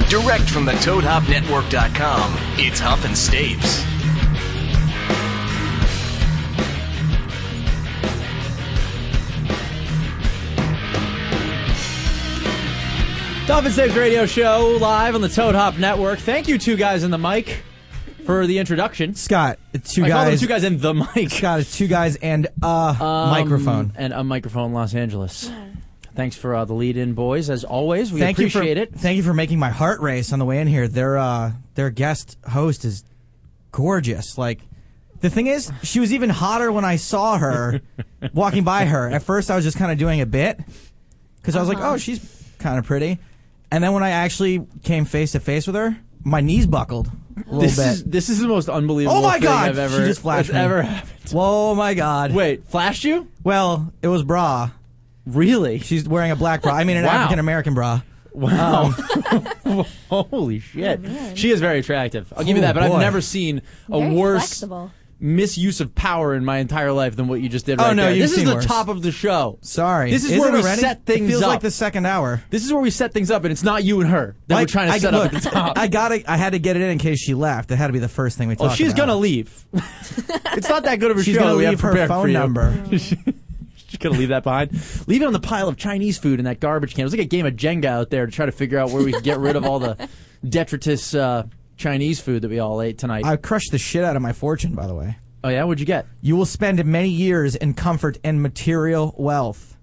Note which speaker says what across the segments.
Speaker 1: the ToadHopNetwork.com, it's Huff and Stapes.
Speaker 2: Dolphin Saves Radio Show live on the Toad Hop Network. Thank you, two guys in the mic, for the introduction.
Speaker 3: Scott, it's two
Speaker 2: I call them
Speaker 3: guys.
Speaker 2: two guys in the mic. Um,
Speaker 3: Scott, it's two guys and a microphone.
Speaker 2: and a microphone, Los Angeles. Thanks for uh, the lead-in, boys. As always, we
Speaker 3: Thank
Speaker 2: appreciate
Speaker 3: you
Speaker 2: it.
Speaker 3: for, Thank you for making my heart race on the way in here. Their uh, their guest host is gorgeous. Like the thing is, she was even hotter when I saw her walking by her. At first, I was just kind of doing a bit because I was like, oh, she's kind of pretty. And then when I actually came face to face with her, my knees buckled a little
Speaker 2: This
Speaker 3: bit.
Speaker 2: is this is the most unbelievable
Speaker 3: Oh my
Speaker 2: thing
Speaker 3: God!
Speaker 2: I've ever
Speaker 3: She just flashed
Speaker 2: that's
Speaker 3: me.
Speaker 2: ever happened.
Speaker 3: Whoa, oh my God!
Speaker 2: Wait, flashed you?
Speaker 3: Well, it was bra.
Speaker 2: Really?
Speaker 3: She's wearing a black bra. I mean, an
Speaker 2: Wow.
Speaker 3: African American bra. Um,
Speaker 2: Wow. Holy shit. she is very attractive. I'll give you
Speaker 3: Oh,
Speaker 2: that, but
Speaker 3: boy.
Speaker 2: I've never seen a
Speaker 4: Very
Speaker 2: worse
Speaker 4: flexible.
Speaker 2: misuse of power in my entire life than what you just did
Speaker 3: Oh,
Speaker 2: right
Speaker 3: no,
Speaker 2: there.
Speaker 3: you've
Speaker 2: this
Speaker 3: seen
Speaker 2: is the
Speaker 3: worse.
Speaker 2: top of the show.
Speaker 3: Sorry.
Speaker 2: This is
Speaker 3: Is
Speaker 2: where
Speaker 3: it
Speaker 2: we
Speaker 3: already?
Speaker 2: set things
Speaker 3: it feels
Speaker 2: up.
Speaker 3: like the second hour.
Speaker 2: This is where we set things up, and it's not you and her that we're
Speaker 3: Like,
Speaker 2: trying to
Speaker 3: I,
Speaker 2: set
Speaker 3: look,
Speaker 2: up at the top.
Speaker 3: I got I had to get it in in case she left. That had to be the first thing we
Speaker 2: oh,
Speaker 3: talked
Speaker 2: she's
Speaker 3: about.
Speaker 2: gonna leave. it's not that good of a
Speaker 3: She's
Speaker 2: show.
Speaker 3: gonna
Speaker 2: we have
Speaker 3: leave her
Speaker 2: prepared
Speaker 3: phone
Speaker 2: for you.
Speaker 3: number.
Speaker 2: She's gonna leave that behind. Leave it on the pile of Chinese food in that garbage can. It was like a game of Jenga out there to try to figure out where we could get rid of all the detritus uh, Chinese food that we all ate tonight.
Speaker 3: I crushed the shit out of my fortune, by the way.
Speaker 2: oh yeah, what'd you get?
Speaker 3: You will spend many years in comfort and material wealth.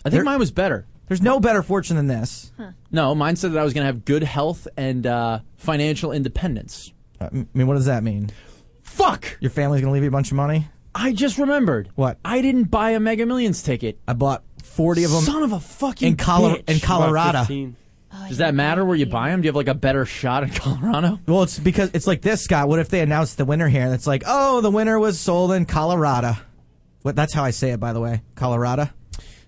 Speaker 2: I think
Speaker 3: There-
Speaker 2: mine was better.
Speaker 3: There's no better fortune than this.
Speaker 2: No, mine said that I was gonna have good health and uh, financial independence.
Speaker 3: Uh, I mean, what does that mean?
Speaker 2: Fuck!
Speaker 3: Your family's gonna leave you a bunch of money.
Speaker 2: I just remembered.
Speaker 3: What?
Speaker 2: I didn't buy a Mega Millions ticket.
Speaker 3: I bought 40 of them
Speaker 2: Son of a fucking
Speaker 3: in, Colo-
Speaker 2: bitch.
Speaker 3: in Colorado.
Speaker 4: Oh,
Speaker 2: Does that matter where you buy them? Do you have like a better shot in Colorado?
Speaker 3: Well, it's because it's like this, Scott. What if they announced the winner here and it's like, oh, the winner was sold in Colorado? What? That's how I say it, by the way. Colorado.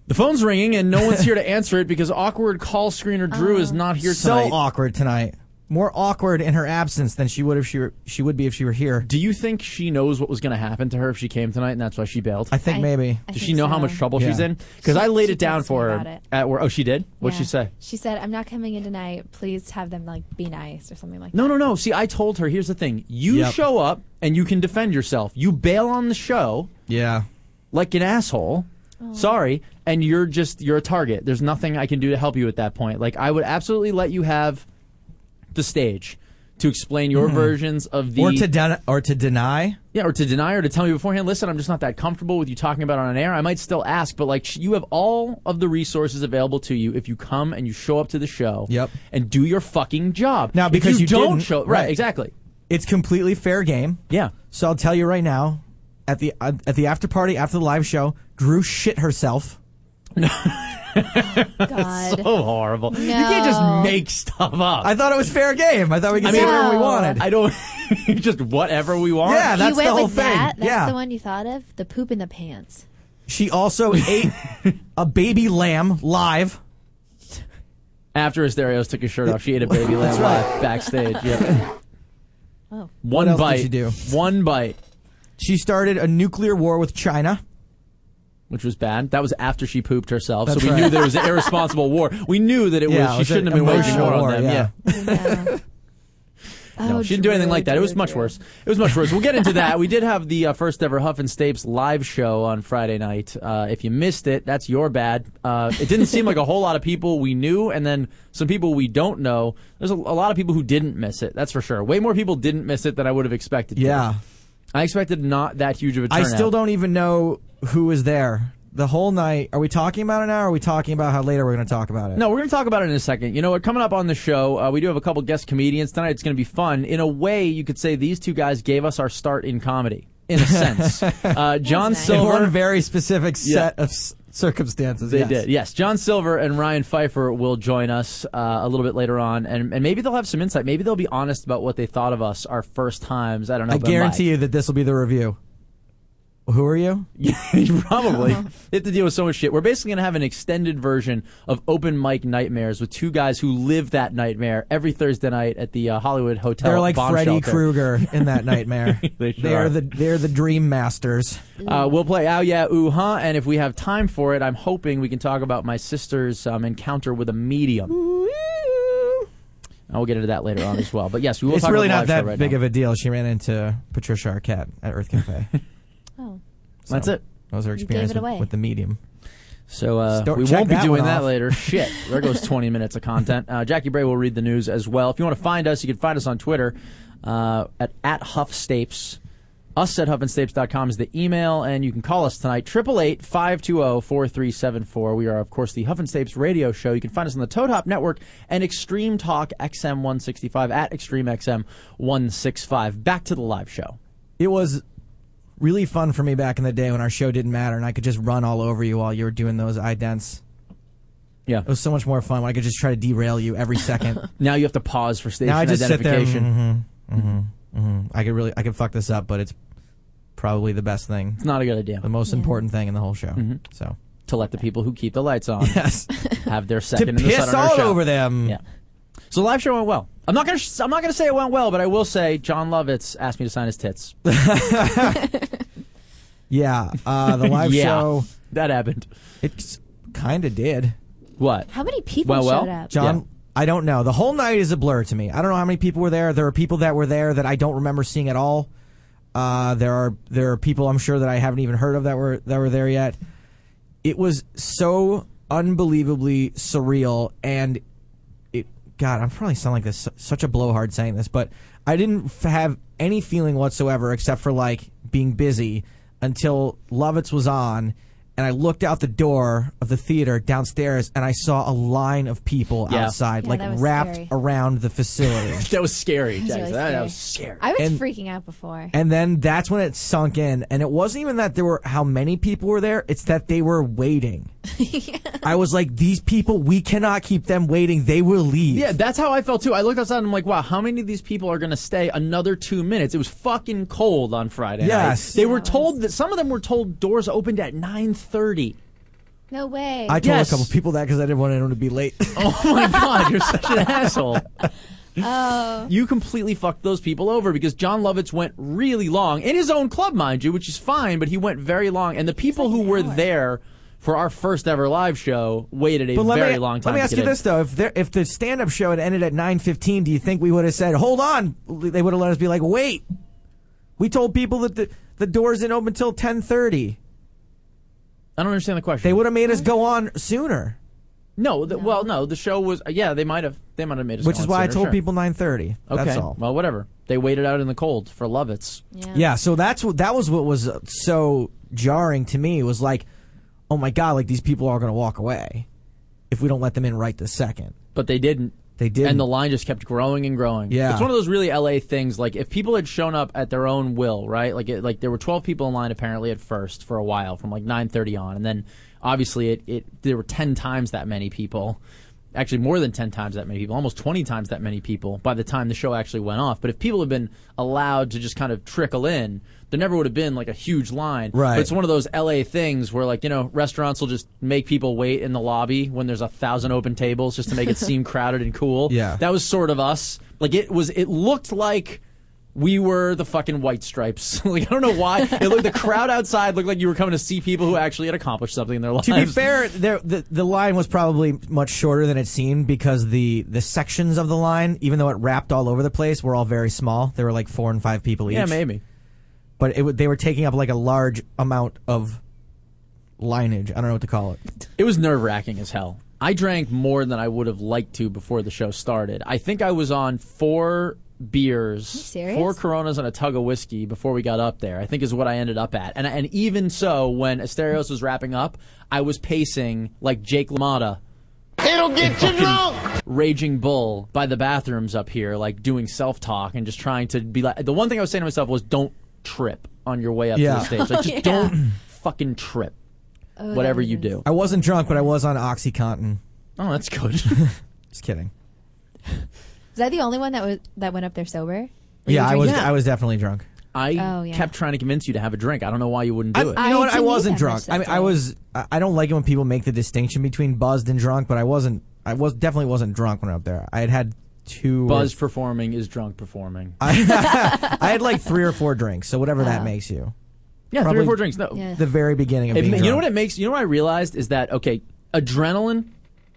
Speaker 2: The phone's ringing and no one's here to answer it because awkward call screener Drew
Speaker 4: Oh.
Speaker 2: is not here
Speaker 3: so
Speaker 2: tonight.
Speaker 3: awkward tonight. More awkward in her absence than she would if she were, she would be if she were here.
Speaker 2: Do you think she knows what was going to happen to her if she came tonight and that's why she bailed?
Speaker 3: I think
Speaker 4: I-
Speaker 3: maybe.
Speaker 4: I
Speaker 2: Does she
Speaker 4: think
Speaker 2: know how
Speaker 4: so.
Speaker 2: much trouble she's
Speaker 3: Yeah.
Speaker 2: in? Because I laid
Speaker 4: She
Speaker 2: it down
Speaker 4: texted
Speaker 2: for
Speaker 4: me about
Speaker 2: her
Speaker 4: it.
Speaker 2: at work. Oh, she did. What'd she
Speaker 4: Yeah.
Speaker 2: say?
Speaker 4: She said, "I'm not coming in tonight. Please have them like be nice or something like
Speaker 2: No,
Speaker 4: that."
Speaker 2: no, no. See, I told her. Here's the thing: you
Speaker 3: Yep.
Speaker 2: show up and you can defend yourself. You bail on the show
Speaker 3: yeah.
Speaker 2: like an asshole.
Speaker 4: Oh.
Speaker 2: Sorry, and you're just you're a target. There's nothing I can do to help you at that point. Like I would absolutely let you have the stage to explain your versions of the
Speaker 3: Mm-hmm. Or to den- or to deny.
Speaker 2: yeah, or to deny or to tell me beforehand, listen, I'm just not that comfortable with you talking about it on air. I might still ask, but like sh- you have all of the resources available to you if you come and you show up to the show
Speaker 3: Yep.
Speaker 2: and do your fucking job.
Speaker 3: Now,
Speaker 2: If
Speaker 3: because you
Speaker 2: don't
Speaker 3: didn't-
Speaker 2: show right,
Speaker 3: right.
Speaker 2: exactly.
Speaker 3: It's completely fair game.
Speaker 2: Yeah.
Speaker 3: So I'll tell you right now, at the uh, at the after party after the live show, Drew shit herself.
Speaker 4: God.
Speaker 2: So horrible. You can't
Speaker 5: Oh.
Speaker 4: No.
Speaker 2: just make stuff up.
Speaker 3: I thought it was fair game. I thought we could
Speaker 2: I
Speaker 3: say
Speaker 2: mean-
Speaker 3: whatever we
Speaker 4: No.
Speaker 3: wanted.
Speaker 2: I don't just whatever we want.
Speaker 3: yeah, that's
Speaker 4: you went
Speaker 3: the whole
Speaker 4: with
Speaker 3: thing.
Speaker 4: that. That's
Speaker 3: yeah.
Speaker 4: the one you thought of. The poop in the pants.
Speaker 3: She also ate a baby lamb live.
Speaker 2: After Asterios took his shirt off, she ate a baby lamb
Speaker 3: That's
Speaker 2: live backstage. Yeah.
Speaker 4: Oh.
Speaker 2: One
Speaker 3: else did
Speaker 2: bite.
Speaker 3: she do?
Speaker 2: One bite,
Speaker 3: She started a nuclear war with China.
Speaker 2: which was bad. That was after she pooped herself,
Speaker 3: That's
Speaker 2: so we
Speaker 3: right.
Speaker 2: knew there was an irresponsible war. We knew that it
Speaker 3: Yeah,
Speaker 2: was.
Speaker 3: it
Speaker 2: She
Speaker 3: was
Speaker 2: shouldn't
Speaker 3: an
Speaker 2: have been waging
Speaker 3: emotional
Speaker 2: war,
Speaker 3: war,
Speaker 2: on them. Yeah.
Speaker 3: yeah.
Speaker 4: No.
Speaker 2: No,
Speaker 4: Oh,
Speaker 2: she didn't do anything
Speaker 4: Drew,
Speaker 2: like that. It was
Speaker 4: Drew,
Speaker 2: much
Speaker 4: Drew.
Speaker 2: worse. It was much worse. We'll get into that. We did have the uh, first ever Huff and Stapes live show on Friday night. Uh, if you missed it, that's your bad. Uh, it didn't seem like a whole lot of people we knew, and then some people we don't know. There's a, a lot of people who didn't miss it. That's for sure. Way more people didn't miss it than I would have expected. to.
Speaker 3: Yeah.
Speaker 2: I expected not that huge of a
Speaker 3: I
Speaker 2: turnout.
Speaker 3: still don't even know who was there the whole night. Are we talking about it now? Or are we talking about how later we're going to talk about it?
Speaker 2: No, we're going to talk about it in a second. You know what? Coming up on the show, uh, we do have a couple guest comedians tonight. It's going to be fun. In a way, you could say these two guys gave us our start in comedy, in a sense. uh, John
Speaker 4: nice.
Speaker 3: In one
Speaker 2: Silver.
Speaker 3: very specific
Speaker 2: Yeah.
Speaker 3: set of s- circumstances.
Speaker 2: They
Speaker 3: yes.
Speaker 2: did, yes. John Silver and Ryan Pfeiffer will join us uh, a little bit later on, and, and maybe they'll have some insight. Maybe they'll be honest about what they thought of us our first times. I don't know.
Speaker 3: I
Speaker 2: but
Speaker 3: guarantee you that this will be the review. Who are you?
Speaker 2: you, probably
Speaker 3: Uh-huh.
Speaker 2: they have to deal with so much shit. We're basically going to have an extended version of open mic nightmares with two guys who live that nightmare every Thursday night at the uh, Hollywood Hotel.
Speaker 3: They're like
Speaker 2: bomb
Speaker 3: Freddy
Speaker 2: shelter.
Speaker 3: Krueger in that nightmare.
Speaker 2: They sure
Speaker 3: are
Speaker 2: are.
Speaker 3: the they're the dream masters.
Speaker 2: Uh, we'll play Ow Yeah Ooh Huh, and if we have time for it, I'm hoping we can talk about my sister's um, encounter with a medium. And we'll get into that later on as well. But yes, we will
Speaker 3: it's
Speaker 2: talk
Speaker 3: really
Speaker 2: about the
Speaker 3: not
Speaker 2: live
Speaker 3: that
Speaker 2: show right
Speaker 3: big
Speaker 2: now.
Speaker 3: of a deal. She ran into Patricia Arquette at Earth Cafe.
Speaker 4: Oh,
Speaker 3: So
Speaker 2: That's it.
Speaker 3: That was her
Speaker 4: You gave
Speaker 3: experience
Speaker 4: it
Speaker 3: with,
Speaker 4: away.
Speaker 3: with the medium.
Speaker 2: So uh,
Speaker 3: Start-
Speaker 2: we
Speaker 3: check
Speaker 2: won't be
Speaker 3: that
Speaker 2: doing
Speaker 3: one
Speaker 2: that
Speaker 3: off.
Speaker 2: later. Shit, there goes 20 minutes of content. Uh, Jackie Bray will read the news as well. If you want to find us, you can find us on Twitter uh, at, at HuffStapes. Us at HuffandStapes.com is the email, and you can call us tonight, 888-520-4374. We are, of course, the Huff and Stapes radio show. You can find us on the Toad Hop Network and Extreme Talk XM 165 at Extreme XM 165. Back to the live show.
Speaker 3: It was really fun for me back in the day when our show didn't matter and I could just run all over you while you were doing those idents.
Speaker 2: Yeah.
Speaker 3: It was so much more fun when I could just try to derail you every second.
Speaker 2: Now you have to pause for station
Speaker 3: now I just sit there.
Speaker 2: identification.
Speaker 3: Mm-hmm, mm-hmm, mm-hmm. I could really, I could fuck this up, but it's probably the best thing,
Speaker 2: It's not a good idea Mm-hmm.
Speaker 3: the most
Speaker 4: Yeah.
Speaker 3: important thing in the whole show. So
Speaker 2: to let the people who keep the lights on
Speaker 3: yes,
Speaker 2: have their
Speaker 3: to
Speaker 2: second in the sun
Speaker 3: piss
Speaker 2: on our
Speaker 3: all
Speaker 2: show.
Speaker 3: over them.
Speaker 2: Yeah. So the live show went well. I'm not gonna. Sh- I'm not gonna say it went well, but I will say John Lovitz asked me to sign his tits.
Speaker 3: Yeah, uh, the live
Speaker 2: Yeah.
Speaker 3: show
Speaker 2: that happened.
Speaker 3: it kind of did.
Speaker 2: What?
Speaker 4: how many people
Speaker 2: Well, well,
Speaker 4: showed up?
Speaker 3: John,
Speaker 2: Yeah.
Speaker 3: I don't know. The whole night is a blur to me. I don't know how many people were there. There are people that were there that I don't remember seeing at all. Uh, there are there are people I'm sure that I haven't even heard of that were that were there yet. It was so unbelievably surreal, and it God, I'm probably sound like this such a blowhard saying this, but I didn't f- have any feeling whatsoever except for like being busy until Lovitz was on. And I looked out the door of the theater downstairs, and I saw a line of people
Speaker 2: Yeah.
Speaker 3: outside,
Speaker 4: Yeah,
Speaker 3: like
Speaker 4: that was
Speaker 3: wrapped
Speaker 4: scary.
Speaker 3: around the facility.
Speaker 2: That was scary. Jack.
Speaker 4: really
Speaker 2: that,
Speaker 4: scary.
Speaker 2: was scary.
Speaker 4: I was
Speaker 3: And-
Speaker 4: freaking out before.
Speaker 3: and then that's when it sunk in. And it wasn't even that there were how many people were there; it's that they were waiting. I was like, "These people, we cannot keep them waiting. They will leave."
Speaker 2: yeah, that's how I felt too. I looked outside and I'm like, wow, how many of these people are gonna stay another two minutes? It was fucking cold on Friday.
Speaker 3: Yes.
Speaker 2: night. they
Speaker 3: Yeah,
Speaker 2: were
Speaker 4: it was.
Speaker 2: told that some of them were told doors opened at 9:30.
Speaker 4: no way.
Speaker 3: I told
Speaker 2: Yes.
Speaker 3: a couple people that because I didn't want anyone to be late.
Speaker 2: Oh my god, you're such an asshole.
Speaker 3: Uh.
Speaker 4: oh,
Speaker 2: you completely fucked those people over because John Lovitz went really long in his own club, mind you, which is fine, but he went very long. And the people
Speaker 4: like
Speaker 2: who
Speaker 4: an
Speaker 2: were
Speaker 4: hour.
Speaker 2: there for our first ever live show waited a
Speaker 3: But let
Speaker 2: very
Speaker 3: me,
Speaker 2: long time.
Speaker 3: Let me
Speaker 2: to
Speaker 3: ask
Speaker 2: get
Speaker 3: you
Speaker 2: in.
Speaker 3: this though: if there, if the stand-up show had ended at nine fifteen, do you think we would have said, "Hold on"? They would have let us be like, "Wait." We told people that the, the doors didn't open until ten thirty.
Speaker 2: I don't understand the question.
Speaker 3: They would have made us go on sooner,
Speaker 2: no, the, well, no, the show was yeah, they might have they might have made us.
Speaker 3: which
Speaker 2: go
Speaker 3: is
Speaker 2: on
Speaker 3: why I
Speaker 2: sooner,
Speaker 3: told
Speaker 2: sure.
Speaker 3: people nine thirty.
Speaker 2: Okay,
Speaker 3: That's all.
Speaker 2: well, whatever. They waited out in the cold for Lovitz.
Speaker 4: yeah.
Speaker 3: Yeah, so that's what that was what was uh, so jarring to me was like, oh my god, like these people are going to walk away if we don't let them in right this second.
Speaker 2: but they didn't.
Speaker 3: They didn't.
Speaker 2: And the line just kept growing and growing.
Speaker 3: Yeah.
Speaker 2: It's one of those really LA things. Like, if people had shown up at their own will, right? Like, it, like there were 12 people in line apparently at first for a while from like 9.30 on. And then obviously it, it there were 10 times that many people. Actually, more than 10 times that many people, almost 20 times that many people by the time the show actually went off. But if people had been allowed to just kind of trickle in, there never would have been like a huge line.
Speaker 3: Right.
Speaker 2: But it's one of those LA things where like, you know, restaurants will just make people wait in the lobby when there's a thousand open tables just to make it seem crowded and cool.
Speaker 3: Yeah.
Speaker 2: That was sort of us. Like it was it looked like we were the fucking white stripes. like I don't know why. It looked the crowd outside looked like you were coming to see people who actually had accomplished something in their lives.
Speaker 3: To be fair, there, the the line was probably much shorter than it seemed because the the sections of the line, even though it wrapped all over the place, were all very small. There were like four and five people each.
Speaker 2: Yeah, maybe.
Speaker 3: But it, w- they were taking up like a large amount of lineage. I don't know what to call it.
Speaker 2: It was nerve wracking as hell. I drank more than I would have liked to before the show started. I think I was on four beers,
Speaker 4: serious?
Speaker 2: four Coronas, and a tug of whiskey before we got up there. I think is what I ended up at. And and even so, when Asterios was wrapping up, I was pacing like Jake LaMotta. It'll get you drunk. Raging Bull by the bathrooms up here, like doing self talk and just trying to be like. The one thing I was saying to myself was, "Don't trip on your way up
Speaker 3: Yeah.
Speaker 2: to the stage. Like, just
Speaker 4: yeah.
Speaker 2: don't fucking trip.
Speaker 4: Oh,
Speaker 2: Whatever you do."
Speaker 3: I wasn't drunk, but I was on OxyContin.
Speaker 2: Oh, that's good.
Speaker 3: Just kidding.
Speaker 4: Was I the only one that was that went up there sober?
Speaker 3: Yeah, I was.
Speaker 2: drinking?
Speaker 3: I was definitely drunk.
Speaker 2: I
Speaker 4: Oh, yeah.
Speaker 2: kept trying to convince you to have a drink. I don't know why you wouldn't
Speaker 3: I,
Speaker 2: do
Speaker 3: you
Speaker 2: it.
Speaker 4: I
Speaker 3: know what? I
Speaker 4: didn't
Speaker 3: wasn't
Speaker 4: eat that
Speaker 3: drunk.
Speaker 4: much
Speaker 3: I mean,
Speaker 4: that
Speaker 3: I
Speaker 4: day.
Speaker 3: was. I I don't like it when people make the distinction between buzzed and drunk, but I wasn't. I was definitely wasn't drunk when I was up there. I had had two. or-
Speaker 2: Buzz performing is drunk performing.
Speaker 3: I, I had like three or four drinks, so whatever that makes you.
Speaker 2: yeah, three or
Speaker 3: probably-
Speaker 2: four drinks. No,
Speaker 4: Ah. Yeah.
Speaker 3: The very beginning of
Speaker 2: It
Speaker 3: being
Speaker 2: ma- you know what
Speaker 3: drunk.
Speaker 2: it makes. You know what I realized is that okay, adrenaline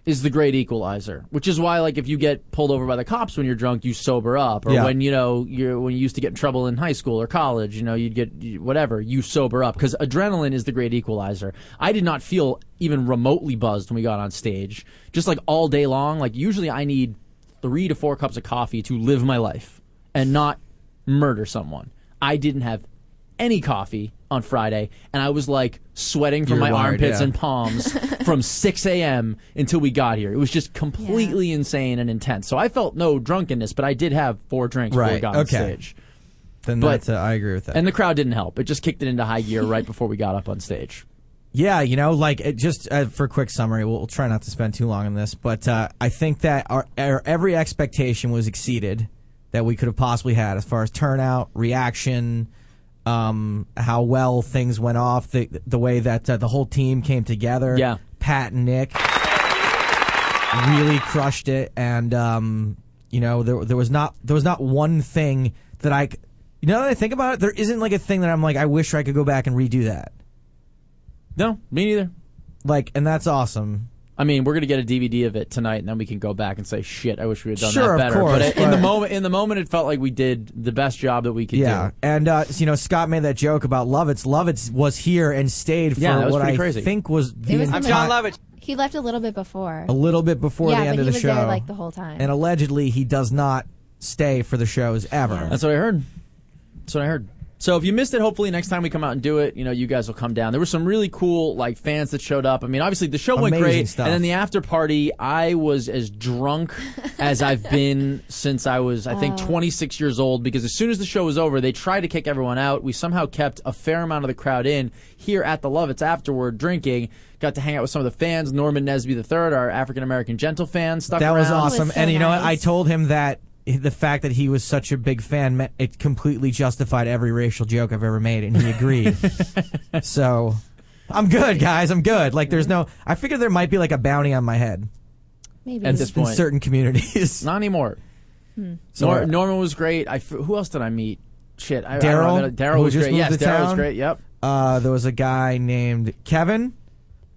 Speaker 2: is the great equalizer, which is why like if you get pulled over by the cops when you're drunk, you sober up, or
Speaker 3: Yeah.
Speaker 2: when you know you're when you used to get in trouble in high school or college, you know you'd get you- whatever, you sober up because adrenaline is the great equalizer. I did not feel even remotely buzzed when we got on stage, just like all day long. Like usually I need three to four cups of coffee to live my life and not murder someone. I didn't have any coffee on Friday, and I was like sweating from
Speaker 3: You were
Speaker 2: my
Speaker 3: wired,
Speaker 2: armpits
Speaker 3: yeah.
Speaker 2: and palms from 6 a.m. until we got here. It was just completely insane and intense. So I felt no drunkenness, but I did have four drinks before we
Speaker 3: Right,
Speaker 2: got on
Speaker 3: okay.
Speaker 2: stage.
Speaker 3: Then
Speaker 2: But-
Speaker 3: that's, uh, I agree with that.
Speaker 2: And the crowd didn't help. It just kicked it into high gear right before we got up on stage.
Speaker 3: Yeah, you know, like it just uh, for a quick summary, we'll, we'll try not to spend too long on this, but uh, I think that our, our every expectation was exceeded that we could have possibly had as far as turnout, reaction, um, how well things went off, the the way that uh, the whole team came together.
Speaker 2: Yeah.
Speaker 3: Pat and Nick really crushed it, and um, you know, there there was not there was not one thing that I. c- You know, that I think about it, there isn't like a thing that I'm like, I wish I could go back and redo that.
Speaker 2: No, me neither.
Speaker 3: Like, and that's awesome.
Speaker 2: I mean, we're gonna get a DVD of it tonight, and then we can go back and say, "Shit, I wish we had done
Speaker 3: Sure,
Speaker 2: that
Speaker 3: of
Speaker 2: better."
Speaker 3: course,
Speaker 2: but, it- in
Speaker 3: but-
Speaker 2: the moment, in the moment, it felt like we did the best job that we could
Speaker 3: Yeah,
Speaker 2: do.
Speaker 3: and uh, you know Scott made that joke about Lovitz. Lovitz was here and stayed for
Speaker 2: Yeah, that was
Speaker 3: what
Speaker 2: pretty
Speaker 3: I
Speaker 2: crazy.
Speaker 3: think was the
Speaker 4: was
Speaker 3: entire-
Speaker 4: I'm
Speaker 6: John Lovett.
Speaker 4: He left a little bit before.
Speaker 3: a little bit before
Speaker 4: yeah,
Speaker 3: the end
Speaker 4: but
Speaker 3: of
Speaker 4: he
Speaker 3: the
Speaker 4: was
Speaker 3: show,
Speaker 4: there like the whole time.
Speaker 3: and allegedly he does not stay for the shows ever.
Speaker 2: That's what I heard. That's what I heard. So if you missed it, hopefully next time we come out and do it, you know, you guys will come down. There were some really cool like fans that showed up. I mean, obviously the show went
Speaker 3: Amazing
Speaker 2: great,
Speaker 3: stuff.
Speaker 2: and then the after party, I was as drunk as I've been since I was, I think, 26 years old. Because as soon as the show was over, they tried to kick everyone out. We somehow kept a fair amount of the crowd in here at the Lovitz afterward, drinking. Got to hang out with some of the fans. Norman Nesby III, our African American gentle fan, stuck
Speaker 3: That
Speaker 2: around.
Speaker 3: was awesome.
Speaker 4: was so
Speaker 3: and you know what? I
Speaker 4: nice.
Speaker 3: told him that the fact that he was such a big fan meant it completely justified every racial joke I've ever made, and he agreed. so I'm good, guys. I'm good. Like there's no. I figured there might be like a bounty on my head
Speaker 4: Maybe.
Speaker 2: At this
Speaker 3: in
Speaker 2: point,
Speaker 3: certain communities.
Speaker 2: Not anymore. Nor- Norman was great. I f- who else did I meet? Shit, I- I don't
Speaker 3: Daryl,
Speaker 2: know. Daryl
Speaker 3: who
Speaker 2: was
Speaker 3: just
Speaker 2: great.
Speaker 3: moved
Speaker 2: Yes,
Speaker 3: to
Speaker 2: Daryl was
Speaker 3: town.
Speaker 2: great. Yep.
Speaker 3: Uh, there was a guy named Kevin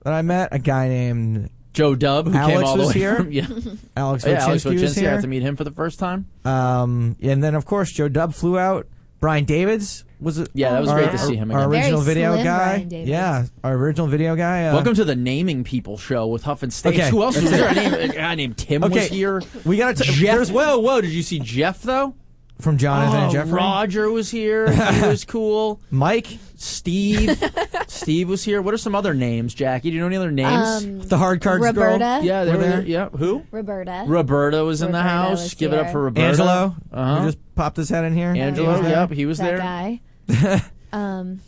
Speaker 3: that I met. A guy named
Speaker 2: Joe Dub, who came
Speaker 3: Alex
Speaker 2: all the
Speaker 3: was
Speaker 2: way
Speaker 3: here?
Speaker 2: from- yeah, Oh,
Speaker 3: Alex
Speaker 2: yeah Alex
Speaker 3: Wojcinski was
Speaker 2: Wojcinski. I got to
Speaker 3: here.
Speaker 2: meet him for the first time.
Speaker 3: Um, and then of course Joe Dub flew out. Brian Davids was it?
Speaker 2: Yeah, that was
Speaker 3: our-
Speaker 2: great to see him
Speaker 3: Our
Speaker 2: again.
Speaker 4: Very
Speaker 3: original video
Speaker 4: slim
Speaker 3: guy.
Speaker 4: Brian Davids.
Speaker 3: Yeah, our original video guy. Uh,
Speaker 2: Welcome to the naming people show with Huff and States.
Speaker 3: Okay,
Speaker 2: Who else was
Speaker 3: that's
Speaker 2: there? A, name, a guy named Tim
Speaker 3: Okay,
Speaker 2: was here.
Speaker 3: we got to
Speaker 2: Jeff.
Speaker 3: There's
Speaker 2: Whoa, whoa! Did you see Jeff though?
Speaker 3: from Jonathan and
Speaker 2: Oh,
Speaker 3: Jeffrey.
Speaker 2: Roger was here. He was cool.
Speaker 3: Mike,
Speaker 2: Steve. Steve was here. What are some other names, Jackie? Do you know any other names?
Speaker 4: um,
Speaker 3: the hard cards
Speaker 4: Roberta.
Speaker 3: girl.
Speaker 2: yeah, they
Speaker 3: were
Speaker 2: were there.
Speaker 3: there?
Speaker 2: Yeah, who?
Speaker 4: Roberta.
Speaker 2: Roberta was in the
Speaker 4: Roberta
Speaker 2: house.
Speaker 4: was
Speaker 2: Give it up
Speaker 4: here.
Speaker 2: for Roberta.
Speaker 3: Angelo,
Speaker 2: Uh-huh.
Speaker 3: who just popped his head in here.
Speaker 2: Angelo,
Speaker 3: He was there.
Speaker 2: yep, he was
Speaker 4: that
Speaker 2: there.
Speaker 4: guy. um,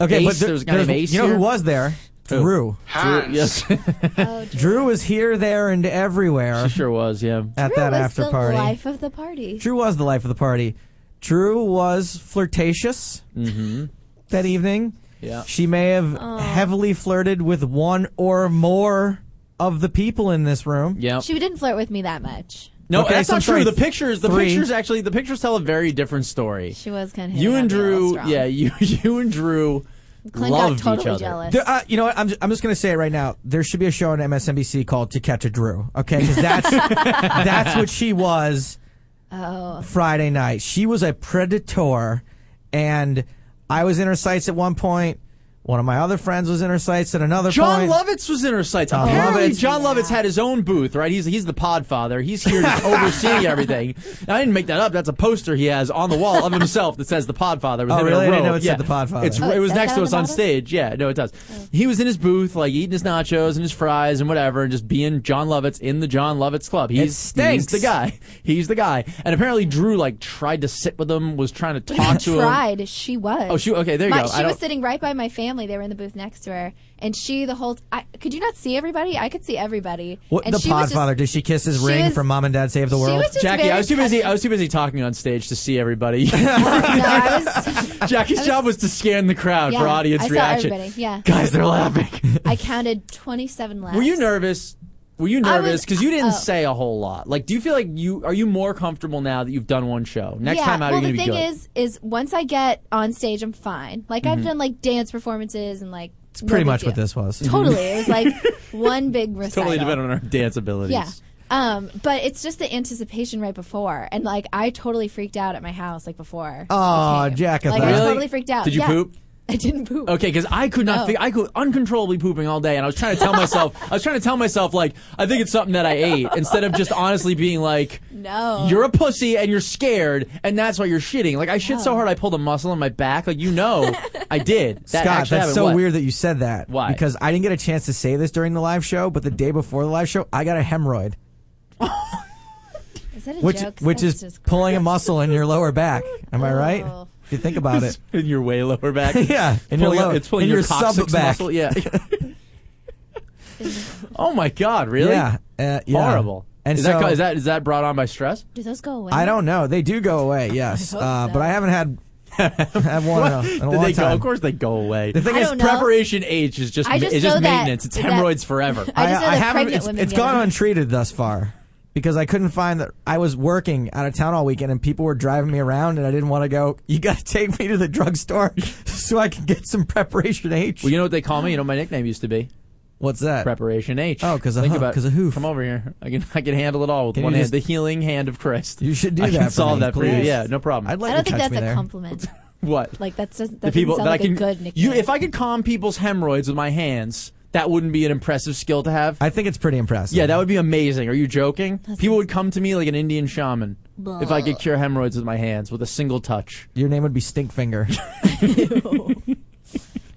Speaker 3: Okay, but
Speaker 2: Ace, there was a guy
Speaker 3: there's-
Speaker 2: named Ace
Speaker 3: You know
Speaker 2: here.
Speaker 3: who was there?
Speaker 2: Who?
Speaker 3: Drew.
Speaker 6: Hans.
Speaker 2: Yes,
Speaker 4: oh,
Speaker 3: Drew was here, there, and everywhere
Speaker 2: she sure was. Yeah,
Speaker 3: at
Speaker 4: Drew
Speaker 3: that
Speaker 4: was
Speaker 3: after
Speaker 4: the
Speaker 3: party.
Speaker 4: life of the party.
Speaker 3: Drew was the life of the party. Drew was flirtatious that evening.
Speaker 2: Mm-hmm. yeah.
Speaker 3: She may have
Speaker 4: Oh.
Speaker 3: heavily flirted with one or more of the people in this room.
Speaker 2: Yeah.
Speaker 4: She didn't flirt with me that much.
Speaker 2: No,
Speaker 3: Okay,
Speaker 2: that's
Speaker 3: so
Speaker 2: not
Speaker 3: I'm sorry,
Speaker 2: true. The pictures, the
Speaker 3: three.
Speaker 2: pictures actually, the pictures tell a very different story.
Speaker 4: She was kind of
Speaker 2: you and Drew, yeah, you you and Drew
Speaker 4: Clint
Speaker 2: loved
Speaker 4: got totally
Speaker 2: each other.
Speaker 4: jealous.
Speaker 3: There- uh, you know what? I'm just, I'm just going to say it right now. There should be a show on MSNBC called To Catch a Drew. Okay, because that's that's what she was
Speaker 4: oh,
Speaker 3: Friday night. She was a predator, and I was in her sights at one point. One of my other friends was in her sights at another
Speaker 2: John
Speaker 3: point.
Speaker 2: Lovitz was in her sights.
Speaker 3: John
Speaker 2: Apparently,
Speaker 3: Lovitz.
Speaker 2: John Lovitz had his own booth, right? He's he's the podfather. He's here just overseeing everything. And I didn't make that up. That's a poster he has on the wall of himself that says the podfather. With
Speaker 3: Oh,
Speaker 2: him in a
Speaker 3: really? I didn't
Speaker 2: robe.
Speaker 3: know it
Speaker 2: yeah.
Speaker 3: said The Podfather.
Speaker 2: It's,
Speaker 4: Oh,
Speaker 2: it
Speaker 4: it
Speaker 2: was
Speaker 4: says
Speaker 2: next
Speaker 4: that
Speaker 2: to
Speaker 4: on
Speaker 2: us
Speaker 4: the
Speaker 2: on
Speaker 4: bottom? Oh.
Speaker 2: stage. Yeah, no, it does. He was in his booth, like eating his nachos and his fries and whatever, and just being John Lovitz in the John Lovitz Club. He's,
Speaker 3: stinks.
Speaker 2: he's the guy. He's the guy. And apparently, Drew like tried to sit with him, was trying to talk to him.
Speaker 4: tried. She was.
Speaker 2: Oh, she- okay, there you
Speaker 4: My-
Speaker 2: go. I
Speaker 4: She was
Speaker 2: don't-
Speaker 4: sitting right by my family. They were in the booth next to her, and she the whole. I, could you not see everybody? I could see everybody.
Speaker 3: What
Speaker 4: and
Speaker 3: the
Speaker 4: she was just-
Speaker 3: Podfather? Did she kiss his
Speaker 4: she
Speaker 3: ring
Speaker 4: was-
Speaker 3: from Mom and Dad Save the
Speaker 4: she
Speaker 3: World?
Speaker 4: was just
Speaker 2: Jackie,
Speaker 4: very
Speaker 2: I was too busy. I
Speaker 4: cunning.
Speaker 2: was too busy talking on stage to see everybody.
Speaker 4: No, I was.
Speaker 2: Jackie's job was to scan the crowd for
Speaker 4: Yeah,
Speaker 2: audience
Speaker 4: I saw
Speaker 2: reaction.
Speaker 4: everybody, yeah.
Speaker 2: Guys, they're laughing.
Speaker 4: I counted twenty-seven laughs.
Speaker 2: Were you nervous? Were you
Speaker 4: I was-
Speaker 2: nervous? Because you didn't
Speaker 4: oh.
Speaker 2: say a whole lot. Like, do you feel like you are you more comfortable now that you've done one show? Next
Speaker 4: yeah.
Speaker 2: time out,
Speaker 4: well,
Speaker 2: you're
Speaker 4: the
Speaker 2: gonna
Speaker 4: thing
Speaker 2: be good. Mm-hmm.
Speaker 4: is, is once I get on stage, I'm fine. Like I've done like dance performances and like
Speaker 3: It's pretty
Speaker 4: big
Speaker 3: much what
Speaker 4: deal.
Speaker 3: this was.
Speaker 4: Totally, it was like one big recital.
Speaker 2: Totally dependent on our dance abilities.
Speaker 4: Yeah. Um, but it's just the anticipation right before, and like I totally freaked out at my house like before.
Speaker 2: Oh,
Speaker 3: Aw,
Speaker 4: it came.
Speaker 3: Jack, I
Speaker 4: like
Speaker 3: thought-
Speaker 4: I
Speaker 2: Really?
Speaker 4: totally freaked out.
Speaker 2: Did you
Speaker 4: Yeah.
Speaker 2: poop?
Speaker 4: I didn't poop.
Speaker 2: Okay, because I could not
Speaker 4: No.
Speaker 2: think. I could uncontrollably pooping all day, and I was trying to tell myself. I was trying to tell myself like I think it's something that I ate instead of just honestly being like,
Speaker 4: No.
Speaker 2: you're a pussy and you're scared, and that's why you're shitting. Like I shit
Speaker 4: Oh.
Speaker 2: so hard I pulled a muscle in my back. Like you know, I did. That
Speaker 3: Scott,
Speaker 2: actually
Speaker 3: that's
Speaker 2: happened.
Speaker 3: so
Speaker 2: What?
Speaker 3: weird that you said that.
Speaker 2: Why?
Speaker 3: Because I didn't get a chance to say this during the live show, but the day before the live show, I got a hemorrhoid,
Speaker 4: Is that a
Speaker 3: which
Speaker 4: joke?
Speaker 3: which
Speaker 4: That's
Speaker 3: is
Speaker 4: just
Speaker 3: pulling a
Speaker 4: gross.
Speaker 3: muscle in your lower back. Am I right?
Speaker 4: Oh.
Speaker 3: If you think about it.
Speaker 2: in your way lower back.
Speaker 3: Yeah, in your
Speaker 2: Pulling up-
Speaker 3: lower-
Speaker 2: it's pulling
Speaker 3: in
Speaker 2: your,
Speaker 3: your
Speaker 2: coccyx
Speaker 3: sub back.
Speaker 2: muscle. Yeah. oh my god! Really?
Speaker 3: Yeah. Uh, yeah.
Speaker 2: Horrible.
Speaker 3: And
Speaker 2: is
Speaker 3: so,
Speaker 2: that ca- is that is that brought on by stress?
Speaker 4: Do those go away?
Speaker 3: I don't know. They do go away. Yes,
Speaker 4: hope
Speaker 3: uh,
Speaker 4: so.
Speaker 3: but I haven't had. had one in a, in a
Speaker 2: Did
Speaker 3: long
Speaker 2: they go?
Speaker 3: time.
Speaker 2: Of course, they go away.
Speaker 3: The thing
Speaker 4: I
Speaker 3: is,
Speaker 4: don't know.
Speaker 2: Preparation H is just,
Speaker 4: I just
Speaker 2: it's just
Speaker 4: know that-
Speaker 2: maintenance. it's
Speaker 4: that-
Speaker 2: hemorrhoids forever.
Speaker 4: I just know that
Speaker 3: haven't-
Speaker 4: pregnant
Speaker 3: it's,
Speaker 4: women
Speaker 3: it's
Speaker 4: get
Speaker 3: gone
Speaker 4: them.
Speaker 3: untreated thus far because I couldn't find that I was working out of town all weekend and people were driving me around and I didn't want to go. You got to take me to the drugstore so I can get some preparation H.
Speaker 2: well, you know what they call me? You know what my nickname used to be
Speaker 3: What's that?
Speaker 2: Preparation H.
Speaker 3: Oh, 'cause of
Speaker 2: Think
Speaker 3: hoof-
Speaker 2: about-
Speaker 3: 'cause of hoof.
Speaker 2: Come over here. I can I can handle it all with
Speaker 3: Can you
Speaker 2: one hand.
Speaker 3: just-
Speaker 2: the healing hand of Christ.
Speaker 3: You should do
Speaker 2: I
Speaker 3: that
Speaker 2: can
Speaker 3: for
Speaker 2: solve
Speaker 3: me,
Speaker 2: that for you.
Speaker 3: please.
Speaker 2: Yeah, no problem.
Speaker 3: I'd like
Speaker 4: I
Speaker 3: you
Speaker 4: don't
Speaker 3: to
Speaker 4: think
Speaker 3: touch
Speaker 4: that's
Speaker 3: me
Speaker 4: a
Speaker 3: there.
Speaker 4: compliment.
Speaker 2: what?
Speaker 4: Like that's just, that
Speaker 2: the
Speaker 4: doesn't
Speaker 2: people
Speaker 4: sound
Speaker 2: that
Speaker 4: like
Speaker 2: I can
Speaker 4: a good nickname.
Speaker 2: you if I could calm people's hemorrhoids with my hands, that wouldn't be an impressive skill to have.
Speaker 3: I think it's pretty impressive.
Speaker 2: yeah, that would be amazing. Are you joking? People would come to me like an Indian shaman if I could cure hemorrhoids with my hands with a single touch.
Speaker 3: Your name would be Stinkfinger.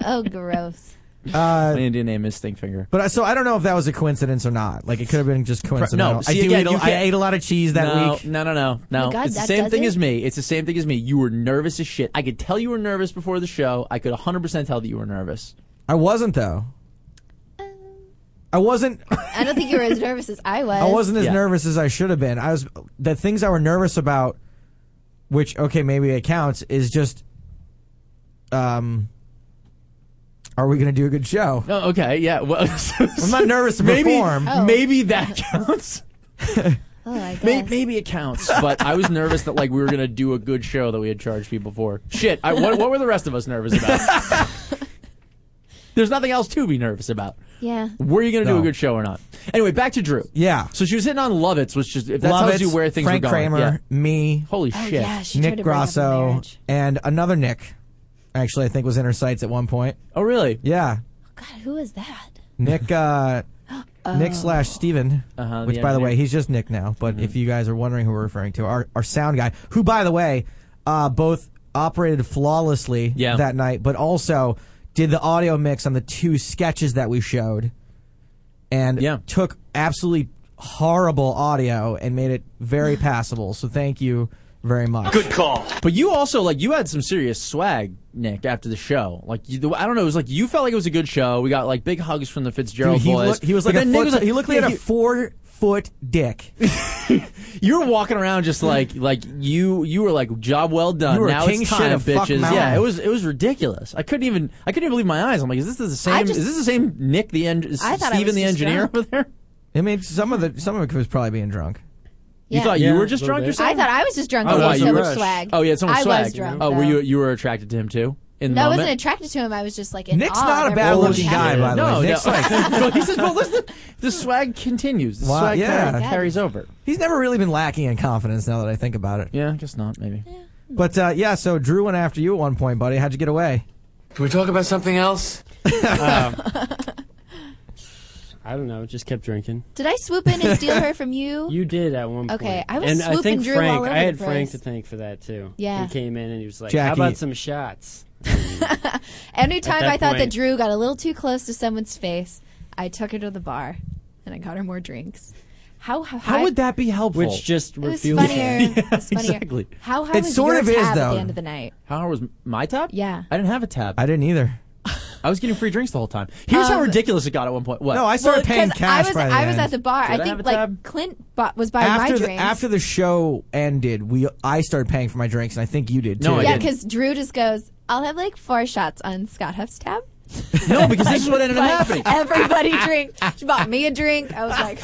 Speaker 4: oh, gross.
Speaker 3: uh,
Speaker 2: My Indian name is Stinkfinger.
Speaker 3: but I, so I don't know if that was a coincidence or not. Like it could have been just coincidental.
Speaker 2: see,
Speaker 3: I do
Speaker 2: again,
Speaker 3: eat a-
Speaker 2: you
Speaker 3: I
Speaker 2: can't-
Speaker 3: ate a lot of cheese that
Speaker 2: no,
Speaker 3: week.
Speaker 2: No, no, no, no.
Speaker 4: Oh my God,
Speaker 2: it's the
Speaker 4: that
Speaker 2: same
Speaker 4: does
Speaker 2: thing
Speaker 4: it?
Speaker 2: as me. It's the same thing as me. You were nervous as shit. I could tell you were nervous before the show. I could 100% tell that you were nervous.
Speaker 3: I wasn't though. I wasn't.
Speaker 4: I don't think you were as nervous as I was.
Speaker 3: I wasn't as
Speaker 2: Yeah.
Speaker 3: nervous as I should have been. I was the things I were nervous about, which okay maybe it counts, is just, um, are we going to do a good show?
Speaker 2: Oh, okay, yeah. Well,
Speaker 3: I'm not nervous to
Speaker 2: maybe,
Speaker 3: perform.
Speaker 4: Oh.
Speaker 2: Maybe that counts.
Speaker 4: Oh, I guess.
Speaker 2: Maybe, maybe it counts. But I was nervous that like we were gonna do a good show that we had charged people for. Shit. I, what, what were the rest of us nervous about? There's nothing else to be nervous about.
Speaker 4: Yeah.
Speaker 2: Were you gonna do
Speaker 3: No.
Speaker 2: a good show or not? Anyway, back to Drew.
Speaker 3: Yeah,
Speaker 2: So she was hitting on Lovitz, which is if that
Speaker 3: Love
Speaker 2: tells
Speaker 3: it.
Speaker 2: you where things
Speaker 3: Frank
Speaker 2: were going.
Speaker 3: Kramer,
Speaker 2: Yeah.
Speaker 3: me,
Speaker 2: Holy
Speaker 4: Oh
Speaker 2: shit.
Speaker 4: yeah, she tried
Speaker 3: Nick
Speaker 4: to bring up the
Speaker 3: Grasso,
Speaker 4: marriage.
Speaker 3: and another Nick. Actually, I think was in her sights at one point.
Speaker 2: Oh really?
Speaker 3: Yeah,
Speaker 4: God, who is that?
Speaker 3: Nick. Uh, Nick slash Steven,
Speaker 2: Uh-huh,
Speaker 3: which
Speaker 2: the Mm-hmm.
Speaker 3: by the
Speaker 2: other
Speaker 3: way,
Speaker 2: Nick.
Speaker 3: he's just Nick now. But if you guys are wondering who we're referring to, our, our sound guy, who by the way, uh, both operated flawlessly
Speaker 2: Yeah.
Speaker 3: that night, but also did the audio mix on the two sketches that we showed, and
Speaker 2: Yeah.
Speaker 3: took absolutely horrible audio and made it very passable. So thank you very much.
Speaker 1: Good call.
Speaker 2: But you also like you had some serious swag, Nick, after the show. Like you, the- I don't know, it was like you felt like it was a good show. We got like big hugs from the Fitzgerald
Speaker 3: Dude, he,
Speaker 2: boys.
Speaker 3: looked- he was
Speaker 2: But
Speaker 3: like a
Speaker 2: then Nick
Speaker 3: foot,
Speaker 2: was like-
Speaker 3: he looked like
Speaker 2: yeah,
Speaker 3: he had a four foot dick.
Speaker 2: you were walking around just like like you you were like job well done.
Speaker 3: You were
Speaker 2: now
Speaker 3: king
Speaker 2: it's
Speaker 3: shit
Speaker 2: time,
Speaker 3: of fuck
Speaker 2: bitches.
Speaker 3: mountain.
Speaker 2: Yeah, it was it was ridiculous. I couldn't even I couldn't even believe my eyes. I'm like, is this the same?
Speaker 4: just-
Speaker 2: is this the same Nick the en-
Speaker 4: I thought I
Speaker 2: Steven
Speaker 4: was
Speaker 2: the
Speaker 4: just
Speaker 2: engineer
Speaker 4: drunk.
Speaker 2: over there?
Speaker 3: I mean, some of the some of it was probably being drunk.
Speaker 4: Yeah.
Speaker 2: You thought
Speaker 6: Yeah,
Speaker 2: you were just
Speaker 6: a
Speaker 2: drunk
Speaker 6: little bit.
Speaker 2: yourself?
Speaker 4: I thought I was just drunk
Speaker 2: oh,
Speaker 4: because
Speaker 2: wow,
Speaker 4: I had
Speaker 2: you
Speaker 4: so
Speaker 2: were-
Speaker 4: much swag.
Speaker 2: Oh yeah, so much
Speaker 4: I
Speaker 2: swag.
Speaker 4: was drunk.
Speaker 2: oh, were
Speaker 4: though.
Speaker 2: you you were attracted to him too? In the
Speaker 4: No, I
Speaker 2: moment?
Speaker 4: wasn't attracted to him. I was just like in
Speaker 3: Nick's
Speaker 4: awe
Speaker 3: not
Speaker 4: of
Speaker 3: a bad
Speaker 4: everything
Speaker 3: looking
Speaker 4: that
Speaker 3: guy,
Speaker 4: happened.
Speaker 3: by the way.
Speaker 2: no,
Speaker 3: Nick's
Speaker 2: no. No, he says, "Well, listen, the swag continues. The
Speaker 3: Wow,
Speaker 2: swag
Speaker 3: yeah.
Speaker 2: carry- carries over."
Speaker 3: He's never really been lacking in confidence now that I think about it.
Speaker 2: Yeah, I guess not. Maybe.
Speaker 3: But uh, yeah, so Drew went after you at one point, buddy. How'd you get away? Um,
Speaker 7: Can we talk about something else?
Speaker 6: I don't know. Just kept drinking.
Speaker 4: Did I swoop in and steal her from you?
Speaker 6: You did at one point.
Speaker 4: Okay, I was
Speaker 6: and I
Speaker 4: swooping
Speaker 6: think
Speaker 4: Drew
Speaker 6: Frank.
Speaker 4: all over
Speaker 6: I had
Speaker 4: the
Speaker 6: Frank
Speaker 4: place.
Speaker 6: to thank for that too.
Speaker 4: Yeah.
Speaker 6: he came in and he was like, "How
Speaker 3: Jackie-
Speaker 6: about some shots?"
Speaker 4: Anytime
Speaker 6: At that
Speaker 4: I thought that
Speaker 6: point-
Speaker 4: Drew got a little too close to someone's face, I took her to the bar and I got her more drinks. How how,
Speaker 2: How
Speaker 4: high-
Speaker 2: would that be helpful?
Speaker 6: Which just
Speaker 4: It was
Speaker 6: refueled.
Speaker 4: funnier.
Speaker 6: that.
Speaker 4: It was funnier.
Speaker 2: exactly.
Speaker 4: How high
Speaker 3: It
Speaker 4: was
Speaker 3: sort
Speaker 4: your
Speaker 3: of is,
Speaker 4: tab at
Speaker 3: though.
Speaker 4: the end of the night?
Speaker 2: How was my tab?
Speaker 4: Yeah.
Speaker 2: I didn't have a tab.
Speaker 3: I
Speaker 2: I,
Speaker 3: didn't either.
Speaker 2: was getting free drinks the whole time. Here's how
Speaker 4: Um,
Speaker 2: ridiculous it got at one point. What?
Speaker 3: No, I started
Speaker 4: Well,
Speaker 3: paying
Speaker 4: 'cause
Speaker 3: cash
Speaker 4: I was
Speaker 3: by the
Speaker 4: I was
Speaker 3: end.
Speaker 4: at the bar.
Speaker 2: Did I have a
Speaker 4: I think like
Speaker 2: tab?
Speaker 4: Clint bought, was buying my
Speaker 3: after the,
Speaker 4: drinks.
Speaker 3: after the show ended, we I started paying for my drinks, and I think you did too.
Speaker 2: No, I
Speaker 4: yeah,
Speaker 2: didn't.
Speaker 4: because Drew just goes, "I'll have like four shots on Scott Huff's tab."
Speaker 2: no, because this is what ended up happening.
Speaker 4: Like, Everybody drink. She bought me a drink. I was like,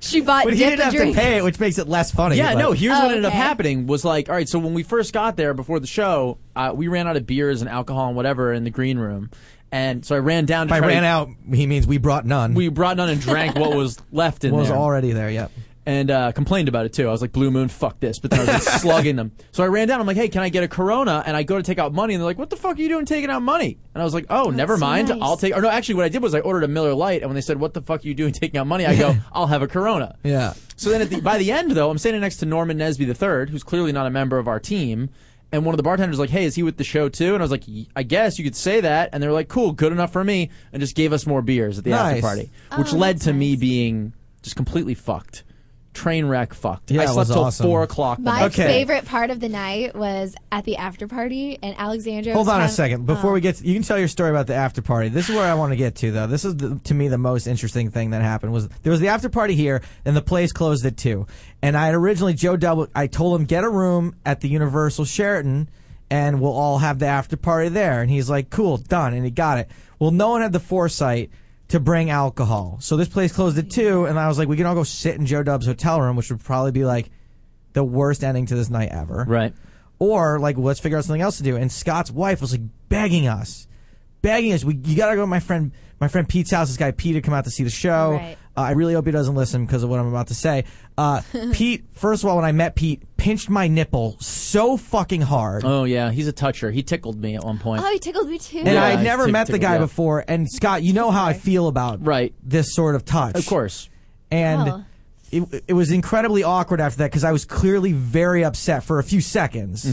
Speaker 4: she bought
Speaker 3: But he
Speaker 4: Dick
Speaker 3: didn't
Speaker 4: a
Speaker 3: have
Speaker 4: drink.
Speaker 3: to pay it, which makes it less funny.
Speaker 2: Yeah,
Speaker 3: but-
Speaker 2: no. Here's what
Speaker 4: Oh,
Speaker 2: ended up
Speaker 4: okay.
Speaker 2: happening was like, all right. So when we first got there before the show, uh, we ran out of beers and alcohol and whatever in the green room, And so I ran down. To
Speaker 3: By
Speaker 2: try to-
Speaker 3: ran out, he means we brought none.
Speaker 2: We brought none and drank what was left in
Speaker 3: was
Speaker 2: there
Speaker 3: already there. Yep.
Speaker 2: and uh, complained about it too. I was like, Blue Moon, fuck this. But then I was like, slugging them. So I ran down. I'm like, hey, can I get a Corona? And I go to take out money, and they're like, what the fuck are you doing taking out money? And I was like, oh, never
Speaker 4: that's
Speaker 2: mind.
Speaker 4: nice.
Speaker 2: I'll take. Or no, actually, what I did was I ordered a Miller Light, and when they said, what the fuck are you doing taking out money? I go, I'll have a Corona.
Speaker 3: Yeah.
Speaker 2: So then, at the, by the end, though, I'm standing next to Norman Nesby III, who's clearly not a member of our team. And one of the bartenders was like, "Hey, is he with the show too?" And I was like, "Y- "I guess you could say that." And they were like, "Cool, good enough for me," and just gave us more beers at the after
Speaker 3: Nice.
Speaker 2: party,
Speaker 4: Oh,
Speaker 2: which led
Speaker 4: that's
Speaker 2: to me
Speaker 4: nice.
Speaker 2: being just completely fucked, train wreck fucked.
Speaker 3: Yeah,
Speaker 2: I
Speaker 3: it
Speaker 2: slept
Speaker 3: was
Speaker 2: till
Speaker 3: awesome.
Speaker 2: four o'clock. the
Speaker 4: My
Speaker 2: next day.
Speaker 4: favorite part of the night was at the after party, and Alexandra.
Speaker 3: Hold
Speaker 4: was
Speaker 3: on a
Speaker 4: kind of-
Speaker 3: second. Before
Speaker 4: Oh.
Speaker 3: we get, to, you can tell your story about the after party. This is where I want to get to, though. This is the, to me the most interesting thing that happened was there was the after party here, and the place closed at two. And I had originally Joe Double. I told him get a room at the Universal Sheraton, and we'll all have the after party there. And he's like, cool, done, and he got it. Well, no one had the foresight. To bring alcohol, so this place closed at two, and I was like, we can all go sit in Joe Dub's hotel room, which would probably be like the worst ending to this night ever
Speaker 2: right?
Speaker 3: or like let's figure out something else to do. And Scott's wife was like begging us, begging us. We you gotta go to my friend my friend Pete's house. This guy Pete to come out to see the show.
Speaker 4: Right.
Speaker 3: Uh, I really hope he doesn't listen because of what I'm about to say. Uh, Pete, first of all, when I met Pete, pinched my nipple so fucking hard.
Speaker 2: Oh yeah, he's a toucher. He tickled me at one point.
Speaker 4: Oh, he tickled me too.
Speaker 3: and I
Speaker 2: yeah,
Speaker 3: had never
Speaker 2: tick-
Speaker 3: met the
Speaker 2: tickle,
Speaker 3: guy
Speaker 2: yeah.
Speaker 3: before. And Scott, you know how I feel about
Speaker 2: Right.
Speaker 3: this sort of touch.
Speaker 2: Of course.
Speaker 3: and
Speaker 4: Oh.
Speaker 3: it, it was incredibly awkward after that because I was clearly very upset for a few seconds.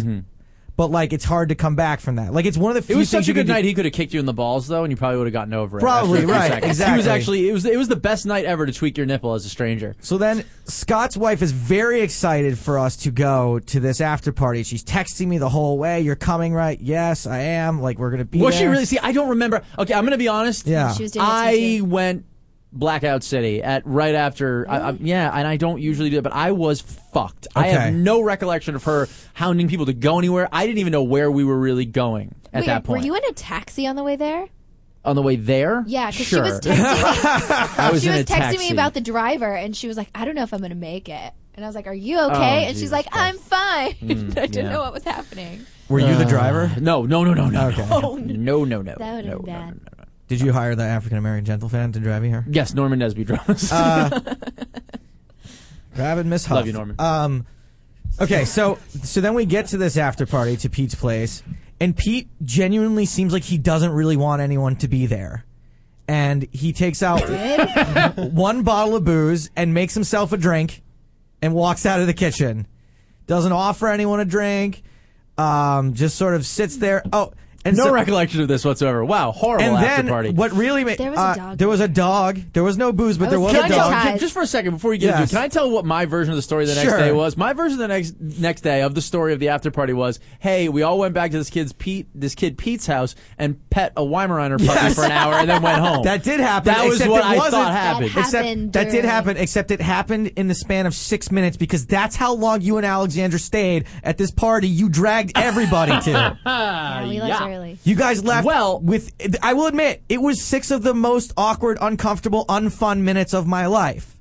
Speaker 3: But like, it's hard to come back from that. Like, it's one of the few
Speaker 2: Mm-hmm. It was
Speaker 3: things
Speaker 2: such a
Speaker 3: you
Speaker 2: good
Speaker 3: can do-
Speaker 2: night. He could have kicked you in the balls though, and you probably would have gotten over it.
Speaker 3: Probably,
Speaker 2: after a few
Speaker 3: right,
Speaker 2: seconds. He was
Speaker 3: exactly.
Speaker 2: actually it was it was the best night ever to tweak your nipple as a stranger.
Speaker 3: So then Scott's wife is very excited for us to go to this after party. She's texting me the whole way. You're coming, right? Yes, I am. Like, we're gonna be.
Speaker 2: Was she
Speaker 3: there."
Speaker 2: really? See, I don't remember. Okay, I'm gonna be honest.
Speaker 3: Yeah.
Speaker 4: She was doing it to me,
Speaker 2: I
Speaker 4: too.
Speaker 2: went blackout city at right after. I, I, yeah, and I don't usually do it, but I was fucked. I have
Speaker 3: Okay.
Speaker 2: no recollection of her hounding people to go anywhere. I didn't even know where we were really going at
Speaker 4: Wait,
Speaker 2: that
Speaker 4: were
Speaker 2: point.
Speaker 4: you in a taxi on the way there?
Speaker 2: on the way there?
Speaker 4: Yeah, because
Speaker 2: sure.
Speaker 4: she was texting. Me,
Speaker 2: I was
Speaker 4: she
Speaker 2: in
Speaker 4: was
Speaker 2: a
Speaker 4: texting
Speaker 2: taxi.
Speaker 4: me about the driver, and she was like, "I don't know if I'm going to make it." And I was like, "Are you okay?"
Speaker 2: Oh,
Speaker 4: and
Speaker 2: Jesus Mm,
Speaker 4: she's like, "I'm fine." I didn't
Speaker 2: yeah.
Speaker 4: know what was happening.
Speaker 3: Were you the driver?
Speaker 2: Uh, No, no, no, no, no,
Speaker 3: Okay.
Speaker 2: no, no, no, no.
Speaker 4: That would've
Speaker 2: no,
Speaker 4: been
Speaker 2: no,
Speaker 4: bad.
Speaker 2: no, no, no.
Speaker 3: Did you hire the African American gentleman to drive you here?
Speaker 2: Yes, Norman Nesby drums.
Speaker 3: Grabbing Miss Huff.
Speaker 2: Love you, Norman.
Speaker 3: Um, okay, so so then we get to this after party to Pete's place, and Pete genuinely seems like he doesn't really want anyone to be there, and he takes out one bottle of booze and makes himself a drink, and walks out of the kitchen. Doesn't offer anyone a drink. Um, just sort of sits there. Oh, and
Speaker 2: no
Speaker 3: so,
Speaker 2: recollection of this whatsoever. Wow, horrible
Speaker 3: And
Speaker 2: after
Speaker 3: then
Speaker 2: party.
Speaker 3: what really uh, made
Speaker 4: There was a dog.
Speaker 3: There was a dog. There was no booze, but
Speaker 4: I
Speaker 3: there
Speaker 4: was
Speaker 2: Can
Speaker 3: was a
Speaker 2: I tell,
Speaker 3: dog.
Speaker 4: Traumatized.
Speaker 2: can- just for a second before you get
Speaker 3: Yes.
Speaker 2: into it, can I tell what my version of the story the next
Speaker 3: Sure.
Speaker 2: day was? My version of the next next day of the story of the after party was, hey, we all went back to this kid's Pete this kid Pete's house and pet a Weimaraner puppy
Speaker 3: Yes.
Speaker 2: for an hour and then went home.
Speaker 3: That did happen.
Speaker 2: That was
Speaker 3: except
Speaker 2: what
Speaker 3: it
Speaker 2: I
Speaker 3: wasn't-
Speaker 2: thought happened.
Speaker 4: That
Speaker 3: Except-
Speaker 4: happened
Speaker 3: that did
Speaker 4: during-
Speaker 3: happen, except it happened in the span of six minutes because that's how long you and Alexander stayed at this party. You dragged everybody to.
Speaker 8: Oh,
Speaker 4: yeah, we left
Speaker 2: yeah.
Speaker 4: early.
Speaker 3: You guys left.
Speaker 2: Well-
Speaker 3: with I will admit, it was six of the most awkward, uncomfortable, unfun minutes of my life.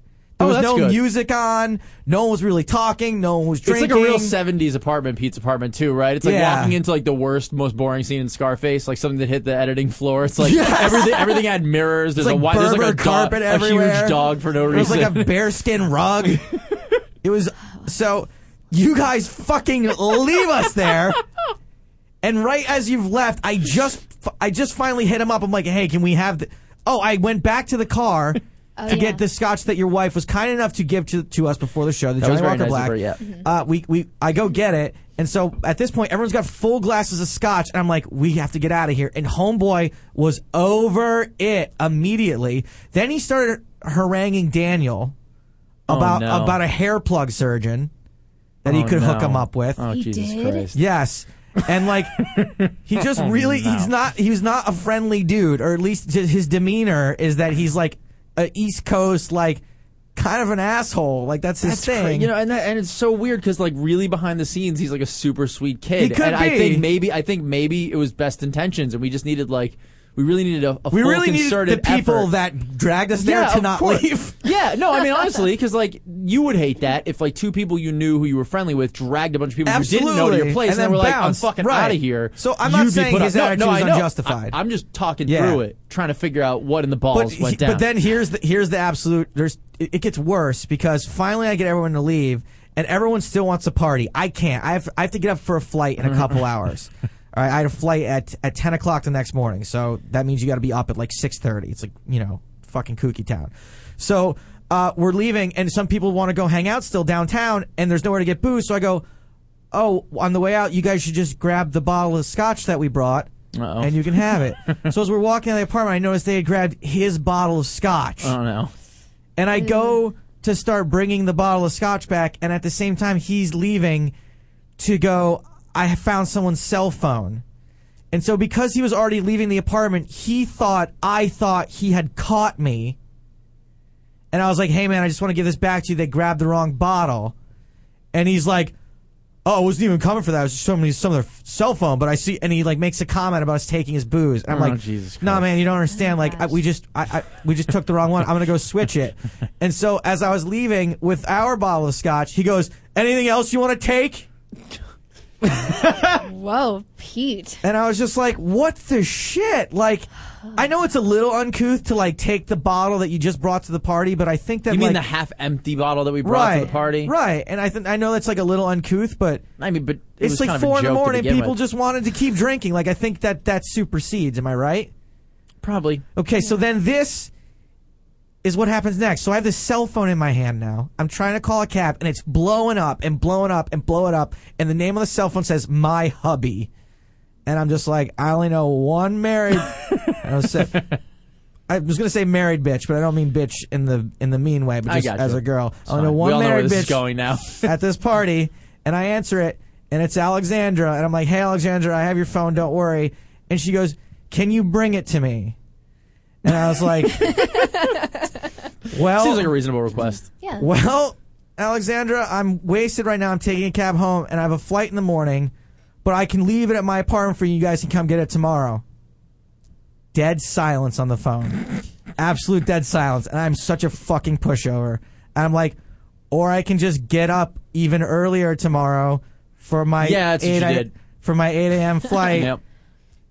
Speaker 2: Oh,
Speaker 3: There was
Speaker 2: that's
Speaker 3: no
Speaker 2: good.
Speaker 3: music on. No one was really talking. No one was
Speaker 2: It's
Speaker 3: drinking.
Speaker 2: like a real '70s apartment Pete's apartment too, right? It's like
Speaker 3: Yeah.
Speaker 2: walking into like the worst, most boring scene in Scarface, like something that hit the editing floor. It's like everything, everything had mirrors. There's
Speaker 3: It's
Speaker 2: a
Speaker 3: like
Speaker 2: white, there's like a
Speaker 3: Berber
Speaker 2: dog-
Speaker 3: carpet
Speaker 2: a
Speaker 3: everywhere.
Speaker 2: huge dog for no
Speaker 3: It was
Speaker 2: reason.
Speaker 3: like a bearskin rug. it was so you guys fucking leave us there. And right as you've left, I just I just finally hit him up. I'm like, hey, can we have the? Oh, I went back to the car.
Speaker 4: Oh,
Speaker 3: to
Speaker 4: yeah.
Speaker 3: get the scotch that your wife was kind enough to give to, to us before the show, the
Speaker 2: That
Speaker 3: Johnny
Speaker 2: was very
Speaker 3: Walker
Speaker 2: nice of
Speaker 3: Black.
Speaker 2: her, yeah.
Speaker 4: Mm-hmm.
Speaker 3: uh, we we I go get it, and so at this point, everyone's got full glasses of scotch, and I'm like, we have to get out of here. And homeboy was over it immediately. Then he started haranguing Daniel about
Speaker 2: Oh, no.
Speaker 3: about a hair plug surgeon that he
Speaker 2: Oh,
Speaker 3: could hook
Speaker 2: no.
Speaker 3: him up with.
Speaker 2: Oh
Speaker 4: He
Speaker 2: Jesus
Speaker 4: did?
Speaker 2: Christ! Oh,
Speaker 3: Yes. And like he just really he's not he was not a friendly dude or at least ju- his demeanor is that he's like a East Coast like kind of an asshole. Like that's his
Speaker 2: That's
Speaker 3: thing.
Speaker 2: cra- you know, and that, and it's so weird because like really behind the scenes, he's like a super sweet kid.
Speaker 3: He could
Speaker 2: and I
Speaker 3: be.
Speaker 2: think maybe I think maybe it was best intentions, and we just needed like We really needed a, a
Speaker 3: We
Speaker 2: full
Speaker 3: really needed the
Speaker 2: concerted
Speaker 3: people
Speaker 2: effort.
Speaker 3: that dragged us there
Speaker 2: Yeah,
Speaker 3: to
Speaker 2: of
Speaker 3: not
Speaker 2: course.
Speaker 3: leave.
Speaker 2: Yeah, no, I mean honestly, because like you would hate that if like two people you knew who you were friendly with dragged a bunch of people who didn't know to your
Speaker 3: Absolutely.
Speaker 2: place, and,
Speaker 3: And
Speaker 2: they were
Speaker 3: then
Speaker 2: like, "I'm
Speaker 3: bounced.
Speaker 2: fucking
Speaker 3: Right.
Speaker 2: out of here."
Speaker 3: So I'm not
Speaker 2: You'd be
Speaker 3: saying
Speaker 2: put
Speaker 3: his
Speaker 2: up-
Speaker 3: attitude
Speaker 2: no, no,
Speaker 3: is
Speaker 2: I know.
Speaker 3: unjustified.
Speaker 2: I, am just talking
Speaker 3: Yeah.
Speaker 2: through it, trying to figure out what in the balls
Speaker 3: but,
Speaker 2: went
Speaker 3: he-
Speaker 2: down.
Speaker 3: but then here's the here's the absolute. There's it, it gets worse because finally I get everyone to leave, and everyone still wants to party. I can't. I have I have to get up for a flight in a couple hours. All right, I had a flight at at ten o'clock the next morning, so that means you got to be up at like six thirty. It's like you know fucking kooky town. So uh, we're leaving, and some people want to go hang out still downtown, and there's nowhere to get booze. So I go, oh, on the way out, you guys should just grab the bottle of scotch that we brought.
Speaker 2: Uh-oh.
Speaker 3: And you can have it. so as we're walking out of the apartment, I noticed they had grabbed his bottle of scotch,
Speaker 2: I don't know.
Speaker 3: and I go to start bringing the bottle of scotch back, and at the same time, he's leaving to go. I found someone's cell phone, and so because he was already leaving the apartment, he thought I thought he had caught me, and I was like, "Hey man, I just want to give this back to you. They grabbed the wrong bottle," and he's like. Oh, I wasn't even coming for that. I was just showing me some of their cell phone, but I see, and he like makes a comment about us taking his booze. And I'm
Speaker 2: Oh,
Speaker 3: like,
Speaker 2: Jesus
Speaker 3: "No,
Speaker 2: Christ.
Speaker 3: man, you don't understand. Like, I, we just, I, I, we just took the wrong one. I'm gonna go switch it." And so, as I was leaving with our bottle of scotch, he goes, "Anything else you want to take?"
Speaker 4: Whoa, Pete.
Speaker 3: And I was just like, "What the shit?" Like, I know it's a little uncouth to like take the bottle that you just brought to the party, but I think that
Speaker 2: You mean
Speaker 3: like,
Speaker 2: the half-empty bottle that we brought
Speaker 3: right
Speaker 2: to the party?
Speaker 3: right? And I think I know that's like a little uncouth, but.
Speaker 2: I mean, but it
Speaker 3: It's
Speaker 2: was
Speaker 3: like
Speaker 2: kind of a
Speaker 3: four in the
Speaker 2: joke to
Speaker 3: morning.
Speaker 2: begin
Speaker 3: People
Speaker 2: with.
Speaker 3: just wanted to keep drinking. Like I think that that supersedes. Am I right?
Speaker 2: probably.
Speaker 3: Okay, so then this is what happens next. So I have this cell phone in my hand now. I'm trying to call a cab, and it's blowing up and blowing up and blowing up. And the name of the cell phone says "My Hubby," and I'm just like, I only know one married. I was sa- I was gonna say married bitch, but I don't mean bitch in the in the mean way, but
Speaker 2: I
Speaker 3: just
Speaker 2: gotcha.
Speaker 3: as a girl. I
Speaker 2: Fine.
Speaker 3: only know
Speaker 2: we
Speaker 3: one
Speaker 2: all know where
Speaker 3: married
Speaker 2: this
Speaker 3: bitch
Speaker 2: is going now.
Speaker 3: at this party, and I answer it, and it's Alexandra, and I'm like, "Hey, Alexandra, I have your phone. Don't worry." And she goes, "Can you bring it to me?" And I was like, "Well,
Speaker 2: Seems like a reasonable request.
Speaker 4: Yeah.
Speaker 3: well, Alexandra, I'm wasted right now. I'm taking a cab home, and I have a flight in the morning, but I can leave it at my apartment for you. You guys can come get it tomorrow." Dead silence on the phone. Absolute dead silence. And I'm such a fucking pushover. And I'm like, or I can just get up even earlier tomorrow for my
Speaker 2: Yeah, that's what
Speaker 3: 8
Speaker 2: you
Speaker 3: a-
Speaker 2: did.
Speaker 3: for my 8 a.m. flight
Speaker 2: Yep.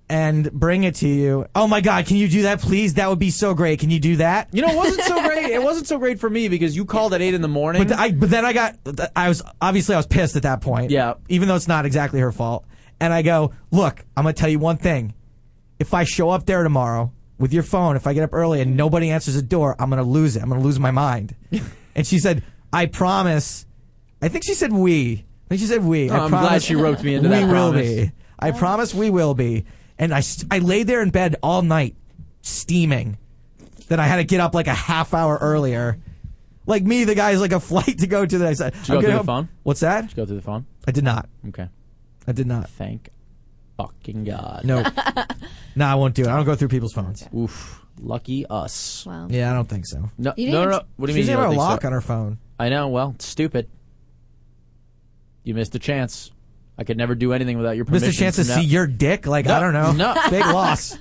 Speaker 3: and bring it to you. Oh my God, can you do that, please? That would be so great. Can you do that?
Speaker 2: You know, it wasn't so great. It wasn't so great for me because you called at eight in the morning.
Speaker 3: But th- I but then I got I was obviously I was pissed at that point.
Speaker 2: Yeah.
Speaker 3: Even though it's not exactly her fault. And I go, "Look, I'm going to tell you one thing. If I show up there tomorrow with your phone, if I get up early and nobody answers the door, I'm going to lose it. I'm going to lose my mind." and she said, "I promise." I think she said we. I think she said we.
Speaker 2: Oh,
Speaker 3: I
Speaker 2: I'm
Speaker 3: promise
Speaker 2: glad she roped me into
Speaker 3: we
Speaker 2: that
Speaker 3: will
Speaker 2: promise.
Speaker 3: be. I promise we will be. And I s- I laid there in bed all night steaming. Then I had to get up like a half hour earlier. Like me, the guy's like a flight to go to. That I said,
Speaker 2: you go
Speaker 3: "I'm
Speaker 2: through the
Speaker 3: gonna-
Speaker 2: phone?
Speaker 3: What's that?
Speaker 2: go through the phone.
Speaker 3: I did not.
Speaker 2: Okay.
Speaker 3: I did not.
Speaker 2: Thank fucking God.
Speaker 3: No, no, I won't do it. I don't go through people's phones.
Speaker 2: Oof. Lucky us.
Speaker 4: Wow.
Speaker 3: Yeah, I don't think so.
Speaker 2: No, no,
Speaker 4: You
Speaker 2: no,
Speaker 4: didn't-
Speaker 2: no. What do you
Speaker 3: She's
Speaker 2: mean? You
Speaker 3: got
Speaker 2: don't
Speaker 3: a
Speaker 2: think
Speaker 3: lock
Speaker 2: so?
Speaker 3: on her phone.
Speaker 2: I know. Well, it's stupid. You missed a chance. I could never do anything without your
Speaker 3: Missed
Speaker 2: permission.
Speaker 3: a chance to
Speaker 2: from
Speaker 3: see
Speaker 2: now-
Speaker 3: your dick. Like I don't know.
Speaker 2: no.
Speaker 3: big loss.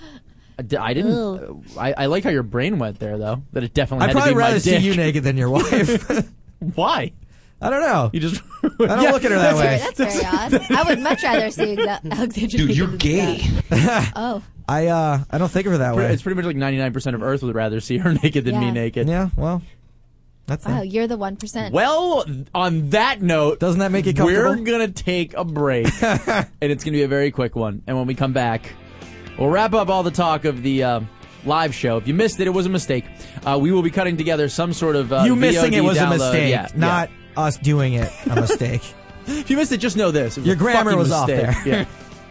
Speaker 2: I di- I didn't. I, I like how your brain went there, though. That it definitely.
Speaker 3: I'd
Speaker 2: had to
Speaker 3: probably
Speaker 2: be my
Speaker 3: rather see
Speaker 2: dick.
Speaker 3: you naked than your wife.
Speaker 2: Why?
Speaker 3: I don't know.
Speaker 2: You just. I
Speaker 3: don't look at her that
Speaker 4: That's,
Speaker 3: way.
Speaker 4: very- that's very odd. I would much rather see exa- Alexandra.
Speaker 7: Dude, you're
Speaker 4: Pickens
Speaker 7: gay.
Speaker 4: than that. oh,
Speaker 3: I uh, I don't think of her that way.
Speaker 2: It's pretty much like 99% of Earth would rather see her naked than me
Speaker 4: Yeah.
Speaker 2: naked.
Speaker 3: Yeah, well, that's
Speaker 4: wow,
Speaker 3: it.
Speaker 4: you're the one percent.
Speaker 2: Well, on that note,
Speaker 3: Doesn't that make you
Speaker 2: we're
Speaker 3: comfortable?
Speaker 2: gonna take a break, and it's gonna be a very quick one. And when we come back, we'll wrap up all the talk of the uh, live show. If you missed it, it was a mistake. Uh, we will be cutting together some sort of uh,
Speaker 3: you missing
Speaker 2: VOD
Speaker 3: it was
Speaker 2: download.
Speaker 3: a mistake,
Speaker 2: Yeah,
Speaker 3: not us doing it a mistake.
Speaker 2: yeah. If you missed it, just know this: It was
Speaker 3: Your
Speaker 2: a
Speaker 3: grammar
Speaker 2: fucking
Speaker 3: was off
Speaker 2: mistake.
Speaker 3: there.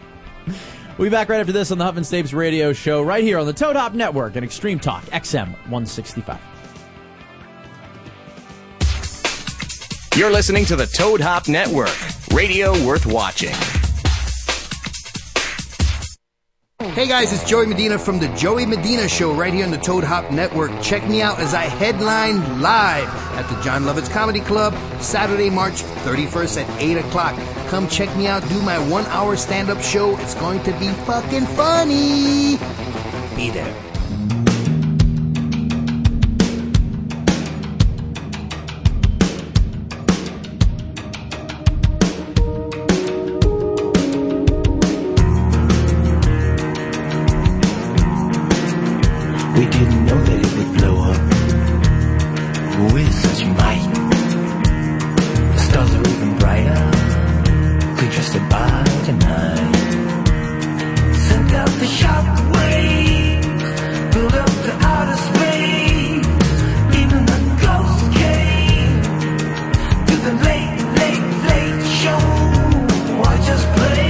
Speaker 2: Yeah. We'll be back right after this on the Huff and Stapes radio show, right here on the Toad Hop Network and Extreme Talk XM 165.
Speaker 1: You're listening to the Toad Hop Network, radio worth watching.
Speaker 9: Hey guys, it's Joey Medina from the Joey Medina Show right here on the Toad Hop Network. Check me out as I headline live at the John Lovitz Comedy Club Saturday, March 31st at 8 o'clock. Come check me out, do my one hour stand up show. It's going to be fucking funny. be there.
Speaker 8: We didn't know that it would blow up with such might. The stars are even brighter. We drifted by tonight. Sent out the shockwave, filled up the outer space. Even the ghosts came to the late, late, late show. Watch us play.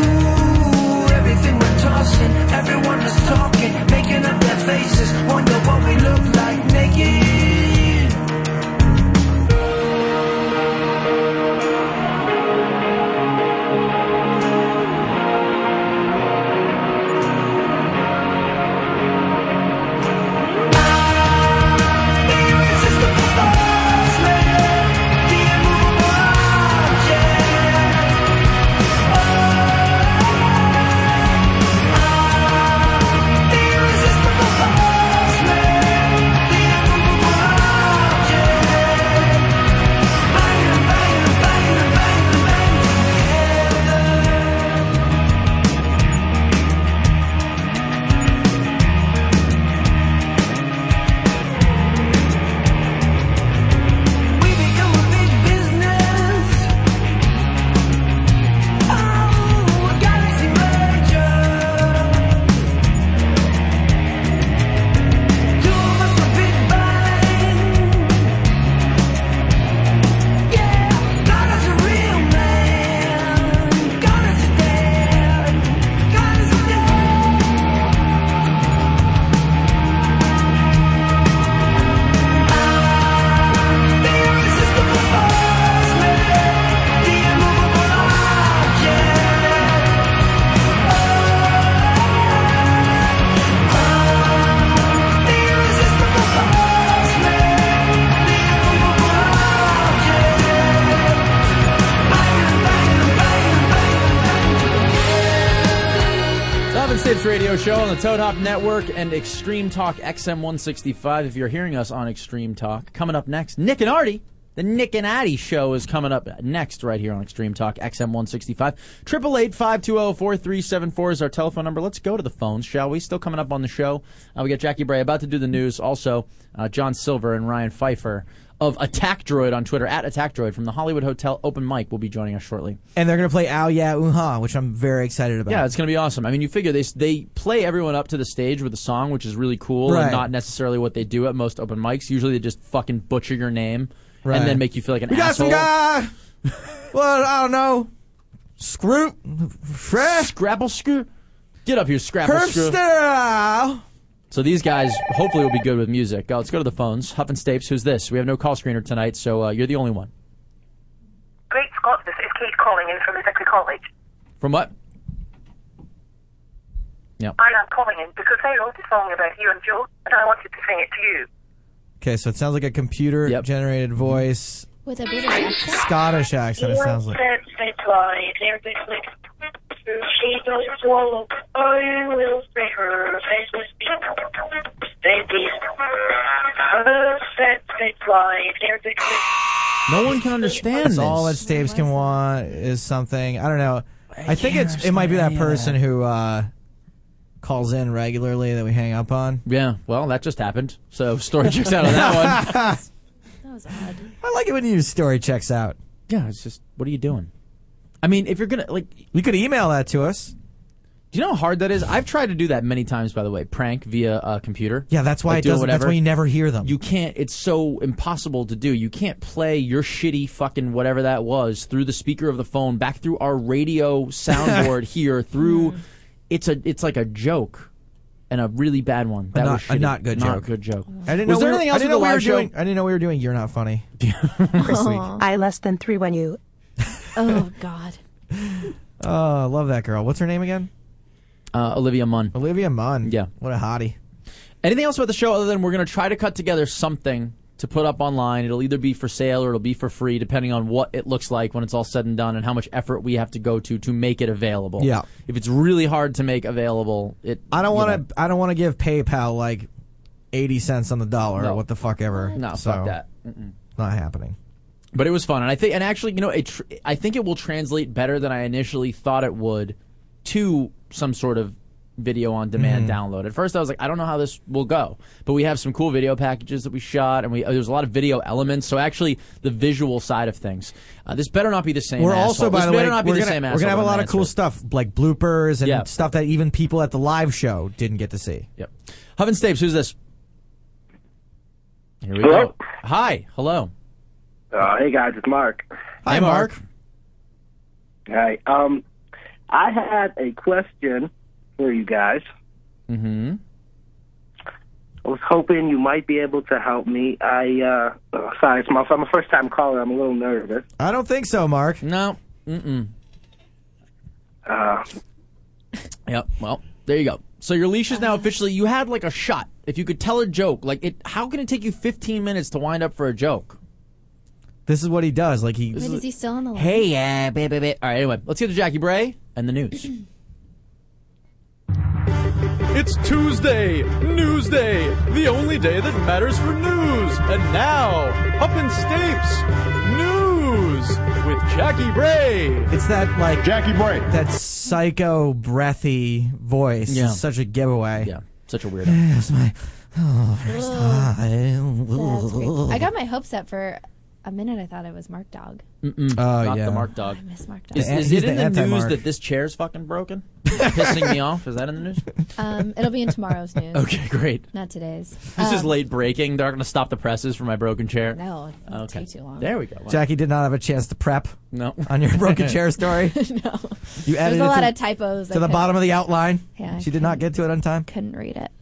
Speaker 8: Ooh, everything we're tossing, everyone is talking, making up their faces, wonder what we look like naked. We become a big business. Oh, a galaxy merger. Two of us a big bang. Yeah, God is a real man. God is a dad. God is a dad. The irresistible force, the immovable object. The irresistible force, the immovable object. Bang, bang, bang, bang.
Speaker 2: The Hop and Stapes Radio Show on the Toad Hop Network and Extreme Talk XM165. If you're hearing us on Extreme Talk, coming up next, Nick and Artie. The Nick and Artie show is coming up next right here on Extreme Talk XM165. 888-520-4374 is our telephone number. Let's go to the phones, shall we? Still coming up on the show. Uh, we got Jackie Bray about to do the news. Also, uh, John Silver and Ryan Pfeiffer of Attack Droid on Twitter, at Attack Droid from the Hollywood Hotel Open Mic will be joining us shortly.
Speaker 3: And they're gonna play Ow Yeah Ooh Ha, which I'm very excited about.
Speaker 2: Yeah, it's going to be awesome. I mean, you figure they they play everyone up to the stage with a song, which is really cool
Speaker 3: Right.
Speaker 2: and not necessarily what they do at most open mics. Usually they just fucking butcher your name
Speaker 3: Right.
Speaker 2: and then make you feel like an
Speaker 3: we got
Speaker 2: asshole.
Speaker 3: some guy. well, I don't know. Scroop, fresh,
Speaker 2: Scrapple screw. Get up here, Scrapple screw.
Speaker 3: Herbster.
Speaker 2: So these guys hopefully will be good with music. Uh, let's go to the phones. Huff and Stapes, who's this? We have no call screener tonight, so uh, you're the only one.
Speaker 10: Great Scott, this is Kate calling in from Exeter College.
Speaker 2: From what?
Speaker 10: And I'm calling in because they wrote a song about you and Joe, and I wanted to sing it to you.
Speaker 3: Okay, so it sounds like a computer-generated voice,
Speaker 4: With a British accent.
Speaker 3: Scottish accent. It sounds like.
Speaker 10: said they lied, they're basically she don't swallow. I will say her face was beat. They beat. Others said they lied, they're basically
Speaker 2: No one can understand
Speaker 3: That's
Speaker 2: this.
Speaker 3: all that Staves can want is something. I don't know. I, think
Speaker 2: can't
Speaker 3: it's it might be that
Speaker 2: understand any of
Speaker 3: person who uh, calls in regularly that we hang up on.
Speaker 2: yeah, well, that just happened. So story checks out on that one.
Speaker 4: That was odd.
Speaker 3: I like it when your story checks out.
Speaker 2: Yeah, it's just what are you doing? I mean, if you're gonna like
Speaker 3: You could email that to us.
Speaker 2: Do you know how hard that is? I've tried to do that many times, by the way. Prank via uh, computer.
Speaker 3: Yeah, that's why
Speaker 2: Like,
Speaker 3: it
Speaker 2: do
Speaker 3: doesn't. That's
Speaker 2: whatever.
Speaker 3: why you never hear them.
Speaker 2: You can't. It's so impossible to do. You can't play your shitty fucking whatever that was through the speaker of the phone back through our radio soundboard here through. It's a. It's like a joke, and a really bad one. That
Speaker 3: not-
Speaker 2: was
Speaker 3: a
Speaker 2: shitty.
Speaker 3: not good
Speaker 2: Not
Speaker 3: joke.
Speaker 2: good joke.
Speaker 3: I didn't
Speaker 2: Was
Speaker 3: know
Speaker 2: there
Speaker 3: we were-
Speaker 2: anything
Speaker 3: I
Speaker 2: else
Speaker 3: didn't
Speaker 2: with the
Speaker 3: know we were
Speaker 2: live show?
Speaker 3: doing. I didn't know we were doing. You're not funny. this week.
Speaker 10: I less than three when you.
Speaker 4: Oh God.
Speaker 3: Oh, I love that girl. What's her name again?
Speaker 2: Uh, Olivia Munn.
Speaker 3: Olivia Munn.
Speaker 2: Yeah.
Speaker 3: What a hottie.
Speaker 2: Anything else about the show other than we're gonna try to cut together something to put up online. It'll either be for sale or it'll be for free, depending on what it looks like when it's all said and done and how much effort we have to go to to make it available.
Speaker 3: Yeah.
Speaker 2: If it's really hard to make available, it.
Speaker 3: I don't
Speaker 2: you
Speaker 3: want to. I don't want to give PayPal like eighty cents on the dollar
Speaker 2: No.
Speaker 3: or what the fuck ever.
Speaker 2: know. No,
Speaker 3: so,
Speaker 2: fuck that. Mm-mm.
Speaker 3: Not happening.
Speaker 2: but it was fun and i think and actually you know it tr- i think it will translate better than i initially thought it would to some sort of video on demand
Speaker 3: Mm-hmm.
Speaker 2: download at first i was like i don't know how this will go but we have some cool video packages that we shot and we uh, there's a lot of video elements so actually the visual side of things uh, this better not be the same
Speaker 3: We're
Speaker 2: asshole.
Speaker 3: also, by
Speaker 2: this
Speaker 3: the way,
Speaker 2: better not be
Speaker 3: we're
Speaker 2: the
Speaker 3: gonna,
Speaker 2: same
Speaker 3: we're
Speaker 2: asshole
Speaker 3: gonna have a
Speaker 2: that
Speaker 3: lot
Speaker 2: I
Speaker 3: of cool
Speaker 2: answered.
Speaker 3: stuff like bloopers and
Speaker 2: Yeah.
Speaker 3: stuff that even people at the live show didn't get to see.
Speaker 2: yep huff and stapes who's this here we
Speaker 11: Hello?
Speaker 2: go hi hello
Speaker 11: Uh, hey guys, it's Mark.
Speaker 3: Hi,
Speaker 2: Hey, Mark.
Speaker 11: Hi. Um, I had a question for you guys.
Speaker 2: mm-hmm
Speaker 11: I was hoping you might be able to help me. I uh, oh, sorry, it's my I'm a first time caller. I'm a little nervous.
Speaker 3: I don't think so, Mark.
Speaker 2: no mm-mm
Speaker 11: Uh,
Speaker 2: Yep. Well, there you go. So your leash
Speaker 3: Uh-huh.
Speaker 2: is now officially. You had like a shot. If you could tell a joke, like it. How can it take you 15 minutes to wind up for a joke?
Speaker 3: This is what he does. Like he.
Speaker 4: Wait, is he still on the line?
Speaker 2: Hey, uh, ba- ba- ba- All right. Anyway, let's get to Jackie Bray and the news. It's Tuesday, Newsday, the only day that matters for news. And now, up in Stapes, news with Jackie Bray.
Speaker 3: It's that like
Speaker 5: Jackie Bray.
Speaker 3: that psycho breathy voice.
Speaker 2: Yeah.
Speaker 3: It's such a giveaway.
Speaker 2: Yeah, such a weirdo.
Speaker 3: That's my. Oh, first
Speaker 4: Ugh.
Speaker 3: time.
Speaker 4: That's great. I got my hopes up for a minute. I thought it was Mark Dog.
Speaker 3: Oh
Speaker 2: Not
Speaker 3: yeah.
Speaker 2: the Mark Dog.
Speaker 4: I miss Mark Dog.
Speaker 2: Is,
Speaker 3: an-
Speaker 2: is
Speaker 3: he's
Speaker 2: it in
Speaker 3: the
Speaker 2: the news
Speaker 3: anti-Mark.
Speaker 2: that this chair's fucking broken? Pissing me off? Is that in the news?
Speaker 4: Um, it'll be in tomorrow's news.
Speaker 2: Okay, great.
Speaker 4: Not today's.
Speaker 2: This is
Speaker 4: Um,
Speaker 2: late breaking. They're not going to stop the presses for my broken chair.
Speaker 4: No, it won't
Speaker 2: Okay.
Speaker 4: take too long.
Speaker 2: There we go. Wow.
Speaker 3: Jackie did not have a chance to prep
Speaker 2: No.
Speaker 3: on your broken chair story.
Speaker 4: no.
Speaker 3: You
Speaker 4: There's
Speaker 3: added
Speaker 4: a
Speaker 3: it
Speaker 4: lot
Speaker 3: to,
Speaker 4: of typos. I
Speaker 3: to the
Speaker 4: couldn't-
Speaker 3: bottom of the outline.
Speaker 4: Yeah, I
Speaker 3: she did not get to it on time.
Speaker 4: Couldn't read it.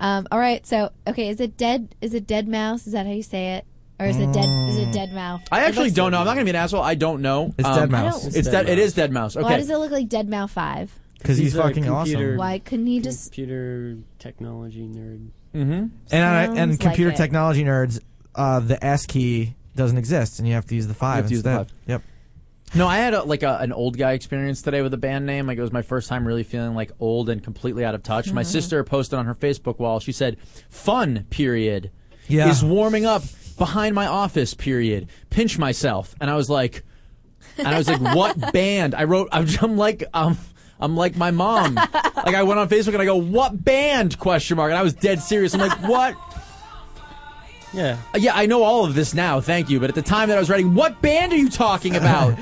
Speaker 4: Um, all right, so okay, is it dead? Is it dead mouse? Is that how you say it, or is it dead? Is it dead mouth?
Speaker 2: I
Speaker 4: It
Speaker 2: actually
Speaker 4: looks-
Speaker 2: don't know. I'm not going to be an asshole. I don't know. Um,
Speaker 3: It's dead mouse.
Speaker 4: don't-
Speaker 2: It's dead. It is dead mouse. Mm. Okay.
Speaker 4: Why does it look like dead mouth five?
Speaker 3: because he's,
Speaker 6: He's a
Speaker 3: fucking
Speaker 6: computer-
Speaker 3: awesome.
Speaker 4: Why couldn't he just?
Speaker 6: Computer technology nerd.
Speaker 2: Mm-hmm.
Speaker 3: And I, and
Speaker 4: Sounds
Speaker 3: computer
Speaker 4: like it.
Speaker 3: technology nerds, uh, the S key doesn't exist, and you have to use the five
Speaker 2: have to use the
Speaker 3: instead.
Speaker 2: five.
Speaker 3: Yep.
Speaker 2: No, I had a, like a, an old guy experience today with a band name. Like it was my first time really feeling like old and completely out of touch. My sister posted on her Facebook wall. She said, "Fun period
Speaker 3: Yeah.
Speaker 2: is warming up behind my office period. Pinch myself." And I was like, and I was like, "What band?" I wrote, "I'm, I'm like, um." I'm like my mom. like I went on Facebook and I go, "What band?" question mark, and I was dead serious. I'm like, "What?"
Speaker 6: Yeah.
Speaker 2: Uh, Yeah, I know all of this now, thank you. But at the time that I was writing, what band are you talking about?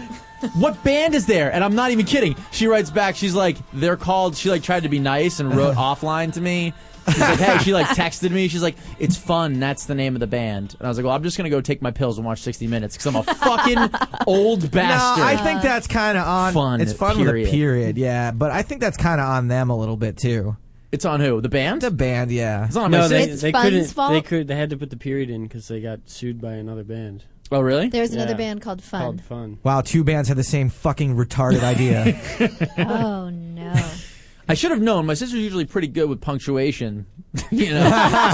Speaker 2: what band is there? And I'm not even kidding. She writes back, she's like, they're called, she like tried to be nice and wrote offline to me. She's like, hey, she like texted me. She's like, it's fun. That's the name of the band. And I was like, well, I'm just going to go take my pills and watch 60 Minutes because I'm a fucking old bastard.
Speaker 3: No, I think that's kind of on.
Speaker 2: Fun,
Speaker 3: It's fun with
Speaker 2: period.
Speaker 3: a period, yeah. But I think that's kind of on them a little bit too.
Speaker 2: it's on who? The band?
Speaker 3: The band, yeah.
Speaker 2: It's not on my
Speaker 6: No, they,
Speaker 2: sister.
Speaker 4: It's
Speaker 6: they
Speaker 4: Fun's
Speaker 6: couldn't.
Speaker 4: fault?
Speaker 6: They could. They had to put the period in because they got sued by another band
Speaker 2: Oh, really?
Speaker 4: There's another
Speaker 6: Yeah.
Speaker 4: band called Fun.
Speaker 6: called Fun.
Speaker 3: Wow, two bands had the same fucking retarded idea.
Speaker 4: oh no.
Speaker 2: I should have known. My sister's usually pretty good with punctuation. you know, so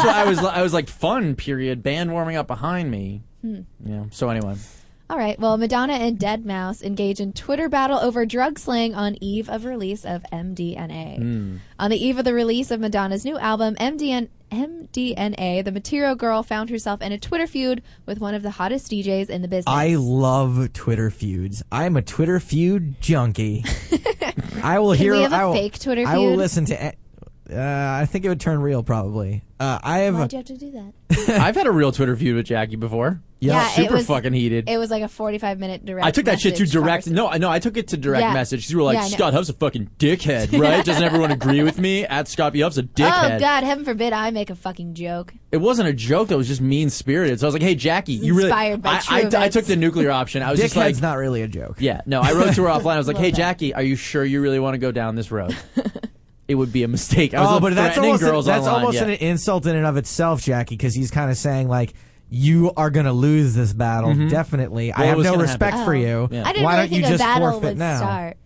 Speaker 2: I was I was like, fun period. Band warming up behind me. Yeah. So anyway,
Speaker 4: Hmm. All right. Well, Madonna and Dead Mouse engage in Twitter battle over drug slang on eve of release of MDNA. On the eve of the release of Madonna's new album, MDN- MDNA, the Material Girl found herself in a Twitter feud with one of the hottest DJs in the business.
Speaker 3: I love Twitter feuds. I'm a Twitter feud junkie. I will hear.
Speaker 4: we have a
Speaker 3: I will-
Speaker 4: fake Twitter
Speaker 3: I will
Speaker 4: feud?
Speaker 3: listen to. a- Uh, I think it would turn real probably. Uh, I have.
Speaker 4: Why'd you have to do that?
Speaker 2: I've had a real Twitter feud with Jackie before.
Speaker 4: Yeah, it
Speaker 2: super
Speaker 4: was-
Speaker 2: fucking heated.
Speaker 4: It was like a 45 minute direct.
Speaker 2: I took that shit to
Speaker 4: message
Speaker 2: direct.
Speaker 4: conversation.
Speaker 2: No, I know. I took it to direct
Speaker 4: Yeah.
Speaker 2: message. You were like,
Speaker 4: Yeah, I know.
Speaker 2: Scott Huff's a fucking dickhead, right? Doesn't everyone agree with me? At Scott B. Huff's a dickhead.
Speaker 4: Oh, God, heaven forbid I make a fucking joke.
Speaker 2: It wasn't a joke. That was just mean spirited. So I was like, hey, Jackie, you really.
Speaker 4: inspired by
Speaker 2: I,
Speaker 4: true
Speaker 2: I- I
Speaker 4: events.
Speaker 2: took the nuclear option. I was
Speaker 3: Dickhead's
Speaker 2: just like,
Speaker 3: not really a joke.
Speaker 2: Yeah, no, I wrote to her offline. I was like,
Speaker 4: Love
Speaker 2: "Hey,
Speaker 4: that.
Speaker 2: Jackie, are you sure you really want to go down this road?" it would be a mistake. I was
Speaker 3: Oh,
Speaker 2: like,
Speaker 3: but that's
Speaker 2: threatening
Speaker 3: almost
Speaker 2: girls
Speaker 3: an, that's
Speaker 2: online,
Speaker 3: almost
Speaker 2: yeah.
Speaker 3: an insult in and of itself, Jackie, because he's kind of saying like. You are going to lose this battle, definitely. I
Speaker 2: Mm-hmm. Well, it
Speaker 3: have
Speaker 2: was
Speaker 3: no
Speaker 2: gonna
Speaker 3: respect
Speaker 2: happen.
Speaker 3: for
Speaker 4: Oh.
Speaker 3: you.
Speaker 2: Yeah.
Speaker 4: I didn't
Speaker 3: Why
Speaker 4: really
Speaker 3: don't
Speaker 4: think
Speaker 3: you
Speaker 4: a
Speaker 3: just
Speaker 4: battle
Speaker 3: forfeit
Speaker 4: would
Speaker 3: now?
Speaker 4: start.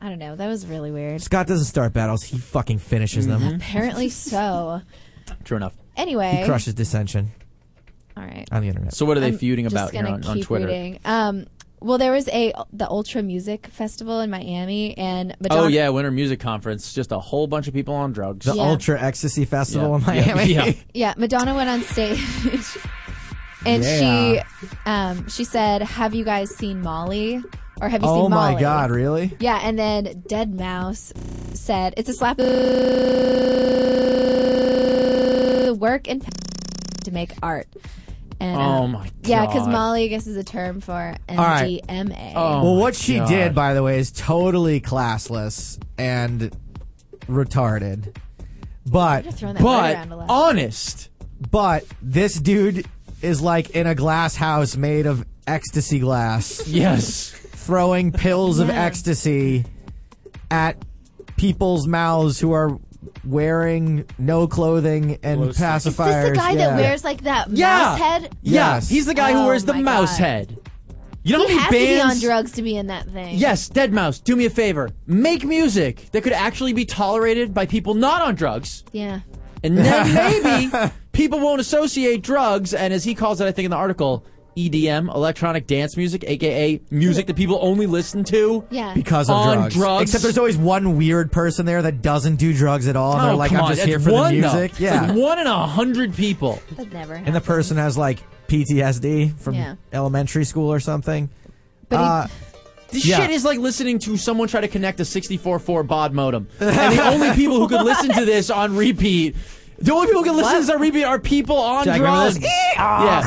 Speaker 4: I don't know. That was really weird.
Speaker 3: Scott doesn't start battles; he fucking finishes them.
Speaker 4: Apparently so.
Speaker 2: Mm-hmm. True enough.
Speaker 4: Anyway.
Speaker 3: He crushes dissension.
Speaker 4: All right.
Speaker 3: on the internet.
Speaker 2: So what are they
Speaker 4: I'm
Speaker 2: feuding
Speaker 4: just
Speaker 2: about here
Speaker 4: gonna
Speaker 2: on, on
Speaker 4: keep
Speaker 2: Twitter?
Speaker 4: reading. Um, well, there was a the Ultra Music Festival in Miami, and Madonna.
Speaker 2: Oh yeah, Winter Music Conference. Just a whole bunch of people on drugs.
Speaker 3: The
Speaker 4: Yeah.
Speaker 3: Ultra Ecstasy Festival in
Speaker 2: Yeah.
Speaker 3: Miami.
Speaker 2: Yeah.
Speaker 4: Yeah, Madonna went on stage. And she, um, she said, "Have you guys seen Molly? Or have you
Speaker 3: Oh
Speaker 4: seen
Speaker 3: my
Speaker 4: Molly?"
Speaker 3: God! Really?
Speaker 4: Yeah, and then Dead Mouse said, "It's a slap Uh, of work and to make art." And,
Speaker 2: Oh
Speaker 4: um,
Speaker 2: my
Speaker 4: Yeah, because
Speaker 2: God.
Speaker 4: Molly, I guess, is a term for
Speaker 3: right.
Speaker 4: MDMA.
Speaker 2: Oh
Speaker 3: well,
Speaker 2: my
Speaker 3: what she
Speaker 2: God.
Speaker 3: did, by the way, is totally classless and retarded. But
Speaker 4: You're throwing that word
Speaker 2: But
Speaker 4: around a lot.
Speaker 2: honest.
Speaker 3: but this dude is like in a glass house made of ecstasy glass,
Speaker 2: Yes.
Speaker 3: throwing pills of
Speaker 4: Yeah.
Speaker 3: ecstasy at people's mouths who are wearing no clothing and
Speaker 6: Glow sticks.
Speaker 3: pacifiers.
Speaker 4: is this the guy
Speaker 3: Yeah.
Speaker 4: that wears like that
Speaker 2: Yeah.
Speaker 4: mouse head?
Speaker 2: Yeah.
Speaker 3: Yes.
Speaker 2: He's the guy who
Speaker 4: Oh
Speaker 2: wears the
Speaker 4: my
Speaker 2: mouse
Speaker 4: God.
Speaker 2: head. You know
Speaker 4: He
Speaker 2: how
Speaker 4: has
Speaker 2: many bands?
Speaker 4: to be on drugs to be in that thing.
Speaker 2: Yes, Dead Mouse, do me a favor. Make music that could actually be tolerated by people not on drugs.
Speaker 4: Yeah.
Speaker 2: And then maybe people won't associate drugs, and as he calls it, I think in the article, EDM, electronic dance music, aka music that people only listen to.
Speaker 4: Yeah.
Speaker 3: because of
Speaker 2: on
Speaker 3: drugs.
Speaker 2: drugs.
Speaker 3: Except there's always one weird person there that doesn't do drugs at all. And
Speaker 2: Oh,
Speaker 3: they're like,
Speaker 2: come
Speaker 3: I'm
Speaker 2: on,
Speaker 3: just
Speaker 2: that's
Speaker 3: here for the
Speaker 2: one, though.
Speaker 3: music.
Speaker 2: It's
Speaker 3: yeah.
Speaker 2: like one in a hundred people.
Speaker 4: That never happened.
Speaker 3: and the person has like PTSD from
Speaker 4: Yeah.
Speaker 3: elementary school or something.
Speaker 4: But he-
Speaker 3: Uh,
Speaker 2: This
Speaker 3: Yeah.
Speaker 2: shit is like listening to someone try to connect a 64-4 baud modem. And the only people who could listen to this on repeat, the only people who can listen to this on repeat are people on
Speaker 3: Jack, remember
Speaker 2: drugs.
Speaker 3: this?
Speaker 2: Yeah.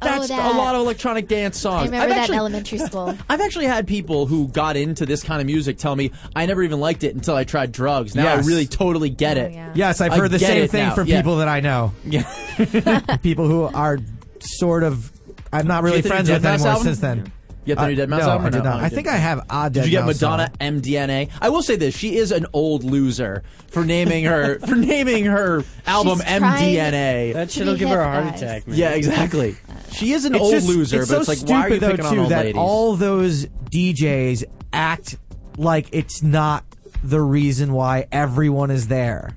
Speaker 2: That's
Speaker 4: Oh. that.
Speaker 2: a lot of electronic dance songs.
Speaker 4: I remember
Speaker 2: Oh, I've
Speaker 4: that
Speaker 2: actually-
Speaker 4: in elementary school.
Speaker 2: I've actually had people who got into this kind of music tell me I never even liked it until I tried drugs. Now
Speaker 3: Yes.
Speaker 2: I really totally get it.
Speaker 4: Oh, yeah.
Speaker 3: yes, I've
Speaker 2: I
Speaker 3: heard the
Speaker 2: get
Speaker 3: same
Speaker 2: it
Speaker 3: thing
Speaker 2: now.
Speaker 3: from
Speaker 2: Yeah.
Speaker 3: people that I know. people who are sort of, I'm not really
Speaker 2: Did you get
Speaker 3: friends
Speaker 2: the
Speaker 3: with
Speaker 2: Dead Mouse
Speaker 3: anymore
Speaker 2: album?
Speaker 3: since then.
Speaker 2: You got the
Speaker 3: Uh,
Speaker 2: new Dead Mouse
Speaker 3: no,
Speaker 2: album? or
Speaker 3: I did
Speaker 2: no?
Speaker 3: not.
Speaker 2: Oh,
Speaker 3: I think I have odd Dead
Speaker 2: Did you get
Speaker 3: Mouse
Speaker 2: Madonna
Speaker 3: song.
Speaker 2: MDNA? I will say this: she is an old loser for naming her for naming her album
Speaker 4: trying-
Speaker 2: MDNA.
Speaker 6: That
Speaker 4: To
Speaker 6: shit'll
Speaker 4: be
Speaker 6: give her a
Speaker 4: hip,
Speaker 6: heart
Speaker 4: guys.
Speaker 6: attack, man.
Speaker 2: yeah, exactly. She is an
Speaker 3: It's
Speaker 2: old
Speaker 3: just-
Speaker 2: loser,
Speaker 3: it's
Speaker 2: but
Speaker 3: so
Speaker 2: it's like,
Speaker 3: stupid
Speaker 2: why are you
Speaker 3: though
Speaker 2: picking on
Speaker 3: too
Speaker 2: old
Speaker 3: that
Speaker 2: ladies?
Speaker 3: all those DJs act like it's not the reason why everyone is there.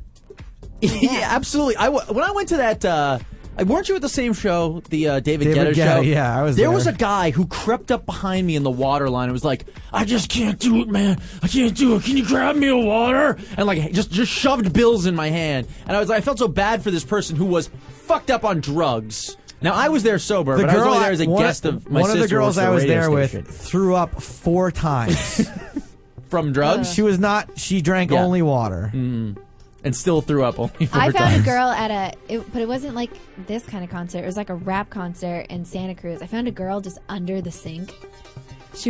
Speaker 2: yeah. absolutely. I w- when I went to that, uh, I- weren't you at the same show, the uh, David, Guetta,
Speaker 3: David Guetta,
Speaker 2: show?
Speaker 3: yeah, I was
Speaker 2: There
Speaker 3: there.
Speaker 2: was a guy who crept up behind me in the water line and was like, "I just can't do it, man. I can't do it. Can you grab me a water?" And like just just shoved bills in my hand, and I was I felt so bad for this person who was fucked up on drugs. Now I was there sober, but I was only there as a
Speaker 3: one,
Speaker 2: guest of my
Speaker 3: one of the
Speaker 2: sister
Speaker 3: girls
Speaker 2: works at
Speaker 3: I
Speaker 2: a
Speaker 3: was
Speaker 2: radio
Speaker 3: there
Speaker 2: station.
Speaker 3: with threw up four times.
Speaker 2: from drugs
Speaker 3: she was not. She drank
Speaker 2: Yeah. Mm-hmm.
Speaker 3: only water.
Speaker 2: and still threw up only four
Speaker 4: I found
Speaker 2: times.
Speaker 4: a girl at a, it, but it wasn't like this kind of concert. It was like a rap concert in Santa Cruz. I found a girl just under the sink. She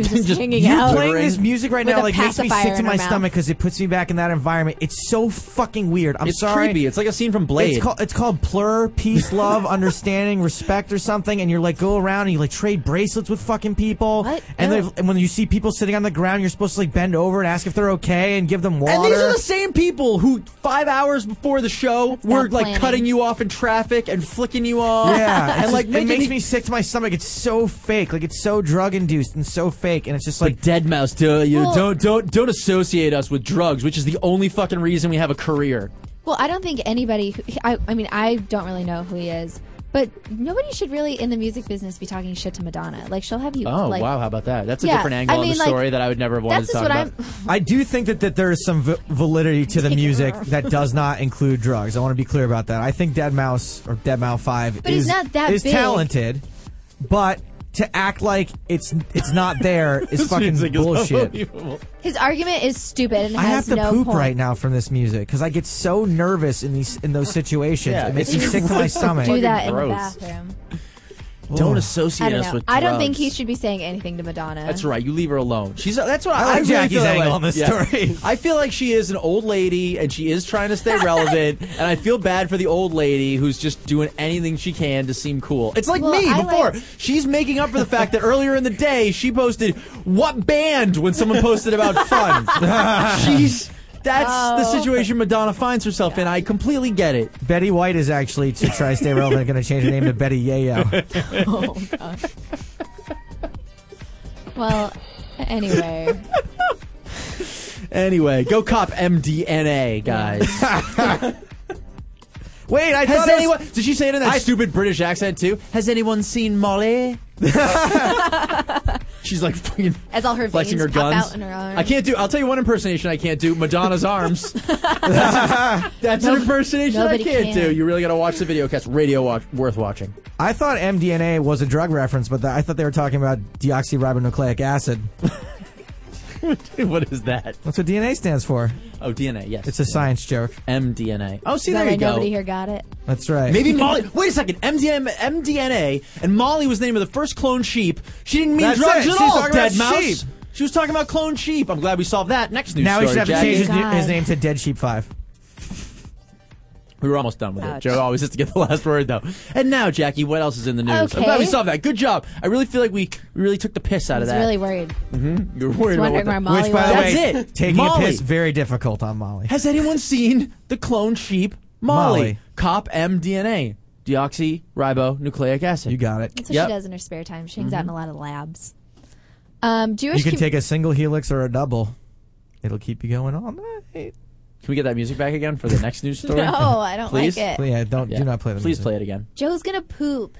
Speaker 4: was just,
Speaker 2: Just-
Speaker 4: hanging
Speaker 2: you're
Speaker 4: out.
Speaker 3: Playing
Speaker 2: Ring
Speaker 3: this music right
Speaker 4: with
Speaker 3: now
Speaker 4: a
Speaker 3: like makes me
Speaker 4: pacifier
Speaker 3: sick to
Speaker 4: in her
Speaker 3: my
Speaker 4: mouth.
Speaker 3: stomach because it puts me back in that environment. It's so fucking weird. I'm
Speaker 2: It's
Speaker 3: sorry.
Speaker 2: creepy. It's like a scene from Blade.
Speaker 3: It's called it's called plur, peace, love, understanding, respect, or something. And you're like go around and you like trade bracelets with fucking people.
Speaker 4: What?
Speaker 3: And,
Speaker 4: No.
Speaker 3: they've- and when you see people sitting on the ground, you're supposed to like bend over and ask if they're okay and give them water.
Speaker 2: And these are the same people who five hours before the show
Speaker 4: That's
Speaker 2: were
Speaker 4: bad
Speaker 2: like
Speaker 4: planning.
Speaker 2: cutting you off in traffic and flicking you off.
Speaker 3: yeah, it's
Speaker 2: and
Speaker 3: just-
Speaker 2: like
Speaker 3: it
Speaker 2: making
Speaker 3: makes
Speaker 2: you-
Speaker 3: me sick to my stomach. It's so fake, like it's so drug induced and so fake, and it's just like
Speaker 2: Like dead mouse, do you
Speaker 4: Well-
Speaker 2: don't don't don't associate us with drugs, which is the only fucking reason we have a career.
Speaker 4: Well, I don't think anybody. Who, I, I mean, I don't really know who he is, but nobody should really in the music business be talking shit to Madonna. Like she'll have you.
Speaker 2: Oh
Speaker 4: like,
Speaker 2: wow, how about that? That's a
Speaker 4: Yeah,
Speaker 2: different angle
Speaker 4: I
Speaker 2: on
Speaker 4: mean,
Speaker 2: the
Speaker 4: like,
Speaker 2: story that I would never have wanted to
Speaker 4: That's just
Speaker 2: talk
Speaker 4: what
Speaker 2: about.
Speaker 4: I'm.
Speaker 3: I do think that, that there is some v- validity to the music that does not include drugs. I want to be clear about that. I think Dead Mouse or Dead Mouse Five
Speaker 4: But he's
Speaker 3: is
Speaker 4: not that
Speaker 3: is
Speaker 4: big.
Speaker 3: talented, but to act like it's it's not there is fucking bullshit.
Speaker 4: His argument is stupid and
Speaker 3: I have
Speaker 4: has
Speaker 3: to
Speaker 4: no
Speaker 3: poop
Speaker 4: point.
Speaker 3: right now from this music because I get so nervous in these in those situations.
Speaker 2: Yeah,
Speaker 3: it makes me
Speaker 2: it's
Speaker 3: sick to my
Speaker 2: really
Speaker 3: stomach.
Speaker 4: Do that in the
Speaker 2: Gross.
Speaker 4: bathroom.
Speaker 2: Don't
Speaker 4: I
Speaker 2: associate
Speaker 4: don't
Speaker 2: us
Speaker 4: know.
Speaker 2: with.
Speaker 4: I don't
Speaker 2: drugs.
Speaker 4: think he should be saying anything to Madonna.
Speaker 2: That's right. You leave her alone. She's that's what I,
Speaker 3: like
Speaker 2: really feel
Speaker 3: Jackie's
Speaker 2: that
Speaker 3: angle
Speaker 2: way.
Speaker 3: on this story.
Speaker 2: I feel like she is an old lady and she is trying to stay relevant. and I feel bad for the old lady who's just doing anything she can to seem cool. It's like
Speaker 4: Well,
Speaker 2: me
Speaker 4: I
Speaker 2: before.
Speaker 4: like-
Speaker 2: She's making up for the fact that earlier in the day she posted what band when someone posted about fun. She's that's the
Speaker 4: Oh.
Speaker 2: situation Madonna finds herself in. I completely get it.
Speaker 3: Betty White is actually to try to stay relevant going to change her name to Betty Yayo.
Speaker 4: Oh god. well, anyway,
Speaker 2: Anyway, go cop MDNA, guys.
Speaker 3: Wait, I
Speaker 2: Has
Speaker 3: thought it was-
Speaker 2: anyone? Did she say it in that
Speaker 3: I-
Speaker 2: stupid British accent too? Has anyone seen Molly? She's like fucking
Speaker 4: As all her
Speaker 2: flexing
Speaker 4: veins
Speaker 2: her
Speaker 4: pop
Speaker 2: guns.
Speaker 4: out in her arms.
Speaker 2: I can't do. I'll tell you one impersonation I can't do. Madonna's arms. that's that's an impersonation I
Speaker 4: nobody
Speaker 2: can't
Speaker 4: can.
Speaker 2: do. You really got to watch the video cast. Radio watch, worth watching.
Speaker 3: I thought MDNA was a drug reference, but th- I thought they were talking about deoxyribonucleic acid.
Speaker 2: what is that?
Speaker 3: That's what DNA stands for.
Speaker 2: Oh, DNA. Yes,
Speaker 3: It's a science joke.
Speaker 2: mDNA. Oh, see,
Speaker 4: That
Speaker 2: there
Speaker 4: way
Speaker 2: you go.
Speaker 4: Nobody here got it.
Speaker 3: That's right.
Speaker 2: Maybe Molly. Wait a second. MDM, MDNA and Molly was the name of the first cloned sheep. She didn't mean
Speaker 3: That's
Speaker 2: drugs
Speaker 3: it.
Speaker 2: at
Speaker 3: She's
Speaker 2: all.
Speaker 3: talking about
Speaker 2: Dead mouse.
Speaker 3: sheep.
Speaker 2: She was talking about cloned sheep. I'm glad we solved that. Next news
Speaker 3: now
Speaker 2: story.
Speaker 3: he should have to
Speaker 2: Jackie.
Speaker 3: change his, new,
Speaker 4: God.
Speaker 3: his name to Dead Sheep Five.
Speaker 2: We were almost done with it.
Speaker 4: Ouch.
Speaker 2: Joe always has to get the last word though. And now, Jackie, what else is in the news? I'm glad we
Speaker 4: Okay.
Speaker 2: solved that. Good job. I really feel like we we really took the piss out
Speaker 4: I
Speaker 2: of
Speaker 4: was
Speaker 2: that.
Speaker 4: really worried.
Speaker 2: Hmm? You're worried about what
Speaker 4: Wondering
Speaker 2: the-
Speaker 4: where Molly
Speaker 3: Which, by the
Speaker 2: That's
Speaker 4: was.
Speaker 3: way,
Speaker 2: it.
Speaker 3: taking
Speaker 2: Molly.
Speaker 3: a piss very difficult on Molly.
Speaker 2: Has anyone seen the cloned sheep Molly?
Speaker 3: Molly.
Speaker 2: Cop mDNA, deoxyribonucleic acid.
Speaker 3: You got it.
Speaker 4: That's what
Speaker 2: Yep. Mm-hmm.
Speaker 4: she does in her spare time. She hangs out in a lot of labs. Um,
Speaker 3: You
Speaker 4: Jewish
Speaker 3: can
Speaker 4: com-
Speaker 3: take a single helix or a double. It'll keep you going all night.
Speaker 2: Can we get that music back again for the next news story?
Speaker 4: No, I don't
Speaker 2: Please?
Speaker 4: like it.
Speaker 3: Yeah, don't
Speaker 2: Yeah.
Speaker 3: do not play the
Speaker 2: Please
Speaker 3: music.
Speaker 2: play it again.
Speaker 4: Joe's gonna poop.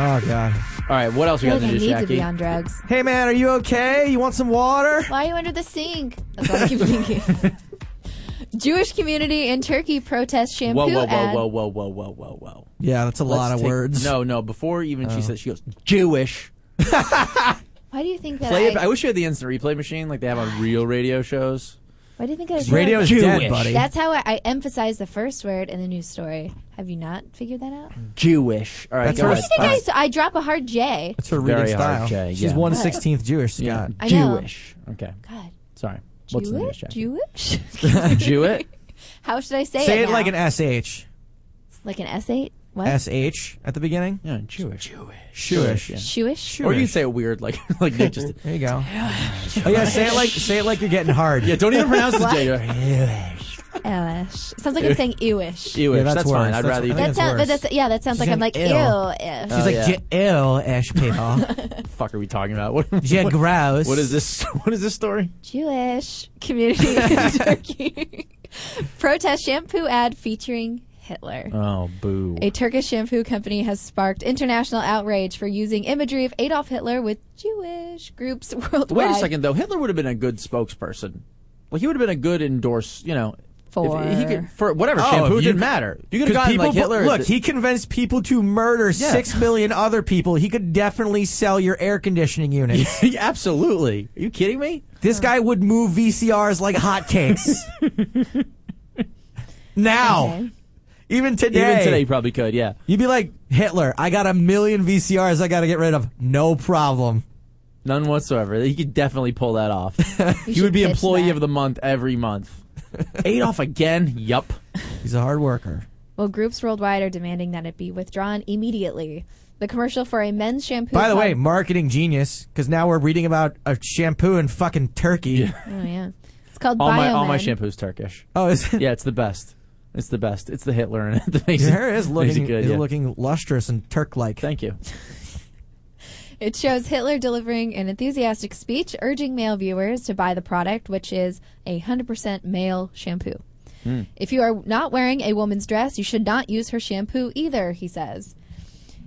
Speaker 3: Oh god.
Speaker 2: All right, what else we got
Speaker 4: Doesn't
Speaker 2: to do,
Speaker 4: need to be
Speaker 2: Jackie?
Speaker 4: on drugs.
Speaker 3: Hey man, are you okay? You want some water?
Speaker 4: Why are you under the sink? That's what I keep thinking. Jewish community in Turkey protest shampoo
Speaker 2: Whoa, whoa, whoa,
Speaker 4: ad.
Speaker 2: whoa, whoa, whoa, whoa, whoa, whoa.
Speaker 3: Yeah, that's a lot
Speaker 2: Let's
Speaker 3: of
Speaker 2: take-
Speaker 3: words. Oh.
Speaker 2: No, no. Before even she said she goes Jewish.
Speaker 4: Why do you think that?
Speaker 2: Play it.
Speaker 4: I,
Speaker 2: I wish we had the instant replay machine like they have on real radio shows.
Speaker 4: why do you think I? feel
Speaker 3: Radio is
Speaker 4: like-
Speaker 3: dead,
Speaker 2: Jewish.
Speaker 3: buddy.
Speaker 4: That's how I, I emphasize the first word in the news story. Have you not figured that out?
Speaker 2: Jewish. All right,
Speaker 3: That's
Speaker 2: go
Speaker 3: her
Speaker 2: ahead.
Speaker 4: I think
Speaker 2: Fine.
Speaker 4: I, I drop a hard J.
Speaker 3: That's her
Speaker 2: Very
Speaker 3: reading
Speaker 2: hard
Speaker 3: style.
Speaker 2: J,
Speaker 3: She's
Speaker 2: yeah.
Speaker 3: one sixteenth Jewish,
Speaker 2: Yeah.
Speaker 3: Scott.
Speaker 4: I know.
Speaker 2: Jewish. Okay.
Speaker 4: God,
Speaker 2: Sorry. What's the news,
Speaker 4: Jewish,
Speaker 2: Jackie?
Speaker 4: Jewish.
Speaker 2: Jew it.
Speaker 4: How should I say,
Speaker 3: Say it
Speaker 4: now?
Speaker 3: like an SH.
Speaker 4: like an S8? What?
Speaker 3: SH at the beginning.
Speaker 2: Yeah, Jewish. Jewish.
Speaker 3: Jewish.
Speaker 2: Yeah.
Speaker 4: Jewish.
Speaker 2: Or you can say it weird, like like Nick just did.
Speaker 3: There you go. Oh yeah, say it like say it like you're getting hard.
Speaker 2: Yeah, don't even pronounce the
Speaker 4: What?
Speaker 2: J. You're like, Jewish.
Speaker 4: Elish. Sounds like I'm saying ewish.
Speaker 2: Jewish.
Speaker 3: Yeah, that's
Speaker 2: that's fine.
Speaker 3: worse.
Speaker 2: I'd
Speaker 3: That's-
Speaker 2: rather you.
Speaker 3: I think
Speaker 4: That
Speaker 3: it's
Speaker 4: sounds, but
Speaker 3: worse.
Speaker 4: that's yeah. That sounds
Speaker 3: She's
Speaker 4: like I'm
Speaker 3: like,
Speaker 4: like
Speaker 3: ew.
Speaker 4: ew-ish.
Speaker 3: She's
Speaker 2: Oh,
Speaker 3: like
Speaker 2: yeah.
Speaker 3: J-L, Ash people.
Speaker 2: fuck are we talking about? What,
Speaker 3: J
Speaker 2: what-
Speaker 3: grouse.
Speaker 2: what is this? What is this story?
Speaker 4: Jewish community in Turkey protest shampoo ad featuring Hitler.
Speaker 2: Oh, boo.
Speaker 4: A Turkish shampoo company has sparked international outrage for using imagery of Adolf Hitler with Jewish groups worldwide.
Speaker 2: Wait a second, though. Hitler would have been a good spokesperson. Like he would have been a good endorse. You know,
Speaker 4: For-
Speaker 2: if he could, for whatever
Speaker 3: Oh,
Speaker 2: shampoo
Speaker 3: if
Speaker 2: it
Speaker 3: you
Speaker 2: didn't
Speaker 3: could-
Speaker 2: matter. You could have
Speaker 3: Because
Speaker 2: gotten
Speaker 3: people,
Speaker 2: like Hitler.
Speaker 3: look, he convinced people to murder
Speaker 2: Yeah.
Speaker 3: six million other people. He could definitely sell your air conditioning units.
Speaker 2: absolutely. Are you kidding me?
Speaker 3: This guy would move VCRs like hotcakes. now,
Speaker 4: Okay.
Speaker 3: even today,
Speaker 2: Even today, he probably could. Yeah.
Speaker 3: you'd be like Hitler. I got a million VCRs. I got to get rid of. No problem.
Speaker 2: None whatsoever. He could definitely pull that off. he would
Speaker 4: should
Speaker 2: be
Speaker 4: pitch
Speaker 2: employee
Speaker 4: that.
Speaker 2: of the month every month. Adolf again? Yup.
Speaker 3: He's a hard worker.
Speaker 4: Well, groups worldwide are demanding that it be withdrawn immediately. The commercial for a men's shampoo.
Speaker 3: By the
Speaker 4: called-
Speaker 3: way, marketing genius. Because now we're reading about a shampoo in fucking Turkey.
Speaker 4: oh yeah, it's called
Speaker 2: All my all my
Speaker 4: Biomen.
Speaker 2: shampoo's Turkish.
Speaker 3: Oh, is it?
Speaker 2: Yeah, it's the best. It's the best. It's the Hitler in it. that makes
Speaker 3: Your
Speaker 2: it-
Speaker 3: hair
Speaker 2: makes
Speaker 3: is
Speaker 2: it
Speaker 3: looking
Speaker 2: good.
Speaker 3: is
Speaker 2: yeah.
Speaker 3: looking lustrous and Turk-like.
Speaker 2: Thank you.
Speaker 4: It shows Hitler delivering an enthusiastic speech urging male viewers to buy the product, which is a 100% male shampoo.
Speaker 2: Hmm.
Speaker 4: If you are not wearing a woman's dress, you should not use her shampoo either, he says.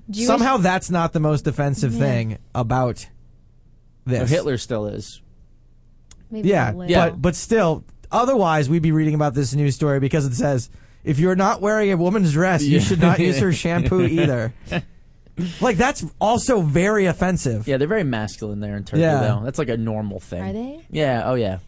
Speaker 4: Jewish-
Speaker 3: Somehow that's not the most offensive thing about
Speaker 2: But
Speaker 3: this.
Speaker 2: Hitler still is.
Speaker 4: Maybe
Speaker 3: Yeah,
Speaker 4: a little.
Speaker 3: but but still, otherwise we'd be reading about this news story because it says if you're not wearing a woman's dress, you should not use her shampoo either. like that's also very offensive.
Speaker 2: Yeah, they're very masculine there in Turkey,
Speaker 3: Yeah.
Speaker 2: though. That's like a normal thing.
Speaker 4: Are they?
Speaker 2: Yeah. Oh, yeah.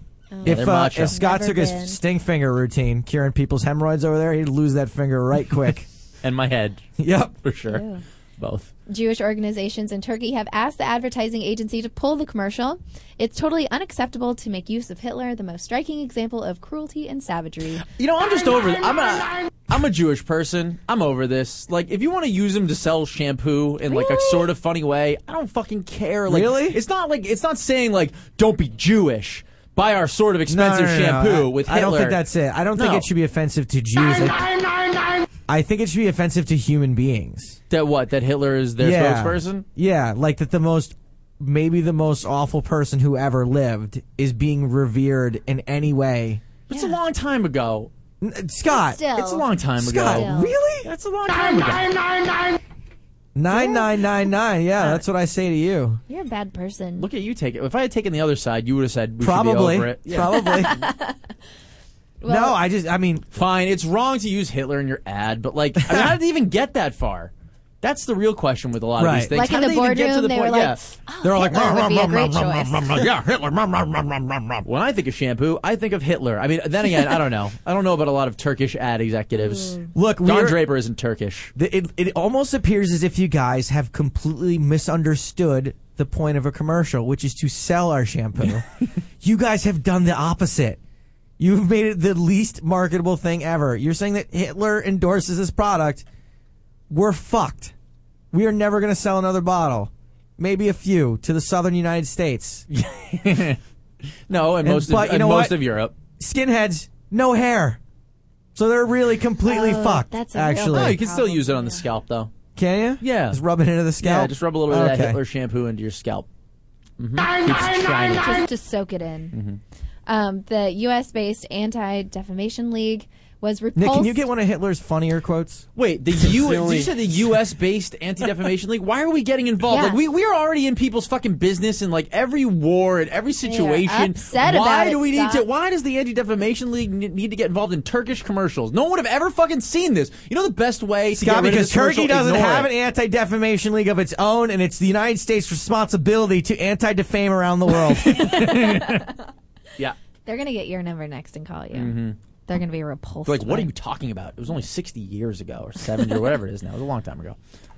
Speaker 3: If,
Speaker 2: They're
Speaker 3: uh,
Speaker 2: macho.
Speaker 3: if Scott
Speaker 4: Never
Speaker 3: took
Speaker 4: been.
Speaker 3: his sting finger routine, curing people's hemorrhoids over there, he'd lose that finger right quick.
Speaker 2: And my head,
Speaker 3: yep.
Speaker 2: for sure.
Speaker 4: Ew.
Speaker 2: Both.
Speaker 4: Oh. Jewish organizations in Turkey have asked the advertising agency to pull the commercial. It's totally unacceptable to make use of Hitler, the most striking example of cruelty and savagery.
Speaker 2: You know, I'm just over. I'm a. I'm a Jewish person. I'm over this. Like, if you want to use him to sell shampoo in like a
Speaker 4: Really?
Speaker 2: sort of funny way, I don't fucking care. Like,
Speaker 3: Really?
Speaker 2: It's not like it's not saying like don't be Jewish. Buy our sort of expensive
Speaker 3: no, no, no, no.
Speaker 2: shampoo
Speaker 3: I-
Speaker 2: with
Speaker 3: I
Speaker 2: Hitler.
Speaker 3: don't think that's it. I don't think
Speaker 2: No.
Speaker 3: it should be offensive to Jews. I, I think it should be offensive to human beings.
Speaker 2: that what that Hitler is their
Speaker 3: yeah.
Speaker 2: spokesperson.
Speaker 3: Yeah, like that the most maybe the most awful person who ever lived is being revered in any way.
Speaker 2: But It's a long time ago.
Speaker 3: N- uh, Scott.
Speaker 4: Still.
Speaker 2: It's a long time
Speaker 3: Scott,
Speaker 2: ago.
Speaker 3: really?
Speaker 2: That's a long time ago.
Speaker 3: Nine nine nine nine. Yeah, that's what I say to you.
Speaker 4: You're a bad person.
Speaker 2: Look at you take it. If I had taken the other side, you would have said we should be
Speaker 3: Probably.
Speaker 2: over it. Yeah.
Speaker 3: Probably. no,
Speaker 4: Well-
Speaker 3: I just. I mean,
Speaker 2: Fine, it's wrong to use Hitler in your ad, but like, I mean, how did they even get that far? That's the real question with a lot of
Speaker 3: Right.
Speaker 2: these things.
Speaker 4: like
Speaker 2: How
Speaker 4: in
Speaker 2: did
Speaker 4: the
Speaker 2: they even get to
Speaker 4: boardroom,
Speaker 2: the
Speaker 4: they were
Speaker 2: point?
Speaker 4: like,
Speaker 2: yeah.
Speaker 4: oh,
Speaker 3: They're all like,
Speaker 4: Hitler would be a great choice.
Speaker 8: yeah, Hitler. Rum, rum, rum, rum, rum, rum.
Speaker 2: When I think of shampoo, I think of Hitler. I mean, then again, I don't know. I don't know about a lot of Turkish ad executives.
Speaker 4: Mm.
Speaker 3: look, we
Speaker 2: Don
Speaker 3: were-
Speaker 2: Draper isn't Turkish.
Speaker 3: the- it, it almost appears as if you guys have completely misunderstood the point of a commercial, which is to sell our shampoo. you guys have done the opposite. You've made it the least marketable thing ever. You're saying that Hitler endorses this product. We're fucked. We are never going to sell another bottle. Maybe a few to the southern United States.
Speaker 2: No, and,
Speaker 3: And-
Speaker 2: most of,
Speaker 3: but you
Speaker 2: and
Speaker 3: know
Speaker 2: most
Speaker 3: what?
Speaker 2: of Europe.
Speaker 3: Skinheads, no hair. So they're really completely
Speaker 4: Oh,
Speaker 3: fucked.
Speaker 4: that's a real
Speaker 3: actually,
Speaker 2: No,
Speaker 4: Like-
Speaker 2: you can still use it on the scalp though.
Speaker 3: can you?
Speaker 2: Yeah.
Speaker 3: just rub it into the scalp.
Speaker 2: Yeah, just rub a little bit of that
Speaker 3: Okay.
Speaker 2: Hitler shampoo into your scalp.
Speaker 4: mm-hmm.
Speaker 2: hmm Keeps shining.
Speaker 4: just to soak it
Speaker 2: Mm-hmm.
Speaker 4: in. Um, the U.S. based Anti Defamation League was repulsed.
Speaker 3: Nick, can you get one of Hitler's funnier quotes?
Speaker 2: Wait, the U.
Speaker 6: the
Speaker 2: Did
Speaker 6: only-
Speaker 2: you say the U.S. based Anti Defamation League? Why are we getting involved?
Speaker 4: Yeah.
Speaker 2: Like we we are already in people's fucking business in like every war and every situation.
Speaker 4: upset
Speaker 2: why
Speaker 4: about
Speaker 2: do
Speaker 4: it,
Speaker 2: we need to?
Speaker 4: Scott.
Speaker 2: Why does the Anti Defamation League n- need to get involved in Turkish commercials? No one would have ever fucking seen this. You know the best way to
Speaker 3: Scott,
Speaker 2: get rid
Speaker 3: because
Speaker 2: of this commercial?
Speaker 3: Turkey doesn't
Speaker 2: Ignore
Speaker 3: have
Speaker 2: it.
Speaker 3: an anti defamation league of its own, and it's the United States' responsibility to anti defame around the world.
Speaker 2: Yeah.
Speaker 4: They're gonna get your number next and call you. They're gonna be repulsed.
Speaker 2: Mm-hmm. Like, what
Speaker 4: by
Speaker 2: are you
Speaker 4: it.
Speaker 2: talking about? It was only 60 years ago or 70 or whatever it is now. It was a long time ago.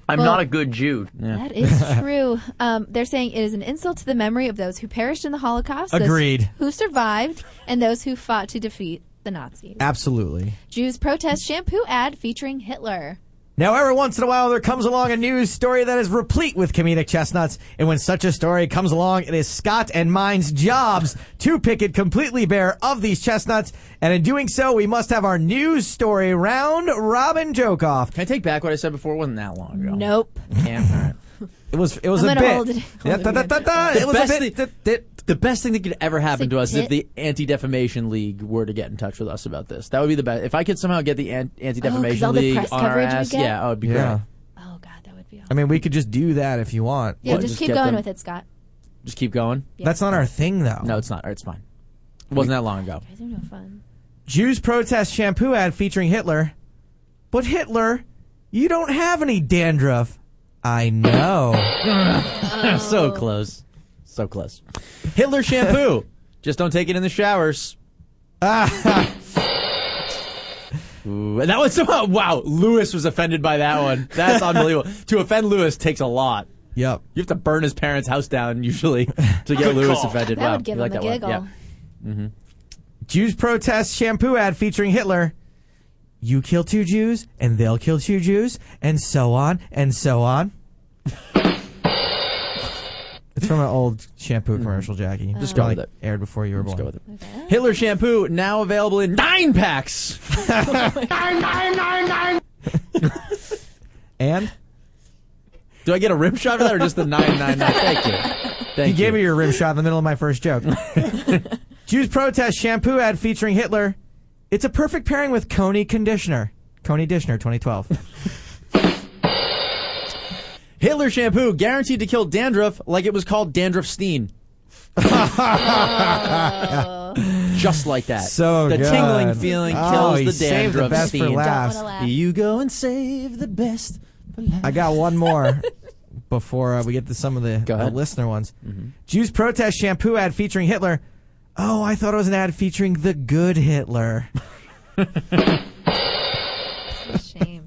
Speaker 8: I'm
Speaker 4: Well-
Speaker 8: not a good Jew.
Speaker 4: That is true. Um, they're saying it is an insult to the memory of those who perished in the Holocaust, those
Speaker 3: Agreed.
Speaker 4: who survived, and those who fought to defeat the Nazis.
Speaker 3: Absolutely.
Speaker 4: Jews protest shampoo ad featuring Hitler.
Speaker 3: Now, every once in a while, there comes along a news story that is replete with comedic chestnuts, and when such a story comes along, it is Scott and mine's jobs to pick it completely bare of these chestnuts, and in doing so, we must have our news story round robin joke off.
Speaker 2: Can I take back what I said before? It wasn't that long ago.
Speaker 4: Nope.
Speaker 2: Can't. All right.
Speaker 3: It was it was
Speaker 4: I'm
Speaker 3: a
Speaker 4: gonna
Speaker 3: bit.
Speaker 4: hold it- hold
Speaker 3: Yeah,
Speaker 4: it
Speaker 3: da- da-
Speaker 4: in.
Speaker 3: da- da.
Speaker 2: The
Speaker 3: It was
Speaker 2: best
Speaker 3: a bit.
Speaker 2: thing-
Speaker 3: da- da-
Speaker 2: The best thing that could ever happen
Speaker 4: It's
Speaker 2: to
Speaker 4: a
Speaker 2: us is if the
Speaker 4: tit.
Speaker 2: Anti Defamation League were to get in touch with us about this. That would be the best. If I could somehow get the An- Anti Defamation
Speaker 4: Oh, all the
Speaker 2: League
Speaker 4: press
Speaker 2: on our
Speaker 4: coverage we
Speaker 2: ass,
Speaker 4: get?
Speaker 2: yeah, it would be
Speaker 3: Yeah.
Speaker 2: great.
Speaker 4: Oh God, that would be awful.
Speaker 3: I mean, we could just do that if you want.
Speaker 4: yeah,
Speaker 2: what,
Speaker 4: just,
Speaker 2: just
Speaker 4: keep
Speaker 2: get
Speaker 4: going
Speaker 2: them-
Speaker 4: with it, Scott.
Speaker 2: Just keep going.
Speaker 3: That's not our thing, though.
Speaker 2: No, it's not. All right, It's fine. It wasn't that long ago.
Speaker 4: Guys are no fun.
Speaker 3: Jews protest shampoo ad featuring Hitler. But Hitler, you don't have any dandruff. I know.
Speaker 2: so close. So close. Hitler shampoo. just don't take it in the showers. Ooh, and that was somehow. Wow, Lewis was offended by that one. That's unbelievable. to offend Lewis takes a lot.
Speaker 3: yep.
Speaker 2: You have to burn his parents' house down usually to get Lewis offended.
Speaker 4: That
Speaker 2: wow,
Speaker 4: would give
Speaker 2: you like
Speaker 4: him a
Speaker 2: that
Speaker 4: giggle.
Speaker 2: One. Yeah.
Speaker 3: Jews protest shampoo ad featuring Hitler. You kill two Jews, and they'll kill two Jews, and so on, and so on. it's from an old shampoo commercial, Jackie. Just
Speaker 2: go
Speaker 3: Probably
Speaker 2: with it.
Speaker 3: Aired before you were
Speaker 2: Let's
Speaker 3: born.
Speaker 2: go with it. Hitler shampoo now available in nine packs.
Speaker 4: Oh
Speaker 3: And
Speaker 2: Do I get a rim shot for that or just the nine nine nine? Thank you. Thank
Speaker 3: You gave me your rim shot in the middle of my first joke. Jews protest shampoo ad featuring Hitler. It's a perfect pairing with Coney conditioner. Coney Dishner 2012.
Speaker 2: Hitler shampoo guaranteed to kill dandruff like it was called dandruff steen. Just like that.
Speaker 3: So
Speaker 2: the
Speaker 3: good.
Speaker 2: tingling feeling
Speaker 3: Oh,
Speaker 2: kills
Speaker 3: he
Speaker 2: the
Speaker 3: saved the
Speaker 2: dandruff
Speaker 3: best for
Speaker 2: steen.
Speaker 4: Don't
Speaker 3: last. Laughs.
Speaker 4: wanna laugh.
Speaker 2: You go and save the best for last.
Speaker 3: I got one more before uh, we get to some of the,
Speaker 2: Go
Speaker 3: the
Speaker 2: ahead. Mm-hmm.
Speaker 3: listener ones. Jews protest shampoo ad featuring Hitler. Oh, I thought it was an ad featuring the good Hitler.
Speaker 4: What a shame.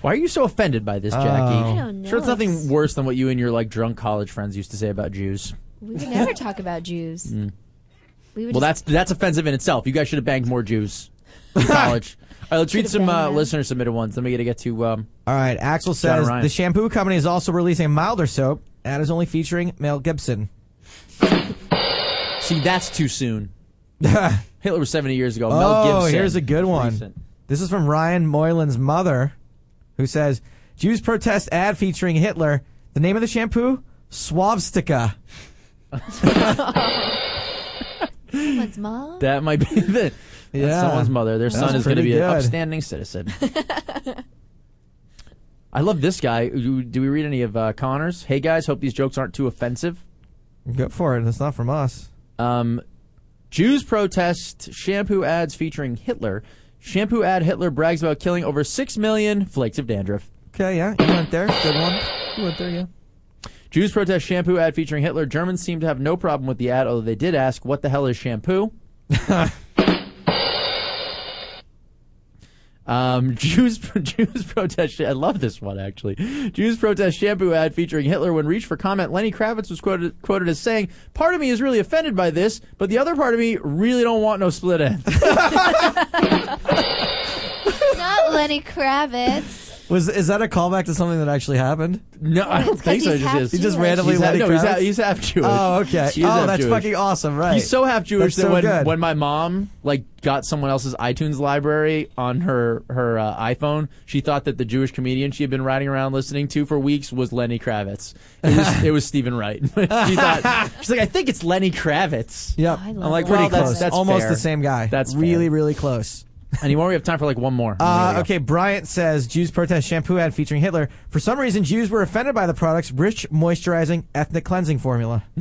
Speaker 2: Why are you so offended by this, Jackie?
Speaker 3: Oh.
Speaker 4: I don't know.
Speaker 2: Sure, it's nothing worse than what you and your like drunk college friends used to say about Jews.
Speaker 4: We would never talk about Jews. We
Speaker 2: Mm.
Speaker 4: would
Speaker 2: Well,
Speaker 4: just-
Speaker 2: that's that's offensive in itself. You guys should have banged more Jews in college. All right, let's read
Speaker 4: Should've
Speaker 2: some
Speaker 4: banged
Speaker 2: uh,
Speaker 4: them.
Speaker 2: listener submitted ones. Then we got to get to. Um,
Speaker 3: All right, Axel says
Speaker 2: Ryan.
Speaker 3: the shampoo company is also releasing a milder soap that is only featuring Mel Gibson.
Speaker 2: see, that's too soon. Hitler was seventy years ago. Mel
Speaker 3: Oh,
Speaker 2: Gibson.
Speaker 3: here's a good one.
Speaker 2: Recent.
Speaker 3: This is from Ryan Moylan's mother, who says Jews protest ad featuring Hitler. The name of the shampoo? Swavstika.
Speaker 4: someone's mom.
Speaker 2: That might be the That's
Speaker 3: Yeah.
Speaker 2: someone's mother. Their
Speaker 3: That's
Speaker 2: son is going to
Speaker 3: pretty
Speaker 2: be an
Speaker 3: good.
Speaker 2: upstanding citizen. I love this guy. Do do we read any of uh, Connor's? Hey guys, hope these jokes aren't too offensive.
Speaker 3: Go for it. It's not from us.
Speaker 2: Um, Jews protest shampoo ads featuring Hitler. Shampoo ad Hitler brags about killing over six million flakes of dandruff.
Speaker 3: Okay, yeah, you went there. Good one. You went there, yeah.
Speaker 2: Jews protest shampoo ad featuring Hitler. Germans seem to have no problem with the ad, although they did ask, "What the hell is shampoo?" um, Jews Jews protest. I love this one actually. Jews protest shampoo ad featuring Hitler. When reached for comment, Lenny Kravitz was quoted quoted as saying, "Part of me is really offended by this, but the other part of me really don't want no split end."
Speaker 4: Not Lenny Kravitz.
Speaker 3: Was is that a callback to something that actually happened?
Speaker 2: No, I don't
Speaker 4: It's 'cause
Speaker 2: think so.
Speaker 4: he's
Speaker 2: It just
Speaker 4: half
Speaker 2: is.
Speaker 3: He just
Speaker 4: Jewish.
Speaker 3: randomly
Speaker 2: He's
Speaker 3: let
Speaker 2: half,
Speaker 3: it
Speaker 2: no, he's
Speaker 3: Kravitz?
Speaker 2: half, he's half Jewish.
Speaker 3: Oh, okay.
Speaker 2: He is
Speaker 3: oh,
Speaker 2: half
Speaker 3: that's
Speaker 2: Jewish.
Speaker 3: fucking awesome, right?
Speaker 2: He's so half Jewish that
Speaker 3: That's so
Speaker 2: when
Speaker 3: good.
Speaker 2: when my mom like got someone else's iTunes library on her her uh, iPhone, she thought that the Jewish comedian she had been riding around listening to for weeks was Lenny Kravitz. It was it was Stephen Wright. she thought she's like, I think it's Lenny Kravitz.
Speaker 3: Yep.
Speaker 4: I love
Speaker 3: I'm like
Speaker 4: that.
Speaker 3: pretty
Speaker 4: Well, that's-
Speaker 3: close.
Speaker 2: that's
Speaker 3: almost
Speaker 2: fair.
Speaker 3: the same guy.
Speaker 2: That's
Speaker 3: really
Speaker 2: fair.
Speaker 3: really close.
Speaker 2: Anymore, we have time for like one more.
Speaker 3: Uh, okay, Bryant says Jews protest shampoo ad featuring Hitler. For some reason, Jews were offended by the product's rich moisturizing ethnic cleansing formula.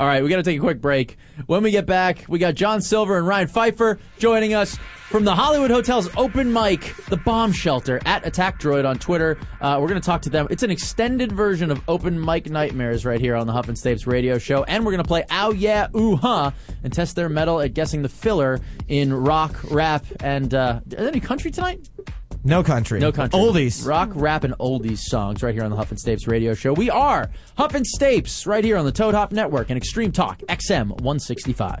Speaker 2: All right, we got to take a quick break. When we get back, we got John Silver and Ryan Pfeiffer joining us from the Hollywood Hotel's open mic, the Bomb Shelter, at Attack Droid on Twitter. Uh, we're going to talk to them. It's an extended version of Open Mic Nightmares right here on the Huff and Stapes radio show. And we're going to play Ow Yeah Ooh Huh and test their metal at guessing the filler in rock, rap, and uh, are there any country tonight?
Speaker 3: No country.
Speaker 2: No country.
Speaker 3: Oldies.
Speaker 2: Rock, rap, and oldies songs right here on the Huff and Stapes radio show. We are Huff and Stapes right here on the Toad Hop Network and Extreme Talk XM 165.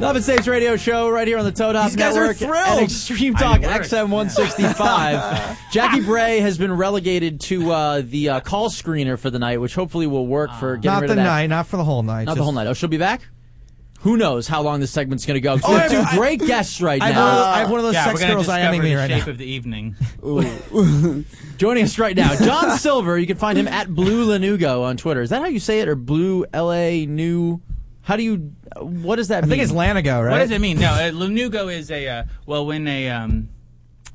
Speaker 2: Love and Saves Radio Show right here on the Toad Hop
Speaker 3: These guys are
Speaker 2: Network
Speaker 3: thrilled.
Speaker 2: and Extreme Talk
Speaker 3: I worked.
Speaker 2: XM 165. Jackie Bray has been relegated to uh, the uh, call screener for the night, which hopefully will work for getting
Speaker 3: Not
Speaker 2: rid
Speaker 3: the
Speaker 2: of that.
Speaker 3: night, not for the whole night.
Speaker 2: Not the whole night. Oh, she'll be back. Who knows how long this segment's going to go? 'Cause we have two great guests right
Speaker 3: Oh, I have
Speaker 2: now.
Speaker 3: one of- I have one of those
Speaker 5: yeah,
Speaker 3: sex
Speaker 5: we're gonna
Speaker 3: girls
Speaker 5: discover
Speaker 3: eyeing me
Speaker 5: the
Speaker 3: right
Speaker 5: shape
Speaker 3: now.
Speaker 5: of the evening.
Speaker 2: Joining us right now, John Silver. You can find him at Blue Lanugo on Twitter. Is that how you say it, or Blue L A New? How do you? What does that mean?
Speaker 3: think it's Lanago,
Speaker 5: What does it mean? No, uh, lanugo is a uh, well, when a um,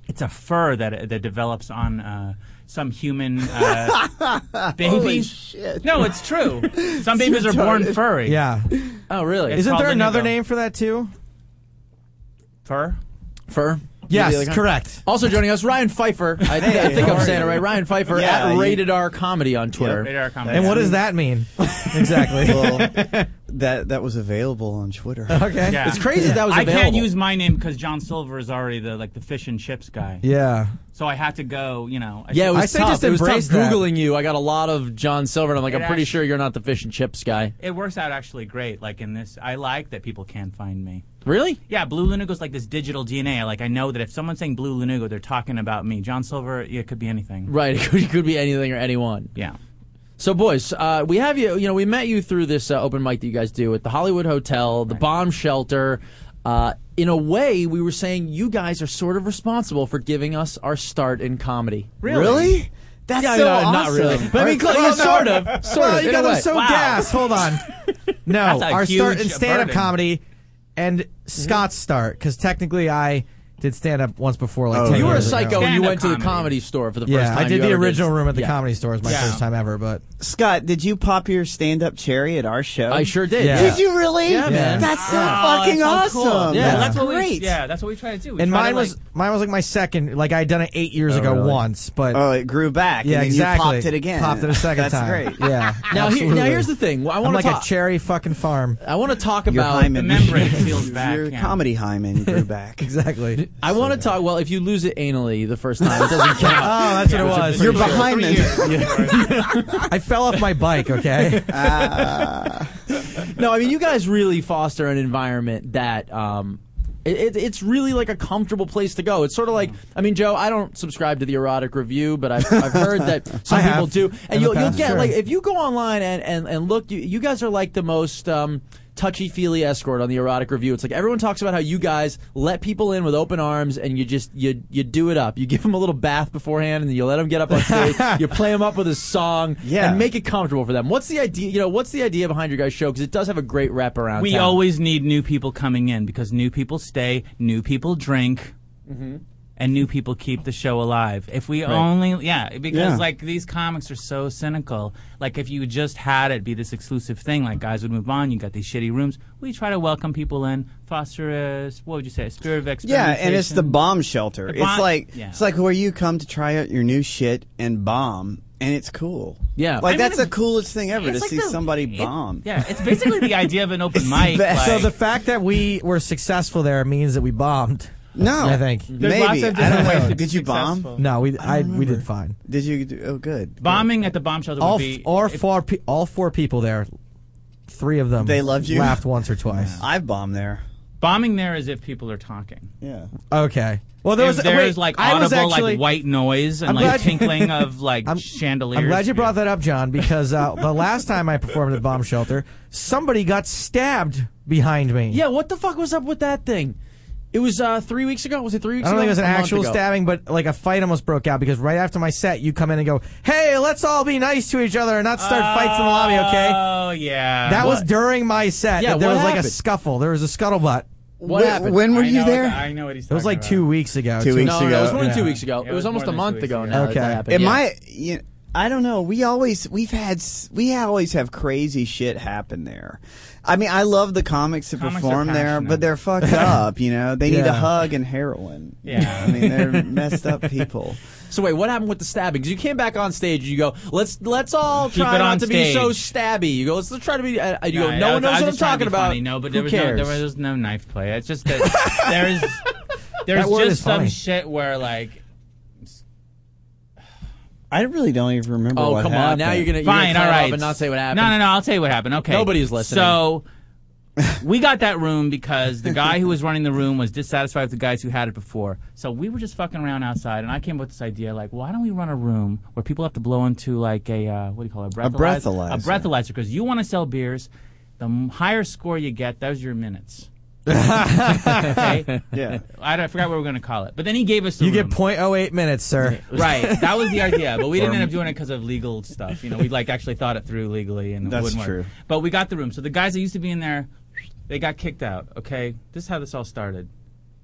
Speaker 5: it's a fur that that develops on uh, some human uh, baby.
Speaker 3: Holy
Speaker 5: shit! No, it's true. Some babies are born
Speaker 3: retarded.
Speaker 5: furry.
Speaker 3: Yeah.
Speaker 2: Oh, really?
Speaker 5: It's
Speaker 3: Isn't
Speaker 5: called
Speaker 3: there another
Speaker 5: lanugo.
Speaker 3: name for that too?
Speaker 5: Fur.
Speaker 2: Fur.
Speaker 3: Yes,
Speaker 2: Maybe like-
Speaker 3: correct.
Speaker 2: Also joining us, Ryan Pfeiffer. I, think- I think
Speaker 3: how
Speaker 2: I'm
Speaker 3: are
Speaker 2: saying it
Speaker 3: you?
Speaker 2: right. Ryan Pfeiffer
Speaker 3: Yeah,
Speaker 2: at
Speaker 3: you-
Speaker 2: Rated R Comedy on Twitter.
Speaker 5: Radar comedy.
Speaker 3: And what does that mean? exactly.
Speaker 12: that that was available on Twitter.
Speaker 3: Okay.
Speaker 5: Yeah.
Speaker 2: It's crazy that that was
Speaker 5: I can't
Speaker 2: available.
Speaker 5: use my name because John Silver is already the like the fish and chips guy.
Speaker 3: Yeah.
Speaker 5: So I had to go. You know. I
Speaker 2: Yeah, it
Speaker 5: should-
Speaker 2: was tough. it was tough
Speaker 3: embrace that.
Speaker 2: googling you. I got a lot of John Silver, and I'm like,
Speaker 5: It
Speaker 2: I'm pretty
Speaker 5: actually-
Speaker 2: sure you're not the fish and chips guy.
Speaker 5: It works out actually great. Like in this, I like that people can find me.
Speaker 2: Really?
Speaker 5: Yeah, Blue Lanugo's like this digital DNA. Like I know that if someone's saying Blue Lanugo, they're talking about me. John Silver, yeah, it could be anything.
Speaker 2: Right? It could, it could be anything or anyone.
Speaker 5: Yeah.
Speaker 2: So, boys, uh, we have you. You know, we met you through this uh, open mic that you guys do at the Hollywood Hotel, the Bomb Shelter. Uh, in a way, we were saying you guys are sort of responsible for giving us our start in comedy.
Speaker 12: Really? Really? That's
Speaker 2: yeah,
Speaker 12: so
Speaker 2: no,
Speaker 12: awesome.
Speaker 2: Not really, but I mean,
Speaker 12: Well,
Speaker 2: yeah,
Speaker 12: no.
Speaker 2: sort of, sort
Speaker 3: Well,
Speaker 2: of.
Speaker 3: you
Speaker 2: in a
Speaker 3: guys are
Speaker 2: way.
Speaker 3: so
Speaker 5: Wow.
Speaker 3: gassed. Hold on. No,
Speaker 5: That's a
Speaker 3: our start
Speaker 5: huge
Speaker 3: in stand up
Speaker 5: burden.
Speaker 3: comedy and
Speaker 2: Mm-hmm.
Speaker 3: Scott's start, because technically I did stand up once before, like
Speaker 12: Oh,
Speaker 3: 10
Speaker 2: You were a
Speaker 3: years ago.
Speaker 2: psycho. and You
Speaker 5: Stand-up
Speaker 2: went to the
Speaker 5: comedy.
Speaker 2: comedy store for the first
Speaker 3: Yeah,
Speaker 2: time.
Speaker 3: I did
Speaker 2: you
Speaker 3: the
Speaker 2: ever
Speaker 3: original room at the
Speaker 2: yeah.
Speaker 3: comedy store. Is my
Speaker 5: Yeah.
Speaker 3: first time ever, but
Speaker 12: Scott, did you pop your stand-up cherry at our show?
Speaker 2: I sure did.
Speaker 3: Yeah.
Speaker 12: Did you really?
Speaker 2: Yeah, man.
Speaker 12: That's so
Speaker 5: Wow,
Speaker 12: fucking
Speaker 5: that's so cool.
Speaker 12: awesome.
Speaker 2: Yeah.
Speaker 12: That's
Speaker 5: That's what we,
Speaker 12: great.
Speaker 5: yeah, that's what we try to do. We
Speaker 3: and
Speaker 5: try to,
Speaker 3: mine was
Speaker 5: like-
Speaker 3: mine was like my second. Like I had done it eight years ago
Speaker 2: really?
Speaker 3: once, but
Speaker 12: Oh, it grew back.
Speaker 3: yeah,
Speaker 12: and then
Speaker 3: exactly.
Speaker 12: You popped it again.
Speaker 3: Popped it a second
Speaker 12: That's
Speaker 3: time.
Speaker 12: great.
Speaker 3: Yeah.
Speaker 2: Now, here, now
Speaker 3: absolutely.
Speaker 2: here's the thing. I
Speaker 3: I'm
Speaker 2: want
Speaker 3: like
Speaker 2: to talk.
Speaker 3: a cherry fucking farm.
Speaker 2: I want to talk
Speaker 12: Your
Speaker 2: about.
Speaker 12: hymen,
Speaker 5: The membrane peels back,
Speaker 12: Your
Speaker 5: yeah.
Speaker 12: comedy hymen grew back.
Speaker 3: Exactly.
Speaker 2: I want to talk. Well, if you lose it anally the first time, it doesn't count.
Speaker 3: Oh, that's what
Speaker 5: Yeah,
Speaker 3: it was.
Speaker 5: it's a
Speaker 12: You're
Speaker 5: pretty
Speaker 12: behind
Speaker 5: three
Speaker 12: me.
Speaker 5: years.
Speaker 3: I fell off my bike. Okay.
Speaker 12: Ah.
Speaker 2: no, I mean you guys really foster an environment that um, it, it, it's really like a comfortable place to go. It's sort of like I mean, Joe, I don't subscribe to the erotic review, but I've, I've heard that some
Speaker 3: I have
Speaker 2: people do,
Speaker 3: in
Speaker 2: and
Speaker 3: the
Speaker 2: you'll, you'll
Speaker 3: past,
Speaker 2: get
Speaker 3: sure.
Speaker 2: like if you go online and and, and look, you, you guys are like the most. Um, Touchy feely escort on the erotic review. It's like everyone talks about how you guys let people in with open arms, and you just you you do it up. You give them a little bath beforehand, and then you let them get up on stage. you play them up with a song,
Speaker 12: Yeah.
Speaker 2: and make it comfortable for them. What's the idea? You know, what's the idea behind your guys' show? Because it does have a great wraparound.
Speaker 5: we
Speaker 2: town.
Speaker 5: always need new people coming in because new people stay, new people drink,
Speaker 3: Mm-hmm.
Speaker 5: and new people keep the show alive. If we only, yeah, because
Speaker 12: Yeah.
Speaker 5: like these comics are so cynical. Like if you just had it be this exclusive thing, like guys would move on. You got these shitty rooms. We try to welcome people in, foster a what would you say, a spirit of
Speaker 12: Yeah,
Speaker 5: experimentation.
Speaker 12: and it's the bomb shelter.
Speaker 5: The
Speaker 12: it's
Speaker 5: bomb-
Speaker 12: like
Speaker 5: yeah.
Speaker 12: it's like where you come to try out your new shit and bomb, and it's cool.
Speaker 2: Yeah. I
Speaker 12: like
Speaker 2: mean,
Speaker 12: that's the
Speaker 5: it's-
Speaker 12: coolest thing ever to
Speaker 5: It's like
Speaker 12: see
Speaker 5: the-
Speaker 12: somebody
Speaker 5: it-
Speaker 12: bomb.
Speaker 5: Yeah, it's basically the idea of an open mic.
Speaker 12: best.
Speaker 5: like-
Speaker 3: so the fact that we were successful there means that we bombed.
Speaker 12: No,
Speaker 3: I think.
Speaker 5: There's
Speaker 12: maybe
Speaker 5: lots of
Speaker 12: I don't
Speaker 5: different ways
Speaker 12: know.
Speaker 5: to be
Speaker 12: Did you
Speaker 5: successful.
Speaker 12: bomb?
Speaker 3: No, we I, we did fine.
Speaker 12: Did you? Do, oh, good.
Speaker 5: bombing at the bomb shelter
Speaker 3: All
Speaker 5: would be
Speaker 3: f- all
Speaker 5: if-
Speaker 3: four pe- all four people there, three of them.
Speaker 12: They loved you?
Speaker 3: Laughed once or twice.
Speaker 12: I've bombed there.
Speaker 5: bombing there is if people are talking.
Speaker 12: Yeah.
Speaker 3: Okay. Well, there
Speaker 5: There
Speaker 3: was
Speaker 5: there's
Speaker 3: wait,
Speaker 5: like
Speaker 3: I was
Speaker 5: audible
Speaker 3: actually,
Speaker 5: like white noise and
Speaker 3: I'm
Speaker 5: like
Speaker 3: glad-
Speaker 5: tinkling of like
Speaker 3: I'm-
Speaker 5: chandeliers.
Speaker 3: I'm glad you brought that up, John, because uh, the last time I performed at the bomb shelter, somebody got stabbed behind me.
Speaker 2: yeah. What the fuck was up with that thing? It was uh, three weeks ago. Was it three weeks?
Speaker 3: I
Speaker 2: ago?
Speaker 3: don't think it was an
Speaker 2: A month
Speaker 3: actual
Speaker 2: ago.
Speaker 3: stabbing, but like a fight almost broke out because right after my set, you come in and go, "Hey, let's all be nice to each other and not start fights in the lobby, okay?"
Speaker 5: Oh yeah.
Speaker 3: That was
Speaker 2: Uh, what?
Speaker 3: during my set.
Speaker 2: Yeah,
Speaker 3: that there
Speaker 2: what
Speaker 3: was like a
Speaker 2: happened?
Speaker 3: scuffle. There was a scuttlebutt.
Speaker 2: What
Speaker 12: Wh-
Speaker 2: happened?
Speaker 12: When were
Speaker 5: I
Speaker 12: you
Speaker 5: know
Speaker 12: there?
Speaker 5: what- I know what he's
Speaker 3: It
Speaker 5: talking
Speaker 3: was like
Speaker 5: about.
Speaker 3: two weeks ago.
Speaker 12: Two
Speaker 3: too.
Speaker 12: weeks
Speaker 2: No, no,
Speaker 12: ago.
Speaker 2: it was more than two
Speaker 3: Yeah.
Speaker 2: weeks ago.
Speaker 5: Yeah,
Speaker 2: it was,
Speaker 5: it was
Speaker 2: almost a
Speaker 5: more than two
Speaker 2: month
Speaker 5: weeks
Speaker 2: ago.
Speaker 5: ago.
Speaker 2: Now that
Speaker 3: Okay.
Speaker 2: that happened.
Speaker 12: Am
Speaker 2: Yeah.
Speaker 12: I? You know, I don't know. We always we've had s- we always have crazy shit happen there. I mean, I love the comics that
Speaker 5: Comics are
Speaker 12: perform there,
Speaker 5: passionate.
Speaker 12: but they're fucked up. You know, they need
Speaker 3: Yeah.
Speaker 12: a hug and heroin.
Speaker 5: Yeah.
Speaker 12: I mean, they're messed up people.
Speaker 2: So wait, what happened with the stabbing? 'Cause you came back on stage and you go, "Let's let's all
Speaker 5: Keep
Speaker 2: try
Speaker 5: it
Speaker 2: not
Speaker 5: on
Speaker 2: to be so
Speaker 5: stage.
Speaker 2: stabby." You go, "Let's try to be." Uh, you
Speaker 5: No,
Speaker 2: go,
Speaker 5: I-
Speaker 2: "No
Speaker 5: I
Speaker 2: one
Speaker 5: was-
Speaker 2: knows what I'm
Speaker 5: I was just trying to
Speaker 2: talking
Speaker 5: be
Speaker 2: about."
Speaker 5: funny. No, but
Speaker 2: Who
Speaker 5: there was
Speaker 2: cares?
Speaker 5: no there was no knife play. It's just that there's there's
Speaker 3: That word is
Speaker 5: just some
Speaker 3: funny.
Speaker 5: shit where like
Speaker 12: I really don't even remember.
Speaker 2: oh
Speaker 12: what
Speaker 2: come on!
Speaker 12: happened.
Speaker 2: Now you're gonna you're
Speaker 5: Fine,
Speaker 2: gonna
Speaker 5: all
Speaker 2: clown up
Speaker 5: right.
Speaker 2: and not say what happened.
Speaker 5: No, no, no. I'll tell you what happened. Okay,
Speaker 2: Nobody's listening.
Speaker 5: So we got that room because the guy who was running the room was dissatisfied with the guys who had it before. So we were just fucking around outside, and I came up with this idea like, why don't we run a room where people have to blow into like a uh, what do you call it?
Speaker 12: A breathalyzer.
Speaker 5: A breathalyzer because you want to sell beers. The m- higher score you get, those are your minutes. okay.
Speaker 12: Yeah.
Speaker 5: I, don't- I forgot what we are going to call it, but then he gave us the
Speaker 3: You
Speaker 5: room.
Speaker 3: get 0.08 minutes, sir.
Speaker 5: Right, that was the idea, but we didn't
Speaker 3: Or-
Speaker 5: end up doing it because of legal stuff. You know, we like actually thought it through legally, and
Speaker 12: That's
Speaker 5: it wouldn't
Speaker 12: true.
Speaker 5: work. But we got the room. So the guys that used to be in there, they got kicked out. Okay, this is how this all started.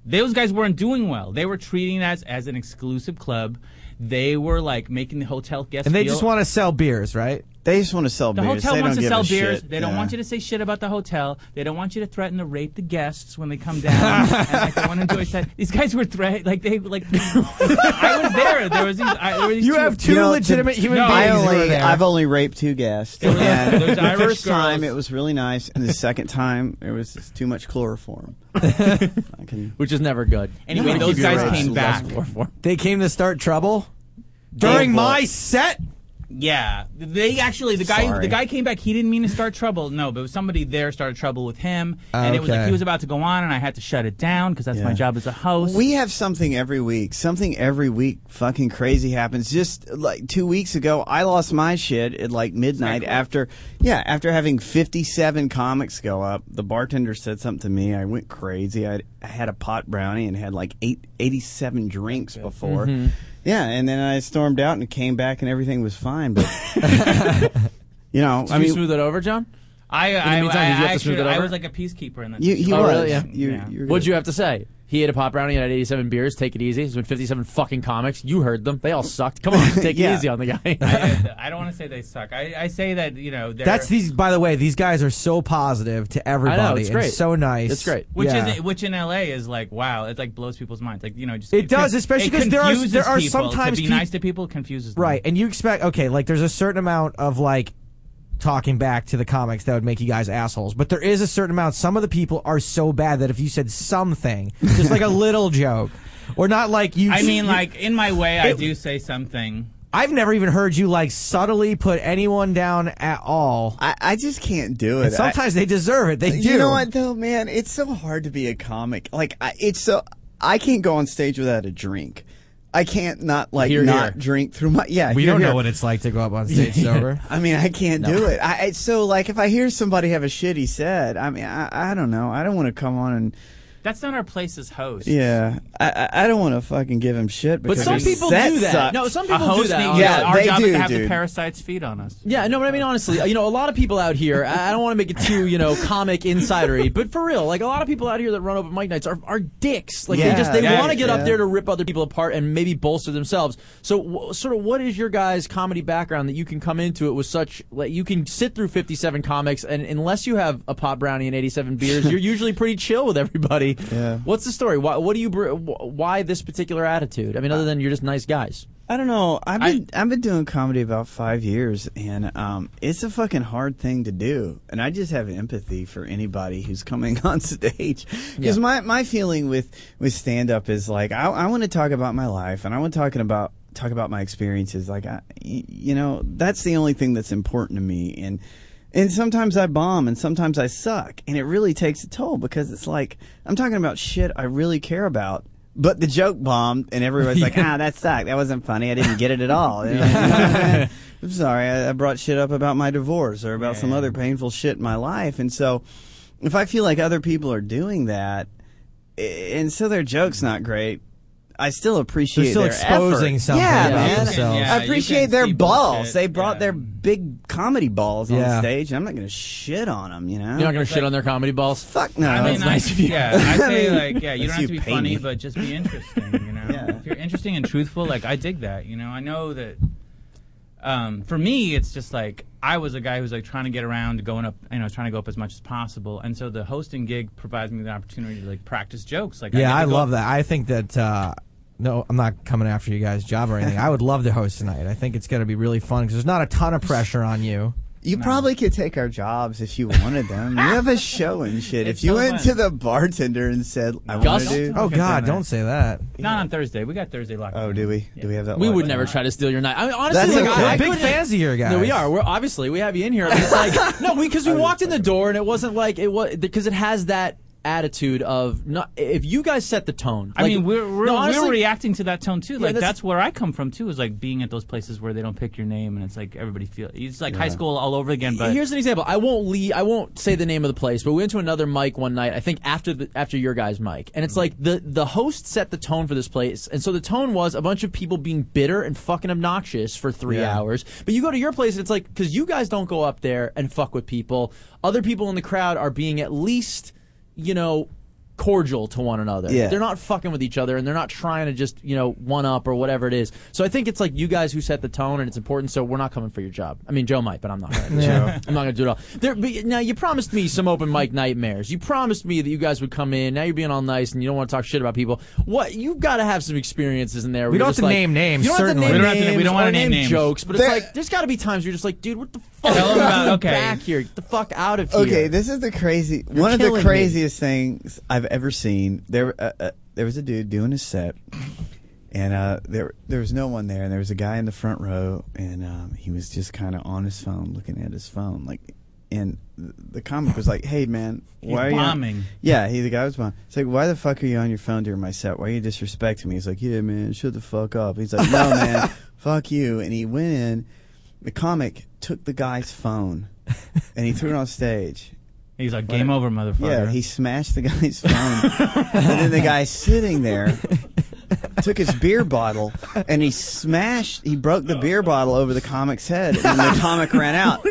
Speaker 5: Those guys weren't doing well. They were treating us as an exclusive club. They were like making the hotel guests.
Speaker 3: And they
Speaker 5: feel-
Speaker 3: just want to sell beers, right?
Speaker 12: They just want to sell
Speaker 5: the hotel wants to sell beers. They don't want you to say shit about the hotel. They don't want you to threaten to rape the guests when they come down. and like the one enjoy said, these guys were threat like they like. I was there. There was these. I, there were these
Speaker 3: You have two legitimate human
Speaker 5: No,
Speaker 12: I
Speaker 3: beings who are
Speaker 12: only,
Speaker 3: there.
Speaker 12: I've only raped two guests.
Speaker 5: There was-
Speaker 12: And
Speaker 5: there was
Speaker 12: the
Speaker 5: Irish
Speaker 12: first
Speaker 5: girls.
Speaker 12: time it was really nice, and the second time it was just too much chloroform. I can.
Speaker 2: Which is never good.
Speaker 5: Anyway,
Speaker 12: No,
Speaker 5: those
Speaker 12: you're
Speaker 5: guys
Speaker 12: right.
Speaker 5: came back.
Speaker 3: They came to start trouble during
Speaker 12: They-
Speaker 3: my set.
Speaker 5: Yeah, they actually the guy
Speaker 12: Sorry.
Speaker 5: the guy came back. He didn't mean to start trouble. No, but somebody there started trouble with him, and it was like
Speaker 12: Okay.
Speaker 5: he was about to go on, and I had to shut it down because that's my
Speaker 12: Yeah.
Speaker 5: job as a host.
Speaker 12: We have something every week. Something every week fucking crazy happens. Just like two weeks ago, I lost my shit at like midnight after, yeah, after having 57 comics go up. The bartender said something to me. I went crazy. I, I had a pot brownie and had like eight, 87 drinks before.
Speaker 2: Mhm.
Speaker 12: Yeah, and then I stormed out and came back and everything was fine. But, you know,
Speaker 2: Did
Speaker 12: I
Speaker 2: you
Speaker 12: mean,
Speaker 2: smooth it over, John?
Speaker 5: I
Speaker 2: In the
Speaker 5: I,
Speaker 2: meantime,
Speaker 5: I,
Speaker 2: did you have
Speaker 5: I
Speaker 2: to smooth
Speaker 5: actually-
Speaker 2: it
Speaker 5: I
Speaker 2: over?
Speaker 5: was like a peacekeeper in that.
Speaker 12: You-
Speaker 5: situation.
Speaker 12: you
Speaker 2: oh,
Speaker 12: was.
Speaker 2: really? Yeah.
Speaker 12: You- you're
Speaker 2: What'd
Speaker 12: good.
Speaker 2: you have to say? He ate a pop brownie and had 87 beers. Take it easy. There's been 57 fucking comics. You heard them. They all sucked. Come on, take
Speaker 12: Yeah.
Speaker 2: it easy on the guy.
Speaker 5: I don't want to say they suck. I, I say that you know they're-
Speaker 3: That's these. By the way, these guys are so positive to everybody.
Speaker 2: it's
Speaker 3: and
Speaker 2: great.
Speaker 3: so nice.
Speaker 2: It's great.
Speaker 5: Which
Speaker 3: Yeah.
Speaker 5: is which in LA is like wow, it like blows people's minds. Like you know, just
Speaker 3: It does,
Speaker 5: con-
Speaker 3: especially
Speaker 5: it
Speaker 3: 'cause there are-
Speaker 5: confuses
Speaker 3: there are
Speaker 5: people.
Speaker 3: sometimes
Speaker 5: to be
Speaker 3: peop-
Speaker 5: nice to people confuses them.
Speaker 3: Right, and you expect okay, like there's a certain amount of like talking back to the comics that would make you guys assholes, but there is a certain amount. Some of the people are so bad that if you said something, just like a little joke, or not like you,
Speaker 5: I mean,
Speaker 3: you-
Speaker 5: like in my way, I
Speaker 3: It-
Speaker 5: do say something.
Speaker 3: I've never even heard you like subtly put anyone down at all.
Speaker 12: I, I just can't do it.
Speaker 3: And sometimes they deserve it. They do.
Speaker 12: You know what though, man? It's so hard to be a comic. Like I, it's so I can't go on stage without a drink. I can't not like
Speaker 3: Here,
Speaker 12: not
Speaker 3: here.
Speaker 12: drink through my yeah.
Speaker 3: We
Speaker 12: here,
Speaker 3: don't
Speaker 12: here.
Speaker 3: know what it's like to go up on stage sober.
Speaker 12: I mean, I can't
Speaker 3: No.
Speaker 12: do it. I, it's so like if I hear somebody have a shitty set, I mean, I, I don't know. I don't want to come on and
Speaker 5: That's not our place as hosts.
Speaker 12: yeah. I I I don't want to fucking give him shit.
Speaker 2: But
Speaker 12: Because
Speaker 2: some
Speaker 12: his
Speaker 2: people
Speaker 12: set
Speaker 2: do that.
Speaker 12: sucked.
Speaker 2: No, some
Speaker 5: A
Speaker 2: people do
Speaker 5: host
Speaker 2: that.
Speaker 5: needs
Speaker 12: Yeah,
Speaker 5: our
Speaker 12: they
Speaker 5: job
Speaker 12: do,
Speaker 5: is to have the
Speaker 12: dude.
Speaker 5: parasites feed on us.
Speaker 2: Yeah, no, but I mean honestly, you know, a lot of people out here. I I don't want to make it too, you know, comic insidery, but for real, like a lot of people out here that run open mic nights are, are dicks. Like
Speaker 12: Yeah,
Speaker 2: they just they
Speaker 12: yeah,
Speaker 2: want to get
Speaker 12: yeah.
Speaker 2: up there to rip other people apart and maybe bolster themselves. So, w- sort of, what is your guys' comedy background that you can come into it with such? Like, you can sit through fifty-seven comics, and unless you have a pop brownie and eighty-seven beers, you're usually pretty chill with everybody.
Speaker 12: Yeah.
Speaker 2: What's the story? Why? What do you? br- wh- Why this particular attitude? I mean, other
Speaker 12: Uh,
Speaker 2: than you're just nice guys.
Speaker 12: I don't know. I've been I, have been doing comedy about five years, and um, it's a fucking hard thing to do. And I just have empathy for anybody who's coming on stage because
Speaker 2: Yeah.
Speaker 12: my my feeling with with stand up is like I, I want to talk about my life, and I want talking about talk about my experiences. Like I, y- you know, that's the only thing that's important to me. And and sometimes I bomb, and sometimes I suck, and it really takes a toll because it's like I'm talking about shit I really care about. But the joke bombed, and everybody's like, "Ah, that sucked. That wasn't funny. I didn't get it at all." You know, like, I'm sorry. I, I brought shit up about my divorce or about some other painful shit in my life, and so if I feel like other people are doing that, i- and so their joke's not great, I still appreciate
Speaker 3: They're still
Speaker 12: their
Speaker 3: exposing
Speaker 12: effort.
Speaker 3: something
Speaker 12: Yeah,
Speaker 3: about
Speaker 12: man.
Speaker 3: themselves.
Speaker 5: Yeah,
Speaker 12: I
Speaker 5: you
Speaker 12: appreciate
Speaker 5: can
Speaker 12: their
Speaker 5: see
Speaker 12: balls.
Speaker 5: bullshit,
Speaker 12: They brought
Speaker 5: yeah.
Speaker 12: their big comedy balls on
Speaker 3: Yeah.
Speaker 12: stage. I'm not going to shit on them. You know,
Speaker 2: You're not gonna shit on their comedy balls.
Speaker 12: fuck no.
Speaker 5: I mean,
Speaker 12: it's
Speaker 5: I,
Speaker 12: nice of you.
Speaker 5: yeah, I say
Speaker 12: mean,
Speaker 5: like, yeah, you don't
Speaker 12: unless
Speaker 5: have to be
Speaker 12: pay
Speaker 5: funny,
Speaker 12: me.
Speaker 5: but just be interesting. You know,
Speaker 12: Yeah.
Speaker 5: if you're interesting and truthful, like I dig that. You know, I know that. Um, for me, it's just like I was a guy who's like trying to get around, going up, you know, trying to go up as much as possible, and so the hosting gig provides me the opportunity to like practice jokes. Like,
Speaker 3: Yeah,
Speaker 5: I,
Speaker 3: I,
Speaker 5: get to go
Speaker 3: love that. I think that. Uh, no, I'm not coming after you guys' job or anything. I would love to host tonight. I think it's going to be really fun because there's not a ton of pressure on you.
Speaker 12: You probably could take our jobs if you wanted them. you have a show and shit.
Speaker 5: It's
Speaker 12: if you
Speaker 5: so
Speaker 12: went
Speaker 5: fun.
Speaker 12: to the bartender and said, "I want
Speaker 5: Gus?
Speaker 12: to do,"
Speaker 5: Oh, God, don't
Speaker 12: say that.
Speaker 5: Not on Thursday. We got Thursday locked.
Speaker 12: Oh, do we? Do we have that?
Speaker 2: We
Speaker 12: locked?
Speaker 2: would never try to steal your night. I mean, honestly,
Speaker 12: That's
Speaker 2: like,
Speaker 12: okay.
Speaker 2: I, I
Speaker 12: Big
Speaker 2: couldn't-
Speaker 12: fans of your
Speaker 2: No, we
Speaker 12: guys.
Speaker 2: are. We're obviously we have you in here. I mean, it's like no, because we, walked in the door and it wasn't like it was because it has that attitude of not. If you guys set the tone,
Speaker 5: I
Speaker 2: like-
Speaker 5: mean, we're we're,
Speaker 2: no, honestly-
Speaker 5: we're reacting to that tone too.
Speaker 2: Yeah,
Speaker 5: Like
Speaker 2: that's-
Speaker 5: that's, where I come from too. Is like being at those places where they don't pick your name, and it's like everybody feels it's like high
Speaker 2: Yeah.
Speaker 5: school all over again. But
Speaker 2: Here's an example. I won't leave, I won't say the name of the place, but we went to another mic one night. I think after the after your guys' mic, and
Speaker 13: Mm-hmm.
Speaker 2: it's like the the host set the tone for this place, and so the tone was a bunch of people being bitter and fucking obnoxious for three
Speaker 13: Yeah.
Speaker 2: hours. But you go to your place, and it's like because you guys don't go up there and fuck with people. Other people in the crowd are being at least you know cordial to one another.
Speaker 13: Yeah.
Speaker 2: They're not fucking with each other and they're not trying to just, you know, one up or whatever it is. So I think it's like you guys who set the tone and it's important so we're not coming for your job. I mean Joe might, but I'm not gonna
Speaker 13: Yeah.
Speaker 2: I'm not gonna do it all. There, but now you promised me some open mic nightmares. You promised me that you guys would come in. Now you're being all nice and you don't want to talk shit about people. What you've got to have some experiences in there. where
Speaker 3: We
Speaker 2: you're
Speaker 3: don't have
Speaker 2: just
Speaker 3: to
Speaker 2: like-
Speaker 3: name names,
Speaker 2: You don't
Speaker 3: certainly.
Speaker 2: have to name
Speaker 3: We don't have to-
Speaker 2: names
Speaker 3: we don't
Speaker 2: or
Speaker 3: wanna name names.
Speaker 2: jokes, but it's
Speaker 12: There-
Speaker 2: like there's got to be times where you're just like, dude, what the fuck?
Speaker 12: Tell them about-
Speaker 2: Get
Speaker 12: okay.
Speaker 2: back here, get the fuck out of here.
Speaker 12: Okay, this is the crazy
Speaker 2: You're
Speaker 12: one of the
Speaker 2: killing me.
Speaker 12: craziest things I've ever seen. There, uh, uh, there was a dude doing his set, and uh, there there was no one there, and there was a guy in the front row, and um, he was just kind of on his phone, looking at his phone, like. And th- the comic was like, "Hey man,
Speaker 5: He's
Speaker 12: why are you on-"
Speaker 5: bombing.
Speaker 12: Yeah, he the guy was bombing. It's like, why the fuck are you on your phone during my set? Why are you disrespecting me? He's like, yeah man, shut the fuck up. He's like, no man, fuck you. And he went in. The comic took the guy's phone and he threw it on stage.
Speaker 5: He's like, "Game over, motherfucker."
Speaker 12: Yeah, he smashed the guy's phone, and then the guy sitting there took his beer bottle and he smashed. He broke the beer bottle over the comic's head, and the comic ran out.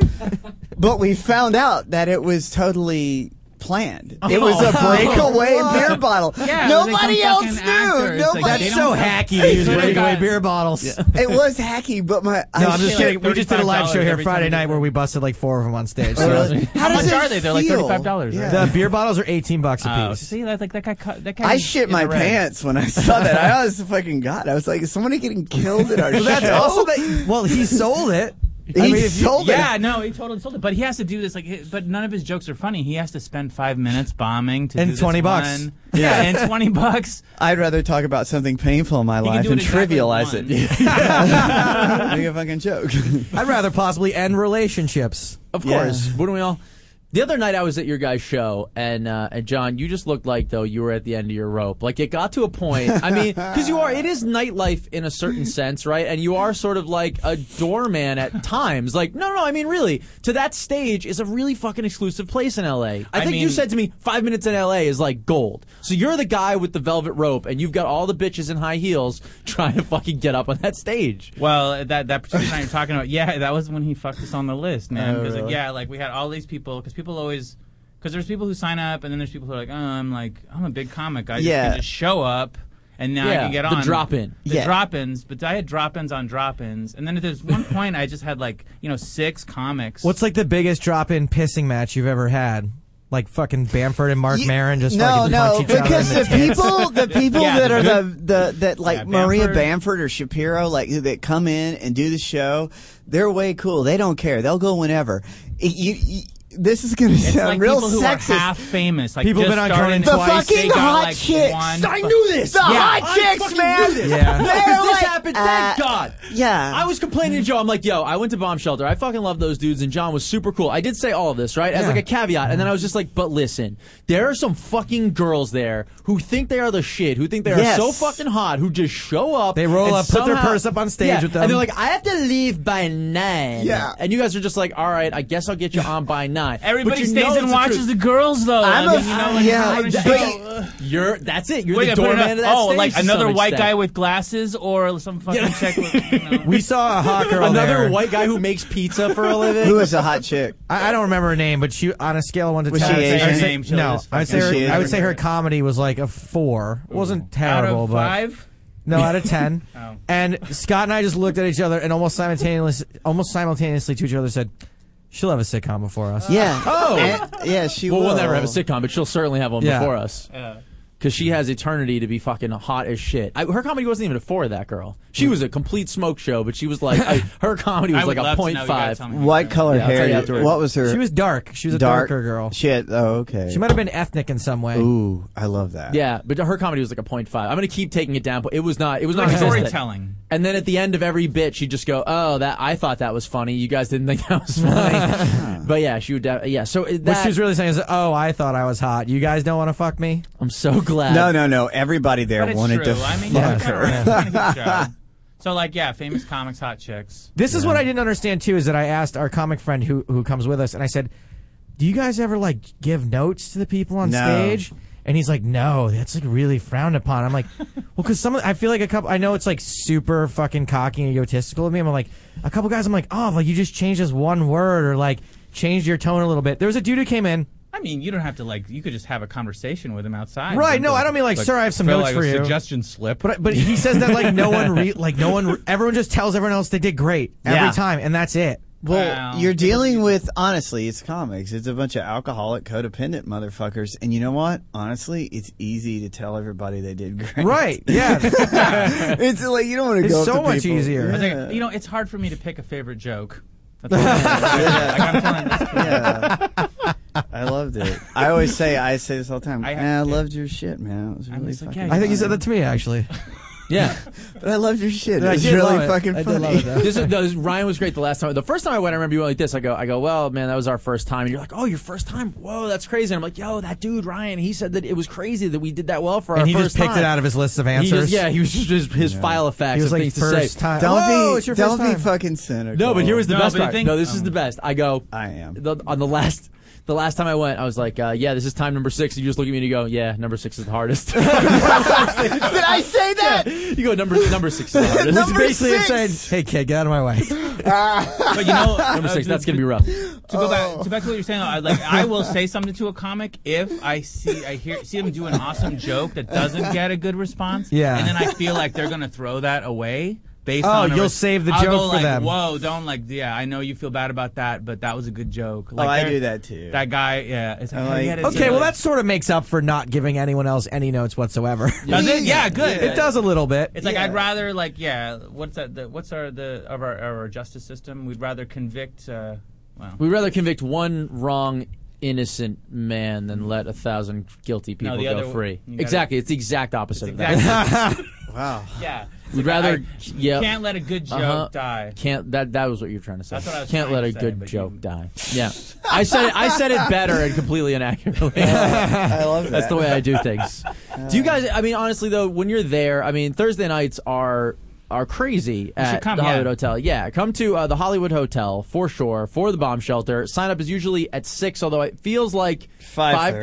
Speaker 12: But we found out that it was totally planned. It was a
Speaker 13: Oh.
Speaker 12: breakaway
Speaker 13: What?
Speaker 12: beer bottle.
Speaker 13: Yeah,
Speaker 12: Nobody
Speaker 13: they come
Speaker 12: else
Speaker 13: fucking
Speaker 12: knew.
Speaker 13: actors. It's like,
Speaker 12: Nobody.
Speaker 13: they That's so don't- hacky to use breakaway
Speaker 3: beer bottles.
Speaker 12: It was hacky, but my
Speaker 3: No, I'm just kidding. We just did a live show here
Speaker 12: every
Speaker 3: Friday
Speaker 12: time.
Speaker 3: night where we busted like four of them on stage.
Speaker 12: Oh, really? How
Speaker 5: much are they? They're like $35, right?
Speaker 3: The beer bottles are 18 bucks a piece.
Speaker 5: see, that's like that guy. cut- That guy.
Speaker 12: I
Speaker 5: is
Speaker 12: shit
Speaker 5: in
Speaker 12: my
Speaker 5: the red.
Speaker 12: pants when I saw that. I almost fucking got. it. I was like, is somebody getting killed at our
Speaker 3: well,
Speaker 12: show?
Speaker 3: that's also that. Well, he sold
Speaker 9: Eh?
Speaker 3: it.
Speaker 12: He sold it.
Speaker 5: Yeah, no, he totally sold it. But he has to do this like, hi- but none of his jokes are funny. He has to spend five minutes bombing to
Speaker 12: And
Speaker 5: do this
Speaker 12: 20 bucks.
Speaker 5: one.
Speaker 12: Yeah.
Speaker 5: Yeah, and twenty bucks.
Speaker 12: I'd rather talk about something painful in my life
Speaker 5: do it
Speaker 12: and
Speaker 5: exactly
Speaker 12: trivialize
Speaker 5: once.
Speaker 12: it. Make a fucking joke.
Speaker 3: I'd rather possibly end relationships.
Speaker 2: Of course. Wouldn't we all? The other night I was at your guys' show, and uh, and John, you just looked like though you were at the end of your rope. Like it got to a point. I mean, because you are, it is nightlife in a certain sense, right? And you are sort of like a doorman at times. Like no, no, I mean really, to that stage is a really fucking exclusive place in L.A. I
Speaker 5: I
Speaker 2: think you
Speaker 5: mean-
Speaker 2: said to me five minutes in L.A. is like gold. So you're the guy with the velvet rope, and you've got all the bitches in high heels trying to fucking get up on that stage.
Speaker 5: Well, that that particular time you're talking about, yeah, that was when he fucked us on the list, man.
Speaker 2: Oh,
Speaker 5: Because
Speaker 12: Uh.
Speaker 2: really?
Speaker 5: yeah, like we had all these people, because people always, because there's people who sign up, and then there's people who are like, oh, I'm like, I'm a big comic, I just
Speaker 2: Yeah.
Speaker 5: can just show up, and now I
Speaker 2: Yeah,
Speaker 5: can get
Speaker 2: the
Speaker 5: on
Speaker 2: drop-in.
Speaker 5: the
Speaker 2: Yeah.
Speaker 5: drop-ins. But I had drop-ins on drop-ins, and then at this one point, I just had like you know six comics.
Speaker 3: What's like the biggest drop-in pissing match you've ever had? Like fucking Bamford and Mark Maron just
Speaker 12: no,
Speaker 3: fucking
Speaker 12: no,
Speaker 3: punch each other
Speaker 12: because
Speaker 3: in the,
Speaker 12: the people, the people
Speaker 3: Yeah,
Speaker 12: that are
Speaker 3: the
Speaker 12: the, the that like
Speaker 3: Yeah,
Speaker 12: Maria
Speaker 3: Bamford.
Speaker 12: Bamford or Shapiro, like who- that come in and do the show, they're way cool. They don't care. They'll go whenever. It- you- you- this is gonna
Speaker 5: It's
Speaker 12: sound
Speaker 5: like
Speaker 12: real
Speaker 5: people who
Speaker 12: sexist.
Speaker 5: are half famous. Like
Speaker 12: People
Speaker 5: just
Speaker 12: been on
Speaker 5: started in
Speaker 12: Conan twice,
Speaker 5: twice,
Speaker 12: The
Speaker 5: they
Speaker 12: fucking
Speaker 5: got,
Speaker 12: hot
Speaker 5: like,
Speaker 12: chicks.
Speaker 5: one
Speaker 12: I
Speaker 5: fu-
Speaker 12: knew this. The hot
Speaker 2: I
Speaker 12: chicks,
Speaker 2: fucking
Speaker 12: man.
Speaker 2: knew this.
Speaker 12: Yeah.
Speaker 2: No, 'cause
Speaker 12: They're
Speaker 2: this
Speaker 12: like,
Speaker 2: happened. Thank
Speaker 12: uh,
Speaker 2: God.
Speaker 12: yeah.
Speaker 2: I was complaining to Joe. I'm like, yo, I went to Bomb Shelter. I fucking love those dudes, and John was super cool. I did say all of this, right, as
Speaker 13: Yeah.
Speaker 2: like a caveat, and then I was just like, but listen, there are some fucking girls there who think they are the shit, who think they are
Speaker 13: Yes.
Speaker 2: so fucking hot, who just show up.
Speaker 3: They roll
Speaker 2: and
Speaker 3: up, put their
Speaker 2: somehow-
Speaker 3: purse up on stage
Speaker 2: Yeah,
Speaker 3: with them.
Speaker 2: and they're like, I have to leave by nine.
Speaker 3: Yeah.
Speaker 2: and you guys are just like, all right, I guess I'll get you on by nine. But
Speaker 5: Everybody
Speaker 2: you know
Speaker 5: stays
Speaker 2: it's
Speaker 5: and watches
Speaker 2: truth.
Speaker 5: the girls though.
Speaker 2: I'm
Speaker 5: I
Speaker 2: a-
Speaker 5: mean, you know, and
Speaker 2: yeah,
Speaker 5: Conan
Speaker 2: but-
Speaker 5: Shapiro-
Speaker 2: You're that's it. You're
Speaker 5: Wait,
Speaker 2: the
Speaker 5: I put it
Speaker 2: doorman
Speaker 5: up-
Speaker 2: of that
Speaker 5: oh,
Speaker 2: stage.
Speaker 5: like
Speaker 2: to some
Speaker 5: another white
Speaker 2: extent.
Speaker 5: guy with glasses or some fucking check with.
Speaker 3: We saw a hot girl
Speaker 2: Another
Speaker 3: there.
Speaker 2: white guy who makes pizza for a living.
Speaker 12: Who is a hot chick?
Speaker 3: I, I don't remember her name, but she on a scale of one to
Speaker 12: Was
Speaker 3: ten,
Speaker 12: she
Speaker 3: I'd say- I'd
Speaker 12: Asian?
Speaker 3: say-
Speaker 12: Name, she'll
Speaker 3: no,
Speaker 12: just
Speaker 3: I would say
Speaker 12: fucking- She
Speaker 3: her,
Speaker 12: is
Speaker 3: I would say
Speaker 12: Asian.
Speaker 3: her comedy was like a four. It wasn't
Speaker 5: Out
Speaker 3: terrible,
Speaker 5: of
Speaker 3: but
Speaker 5: five.
Speaker 3: no, out of ten.
Speaker 5: Oh.
Speaker 3: And Scott and I just looked at each other and almost simultaneously, almost simultaneously to each other said, "She'll have a sitcom before us."
Speaker 12: Yeah.
Speaker 2: Oh.
Speaker 12: And- yeah. She.
Speaker 2: well,
Speaker 12: will.
Speaker 2: we'll never have a sitcom, but she'll certainly have one
Speaker 3: Yeah.
Speaker 2: before us. because she has eternity to be fucking hot as shit. I, her comedy wasn't even a four. That girl, she was a complete smoke show, but she was like I, her comedy was
Speaker 5: I
Speaker 2: like a
Speaker 5: would love to
Speaker 2: point
Speaker 5: know. You gotta
Speaker 2: five.
Speaker 5: tell me.
Speaker 12: What color
Speaker 2: Yeah, I'll tell you
Speaker 12: hair?
Speaker 2: afterwards.
Speaker 12: What was her?
Speaker 2: She was dark. She was a darker girl.
Speaker 12: Shit. Oh, okay.
Speaker 2: She might have
Speaker 3: been ethnic in some way.
Speaker 12: Ooh, I love that.
Speaker 2: Yeah, but her comedy was like a point five. I'm gonna keep taking it down, but it was not. It was
Speaker 5: Like
Speaker 2: not consistent.
Speaker 5: storytelling.
Speaker 2: And then at the end of every bit, she'd just go, "Oh, that I thought that was funny. You guys didn't think that was funny." but yeah, she would. def- Yeah, so it-
Speaker 3: What
Speaker 2: that
Speaker 3: she was really saying is, "Oh, I thought I was hot. You guys don't want to fuck me."
Speaker 2: I'm so glad.
Speaker 12: No, no, no. Everybody
Speaker 5: But
Speaker 12: there
Speaker 5: it's
Speaker 12: wanted
Speaker 5: true.
Speaker 12: to
Speaker 5: I mean,
Speaker 12: fuck
Speaker 5: it's
Speaker 12: her.
Speaker 5: kinda- it's kinda good job. So like, yeah, famous comics, hot chicks.
Speaker 3: This is what I didn't understand too is that I asked our comic friend who who comes with us, and I said, "Do you guys ever like give notes to the people on
Speaker 12: No.
Speaker 3: stage?" And he's like, "No, that's like really frowned upon." I'm like, "Well, because some, of- I feel like a couple. I know it's like super fucking cocky and egotistical of me. I'm like, a couple guys. I'm like, oh, like you just changed this one word or like changed your tone a little bit. There was a dude who came in.
Speaker 5: I mean, you don't have to like. You could just have a conversation with him outside.
Speaker 3: Right,
Speaker 5: Like,
Speaker 3: no, I don't mean like, sir, I have some
Speaker 5: feel like
Speaker 3: notes for
Speaker 5: a
Speaker 3: you.
Speaker 5: Suggestion slip,
Speaker 3: But but he says that like no one re- like no one re- everyone just tells everyone else they did great every
Speaker 12: Yeah.
Speaker 3: time and that's it.
Speaker 12: Well, you're dealing with honestly, it's comics. It's a bunch of alcoholic, codependent motherfuckers, and you know what? Honestly, it's easy to tell everybody they did great.
Speaker 3: Right? Yeah.
Speaker 12: it's like you don't want to go. up to people.
Speaker 5: I was like,
Speaker 12: Yeah.
Speaker 5: you know, it's hard for me to pick a favorite joke. That's what I'm saying. Like, I'm telling this kid.
Speaker 12: I loved it. I always say, I say this all the time.
Speaker 5: I-
Speaker 12: I, I loved your shit, man. It was really
Speaker 5: just like,
Speaker 12: fucking
Speaker 3: I think
Speaker 12: funny."
Speaker 3: you said that to me actually.
Speaker 2: Yeah,
Speaker 12: but I loved your shit. It
Speaker 3: I
Speaker 12: was
Speaker 3: did
Speaker 12: really
Speaker 3: love it.
Speaker 12: fucking
Speaker 3: I did
Speaker 12: funny.
Speaker 3: love it, though.
Speaker 2: this is, no, this- Ryan was great the last time. The first time I went, I remember you went like this. I go, I go, well, man, that was our first time. And you're like, oh, your first time? Whoa, that's crazy. And I'm like, yo, that dude Ryan, he said that it was crazy that we did that well for our
Speaker 3: And he
Speaker 2: first
Speaker 3: just picked
Speaker 2: time.
Speaker 3: it out of his list of
Speaker 2: He just-
Speaker 3: answers.
Speaker 2: yeah, he was just his, his
Speaker 3: Yeah.
Speaker 2: file of facts.
Speaker 3: He
Speaker 2: of
Speaker 3: was like,
Speaker 2: things
Speaker 3: first
Speaker 2: to say.
Speaker 3: time.
Speaker 12: Don't
Speaker 3: Whoa,
Speaker 12: be,
Speaker 3: it's your
Speaker 12: don't
Speaker 3: first
Speaker 12: be
Speaker 3: time.
Speaker 12: fucking cynical.
Speaker 2: No, but here was the
Speaker 5: No,
Speaker 2: best
Speaker 5: but you
Speaker 2: part.
Speaker 5: think-
Speaker 2: no, this is
Speaker 5: um,
Speaker 2: the best. I go.
Speaker 12: I am.
Speaker 2: the, on the last. The last time I went, I was like, uh, "Yeah, this is time number six. You just look at me and you go, "Yeah, number six is the hardest." did I
Speaker 12: say that?
Speaker 2: You go number number six is the hardest.
Speaker 3: Which basically is saying, "Hey kid, get out of my way."
Speaker 5: But you know,
Speaker 2: number six. That's gonna be rough.
Speaker 5: to go back
Speaker 3: Oh.
Speaker 5: to back to what you're saying, I, like I will say something to a comic if I see I hear see them do an awesome joke that doesn't get a good response.
Speaker 3: Yeah.
Speaker 5: and then I feel like they're gonna throw that away. Based
Speaker 3: Oh,
Speaker 5: on a
Speaker 3: you'll
Speaker 5: res-
Speaker 3: save the
Speaker 5: I'll
Speaker 3: joke
Speaker 5: go
Speaker 3: for
Speaker 5: like,
Speaker 3: them.
Speaker 5: Whoa, don't like. Yeah, I know you feel bad about that, but that was a good joke.
Speaker 12: Oh,
Speaker 5: Like,
Speaker 12: I
Speaker 5: there-
Speaker 12: do that too.
Speaker 5: That guy, yeah, it's like,
Speaker 12: I
Speaker 5: I
Speaker 12: like-
Speaker 5: get it,
Speaker 3: Okay,
Speaker 5: yeah.
Speaker 3: well that sort of makes up for not giving anyone else any notes whatsoever.
Speaker 5: does it? Yeah, good.
Speaker 3: It does a little bit.
Speaker 5: It's like I'd rather like yeah. What's that? The, what's our the of our, our justice system? We'd rather convict. Uh, well,
Speaker 2: We'd rather convict one wrong innocent man than let a thousand guilty people
Speaker 5: the
Speaker 2: go
Speaker 5: other-
Speaker 2: free.
Speaker 5: you gotta-
Speaker 2: Exactly, it's the exact opposite of that.
Speaker 5: exactly.
Speaker 12: wow.
Speaker 5: yeah. It's
Speaker 2: We'd
Speaker 5: like,
Speaker 2: rather
Speaker 5: I
Speaker 2: yeah.
Speaker 5: Can't let a good joke
Speaker 2: Uh-huh.
Speaker 5: die.
Speaker 2: Can't that that was what you were trying to say.
Speaker 5: That's what I was
Speaker 2: Can't
Speaker 5: trying
Speaker 2: let
Speaker 5: to
Speaker 2: a
Speaker 5: say,
Speaker 2: good
Speaker 5: but
Speaker 2: joke
Speaker 5: you-
Speaker 2: die. Yeah. I said it, I said it better and completely inaccurately. I
Speaker 12: love
Speaker 2: That's
Speaker 12: that.
Speaker 2: the way I do things. do you guys I mean honestly though when you're there, I mean Thursday nights are are crazy at
Speaker 5: come,
Speaker 2: the
Speaker 5: yeah.
Speaker 2: Hollywood Hotel. Yeah, come to uh, the Hollywood Hotel for sure for the bomb shelter. Sign up is usually at 6 although it feels like
Speaker 12: 5:30.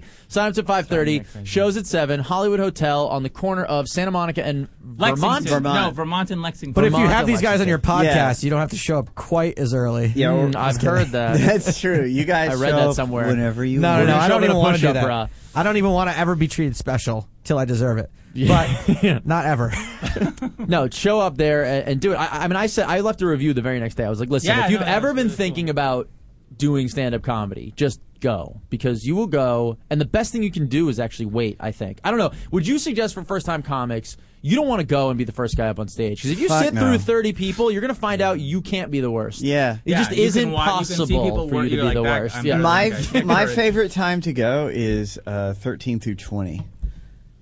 Speaker 2: 5:30. Sign up to 5:30. Shows at 7. Hollywood Hotel on the corner of Santa Monica and Vermont.
Speaker 5: Lexington. No, Vermont and Lexington.
Speaker 3: But if you
Speaker 2: Vermont
Speaker 3: have
Speaker 2: and
Speaker 3: these guys on your podcast,
Speaker 2: Lexington.
Speaker 3: you don't have to show up quite as early.
Speaker 12: Yeah, or-
Speaker 2: Mm, I've heard that.
Speaker 12: That's true. You guys
Speaker 2: I read
Speaker 12: show
Speaker 2: that
Speaker 12: up
Speaker 2: somewhere.
Speaker 12: Whenever you
Speaker 3: No, no,
Speaker 12: want.
Speaker 3: no. I
Speaker 2: Show up
Speaker 3: don't
Speaker 2: in
Speaker 3: even
Speaker 2: a
Speaker 3: want to do
Speaker 2: push-up bra.
Speaker 3: that. I don't even want to ever be treated special till I deserve it. But not ever.
Speaker 2: No, show up there and, and do it. I, I mean, I said I left a review the very next day. I was like, listen,
Speaker 5: Yeah,
Speaker 2: if you've
Speaker 5: no, no,
Speaker 2: ever
Speaker 5: it's
Speaker 2: been
Speaker 5: really
Speaker 2: thinking about doing stand-up comedy, just go because you will go. And the best thing you can do is actually wait. I think. I don't know. Would you suggest for first-time comics? You don't want to go and be the first guy up on stage because if you
Speaker 12: Fuck
Speaker 2: sit
Speaker 12: no.
Speaker 2: through thirty people, you're gonna find out you can't be the worst.
Speaker 12: Yeah.
Speaker 2: it just
Speaker 5: you can
Speaker 2: isn't
Speaker 5: wa- you can see
Speaker 2: possible
Speaker 5: people
Speaker 2: for
Speaker 5: where
Speaker 2: you to be
Speaker 5: you're
Speaker 2: the
Speaker 5: like, that-
Speaker 2: worst.
Speaker 5: I'm
Speaker 2: Yeah.
Speaker 5: better
Speaker 12: my
Speaker 5: Okay, I
Speaker 12: my
Speaker 5: remember it.
Speaker 12: favorite time to go is uh, 13 through 20.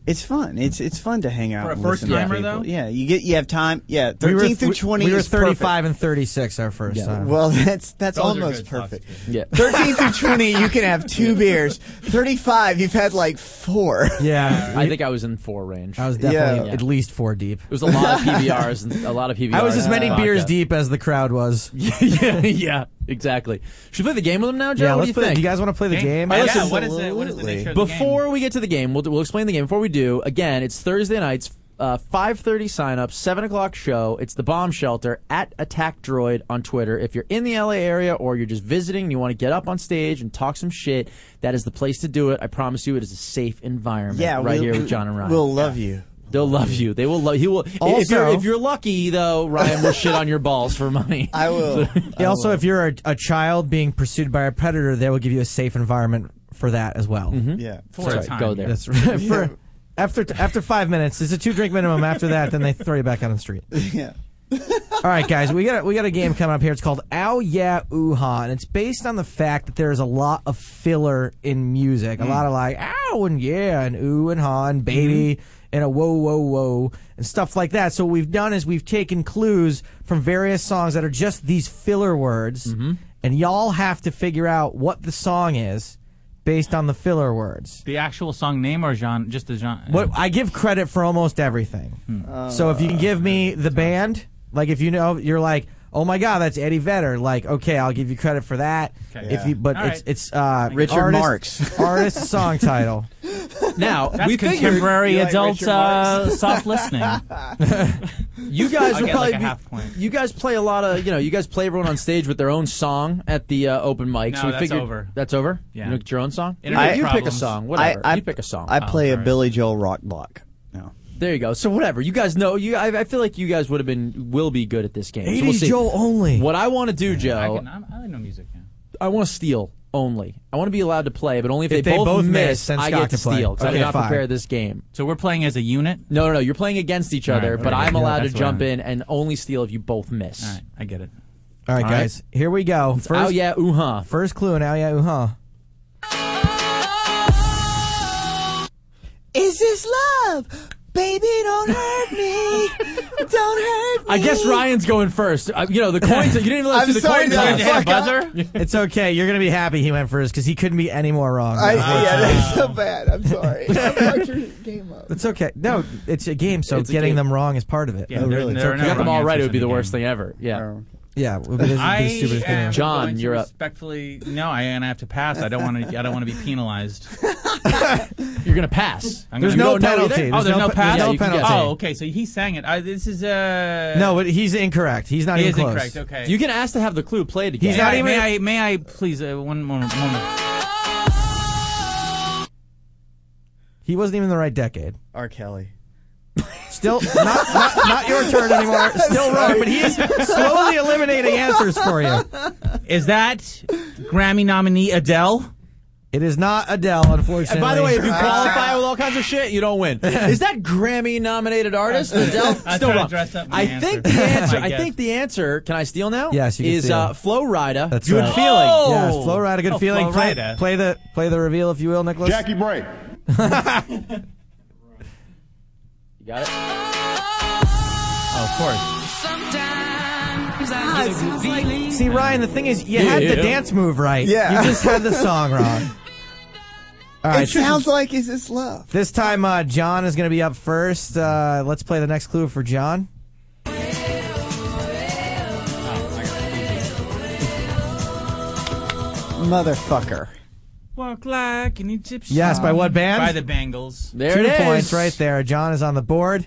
Speaker 12: It's fun. It's it's fun to hang out
Speaker 5: For a
Speaker 12: and
Speaker 5: first
Speaker 12: listen to
Speaker 5: timer,
Speaker 12: people.
Speaker 5: though?
Speaker 12: Yeah, you get you have time. Yeah, 13
Speaker 3: we were
Speaker 12: through
Speaker 3: we-
Speaker 12: 20.
Speaker 3: We were
Speaker 12: is
Speaker 3: 35
Speaker 12: perfect.
Speaker 3: and 36 our first time.
Speaker 12: Well, that's that's
Speaker 5: Those are
Speaker 12: almost
Speaker 5: good talks,
Speaker 12: perfect.
Speaker 5: too.
Speaker 2: Yeah.
Speaker 12: 13 through 20, you can have two beers. 35, you've had like four.
Speaker 3: yeah.
Speaker 2: I think I was in four range.
Speaker 3: I
Speaker 2: It
Speaker 3: was definitely
Speaker 12: Yeah.
Speaker 3: at least four deep.
Speaker 2: was a lot of PBRs and a lot of PBRs.
Speaker 3: I was as
Speaker 2: and
Speaker 3: many
Speaker 2: vodka.
Speaker 3: beers deep as the crowd was. Yeah,
Speaker 2: yeah, yeah, exactly. Should we play the game with him now, Joe? what do
Speaker 3: let's
Speaker 2: you
Speaker 3: play.
Speaker 2: think?
Speaker 3: Do you guys want to play the game?
Speaker 5: Oh, Yeah,
Speaker 12: Listen,
Speaker 5: what is it? What is the
Speaker 12: absolutely.
Speaker 5: nature of the game?
Speaker 2: Before we get to the game, we'll, we'll explain the game. Before we do, again, it's Thursday nights, uh, 5.30 sign-up, 7 o'clock show. It's the Bomb Shelter at Attack Droid on Twitter. If you're in the LA area or you're just visiting and you want to get up on stage and talk some shit, that is the place to do it. I promise you it is a safe environment
Speaker 12: Yeah,
Speaker 2: right
Speaker 12: we'll-
Speaker 2: here with John and Ryan.
Speaker 12: We'll love you.
Speaker 2: They'll love you. They will love you. Will, if,
Speaker 3: Also-
Speaker 2: you're, if you're lucky, though, Ryan will shit on your balls for money.
Speaker 12: I will.
Speaker 3: Yeah, also, if you're a, a child being pursued by a predator, they will give you a safe environment for that as well.
Speaker 12: Yeah.
Speaker 5: For
Speaker 3: Mm-hmm. That's
Speaker 5: a
Speaker 3: right.
Speaker 5: time,
Speaker 3: Go
Speaker 5: yeah.
Speaker 3: there. That's right. for, after after five minutes, it's a two drink minimum. After that, then they throw you back out on the street.
Speaker 12: Yeah.
Speaker 3: All right, guys, we got a, we got a game coming up here. It's called Ow Yeah Ooh Ha, and it's based on the fact that there is a lot of filler in music, a lot of like ow and yeah and ooh and ha and baby and a whoa whoa whoa and stuff like that. So what we've done is we've taken clues from various songs that are just these filler words, and y'all have to figure out what the song is based on the filler words.
Speaker 5: The actual song name or genre? Just the genre? Hmm.
Speaker 3: What I give credit for almost everything.
Speaker 2: Uh,
Speaker 3: so if you can give me the band, like if you know, you're like, oh my god, that's Eddie Vedder. Like, okay, I'll give you credit for that.
Speaker 2: Okay.
Speaker 3: If
Speaker 2: Yeah.
Speaker 3: you, but
Speaker 2: All
Speaker 3: it's
Speaker 2: right.
Speaker 3: it's uh,
Speaker 2: Richard
Speaker 3: artist,
Speaker 2: Marx.
Speaker 3: artist song title.
Speaker 2: Now
Speaker 5: That's
Speaker 2: we figured-
Speaker 5: contemporary adult uh, soft listening.
Speaker 2: You guys
Speaker 5: I'll
Speaker 2: would
Speaker 5: get
Speaker 2: probably
Speaker 5: like a
Speaker 2: be-
Speaker 5: half point.
Speaker 2: You guys play a lot of, you know, you guys play everyone on stage with their own song at the uh, open mic.
Speaker 5: No,
Speaker 2: so we
Speaker 5: that's
Speaker 2: figured
Speaker 5: over.
Speaker 2: that's over.
Speaker 5: Yeah.
Speaker 2: you get your own song. You,
Speaker 5: Internet
Speaker 2: you pick a
Speaker 5: problems.
Speaker 2: song.
Speaker 12: I,
Speaker 2: Whatever.
Speaker 12: I-
Speaker 2: you pick a
Speaker 3: Oh,
Speaker 2: song.
Speaker 12: I play a
Speaker 2: bill.
Speaker 12: Billy Joel rock block.
Speaker 2: There you go. So whatever you guys know, you I, I feel like you guys would have been will be good at this game. So we'll
Speaker 3: 80s
Speaker 2: see.
Speaker 3: Joel only.
Speaker 2: What I want to do,
Speaker 5: I,
Speaker 2: Joe,
Speaker 5: can, I'm, I know music. Yeah.
Speaker 2: I want to steal only. I want to be allowed to play, but only if,
Speaker 5: If
Speaker 2: they,
Speaker 5: they both
Speaker 2: miss,
Speaker 5: miss, then
Speaker 2: I
Speaker 5: Scott
Speaker 2: get to
Speaker 5: can play.
Speaker 2: steal. 'cause I
Speaker 5: Okay,
Speaker 2: did not
Speaker 5: fine.
Speaker 2: prepare this game.
Speaker 5: So we're playing as a unit.
Speaker 2: No, no, no. You're playing against each
Speaker 5: All
Speaker 2: other,
Speaker 5: right,
Speaker 2: but
Speaker 5: okay.
Speaker 2: I'm
Speaker 5: Yeah,
Speaker 2: allowed to
Speaker 5: that's what I
Speaker 2: jump
Speaker 5: meant.
Speaker 2: in and only steal if you both miss. All right,
Speaker 5: I get it.
Speaker 3: All right,
Speaker 2: All right.
Speaker 3: guys, here we go.
Speaker 2: It's Ow Yeah Ooh Ha.
Speaker 3: First clue in Ow Yeah Ooh Ha.
Speaker 13: Is this love? Baby, don't hurt me. don't hurt me.
Speaker 2: I guess Ryan's going first. Uh, you know the coins. You didn't even let us do the coin toss.
Speaker 3: it's okay. You're gonna be happy he went first because he couldn't be any more wrong.
Speaker 13: I-
Speaker 3: unfortunately.
Speaker 13: yeah, that's so bad. I'm sorry. I fucked your game up.
Speaker 3: It's okay. No, it's a game, so
Speaker 2: It's a
Speaker 3: getting
Speaker 2: game.
Speaker 3: them wrong is part of it.
Speaker 2: Yeah, Oh, there- really? there are
Speaker 3: It's okay.
Speaker 2: no Got them wrong all right, it would be answers in the the worst thing ever. Yeah.
Speaker 3: Yeah, it would be the-
Speaker 5: I
Speaker 3: the stupidest thing
Speaker 5: am
Speaker 3: ever.
Speaker 5: going to Respectfully, no, I, and I have to pass. I don't want to. I don't want to be penalized.
Speaker 2: You're gonna pass.
Speaker 5: I'm
Speaker 3: There's
Speaker 5: gonna
Speaker 3: no
Speaker 5: go either.
Speaker 3: penalty.
Speaker 5: Oh,
Speaker 3: There's
Speaker 5: there's
Speaker 3: no
Speaker 5: no,
Speaker 3: pe-
Speaker 5: pass.
Speaker 3: there's no Yeah, you can penalty.
Speaker 5: Oh, okay. So he sang it. I, this is uh.
Speaker 3: No, but he's incorrect. He's not
Speaker 5: He is
Speaker 3: even close.
Speaker 5: incorrect, okay.
Speaker 2: You can ask to have the clue played again.
Speaker 5: He's not even. May I? May I please? Uh, one moment. moment.
Speaker 3: He wasn't even in the right decade.
Speaker 12: R. Kelly.
Speaker 3: Still not, not, not your turn anymore. Still wrong, but he is slowly eliminating answers for you.
Speaker 5: Is that Grammy nominee Adele?
Speaker 3: It is not Adele, unfortunately.
Speaker 2: And by the way, if you qualify with all kinds of shit, you don't win. Is that Grammy nominated artist Adele?
Speaker 5: I
Speaker 2: Still
Speaker 5: tried to
Speaker 2: wrong.
Speaker 5: dress up my
Speaker 2: I
Speaker 5: answer.
Speaker 2: think the answer.
Speaker 5: My
Speaker 2: I
Speaker 5: guess.
Speaker 2: think the answer. Can I steal now?
Speaker 3: Yes, you can
Speaker 2: is
Speaker 3: steal.
Speaker 2: uh, Flow Rida.
Speaker 3: That's
Speaker 2: good
Speaker 3: right.
Speaker 2: feeling.
Speaker 3: yes, Flo Rida, good
Speaker 5: Oh,
Speaker 3: feeling.
Speaker 5: Flo
Speaker 3: Play,
Speaker 5: Rida.
Speaker 3: play the play the reveal, if you will, Nicholas.
Speaker 14: Jackie Bray.
Speaker 2: You got it.
Speaker 5: Oh, of course.
Speaker 2: Ah,
Speaker 3: See, Ryan, the thing is, you had
Speaker 5: Yeah.
Speaker 3: the dance move right.
Speaker 12: Yeah.
Speaker 3: you just had the song wrong. All right,
Speaker 12: it sounds like Is This Love?
Speaker 3: This time, uh, John is going to be up first. Uh, let's play the next clue for John.
Speaker 12: Motherfucker.
Speaker 5: Walk like an Egyptian.
Speaker 3: Yes, by what band?
Speaker 5: By the Bengals.
Speaker 2: There
Speaker 3: Two
Speaker 2: it is.
Speaker 3: points right there. John is on the board.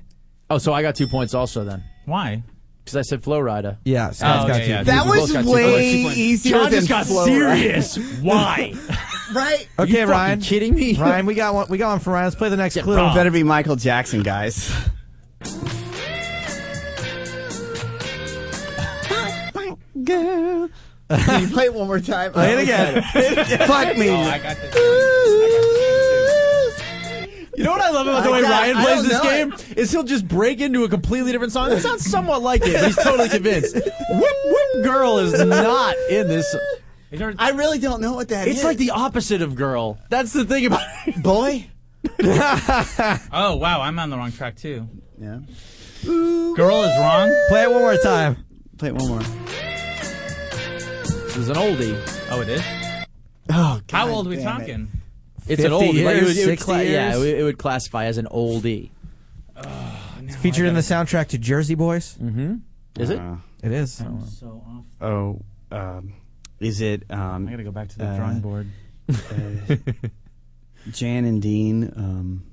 Speaker 2: Oh, so I got two points also then,
Speaker 5: Why?
Speaker 2: because I said Flow Rida.
Speaker 3: Yeah, Scott's
Speaker 5: Oh,
Speaker 3: got
Speaker 5: yeah,
Speaker 3: two.
Speaker 5: yeah.
Speaker 2: That was way
Speaker 12: easier
Speaker 2: John just got serious. Why?
Speaker 12: Right?
Speaker 2: you
Speaker 3: Okay,
Speaker 2: fucking
Speaker 3: Ryan.
Speaker 2: kidding me?
Speaker 3: Ryan, we got one. We got one for Ryan. Let's play the next clue.
Speaker 12: Better be Michael Jackson, guys.
Speaker 13: Girl.
Speaker 12: Can you play it one more time?
Speaker 3: Play it again.
Speaker 12: Fuck me.
Speaker 5: Oh, I got this.
Speaker 2: You know what I love about the
Speaker 12: I
Speaker 2: way
Speaker 12: got-
Speaker 2: Ryan
Speaker 12: I
Speaker 2: plays
Speaker 12: don't
Speaker 2: this
Speaker 12: know
Speaker 2: game is is he'll just break into a completely different song that sounds somewhat like it, but he's totally convinced. Whip Whip Girl is not in this.
Speaker 5: Is there-
Speaker 12: I really don't know what that is.
Speaker 2: It's like the opposite of girl. That's the thing about it.
Speaker 12: boy.
Speaker 5: Oh wow, I'm on the wrong track too.
Speaker 12: Yeah.
Speaker 5: Girl is wrong.
Speaker 3: Play it one more time.
Speaker 12: Play it one more.
Speaker 2: This is an oldie.
Speaker 5: Oh, it is.
Speaker 12: Oh, God
Speaker 5: How old are we
Speaker 12: damn it.
Speaker 5: talking?
Speaker 2: It's an
Speaker 3: 50
Speaker 2: oldie. like, it
Speaker 3: years,
Speaker 2: would, it would
Speaker 3: 60
Speaker 2: Yeah, it
Speaker 3: years.
Speaker 2: would, it would classify as an oldie.
Speaker 5: Oh,
Speaker 3: It's featured in the soundtrack to Jersey Boys.
Speaker 5: Mm-hmm.
Speaker 2: Is it?
Speaker 12: Uh,
Speaker 3: It is.
Speaker 5: So off.
Speaker 12: oh, um, is it um,
Speaker 5: I gotta go back to the
Speaker 12: Uh,
Speaker 5: drawing board.
Speaker 12: Jan and Dean? Um,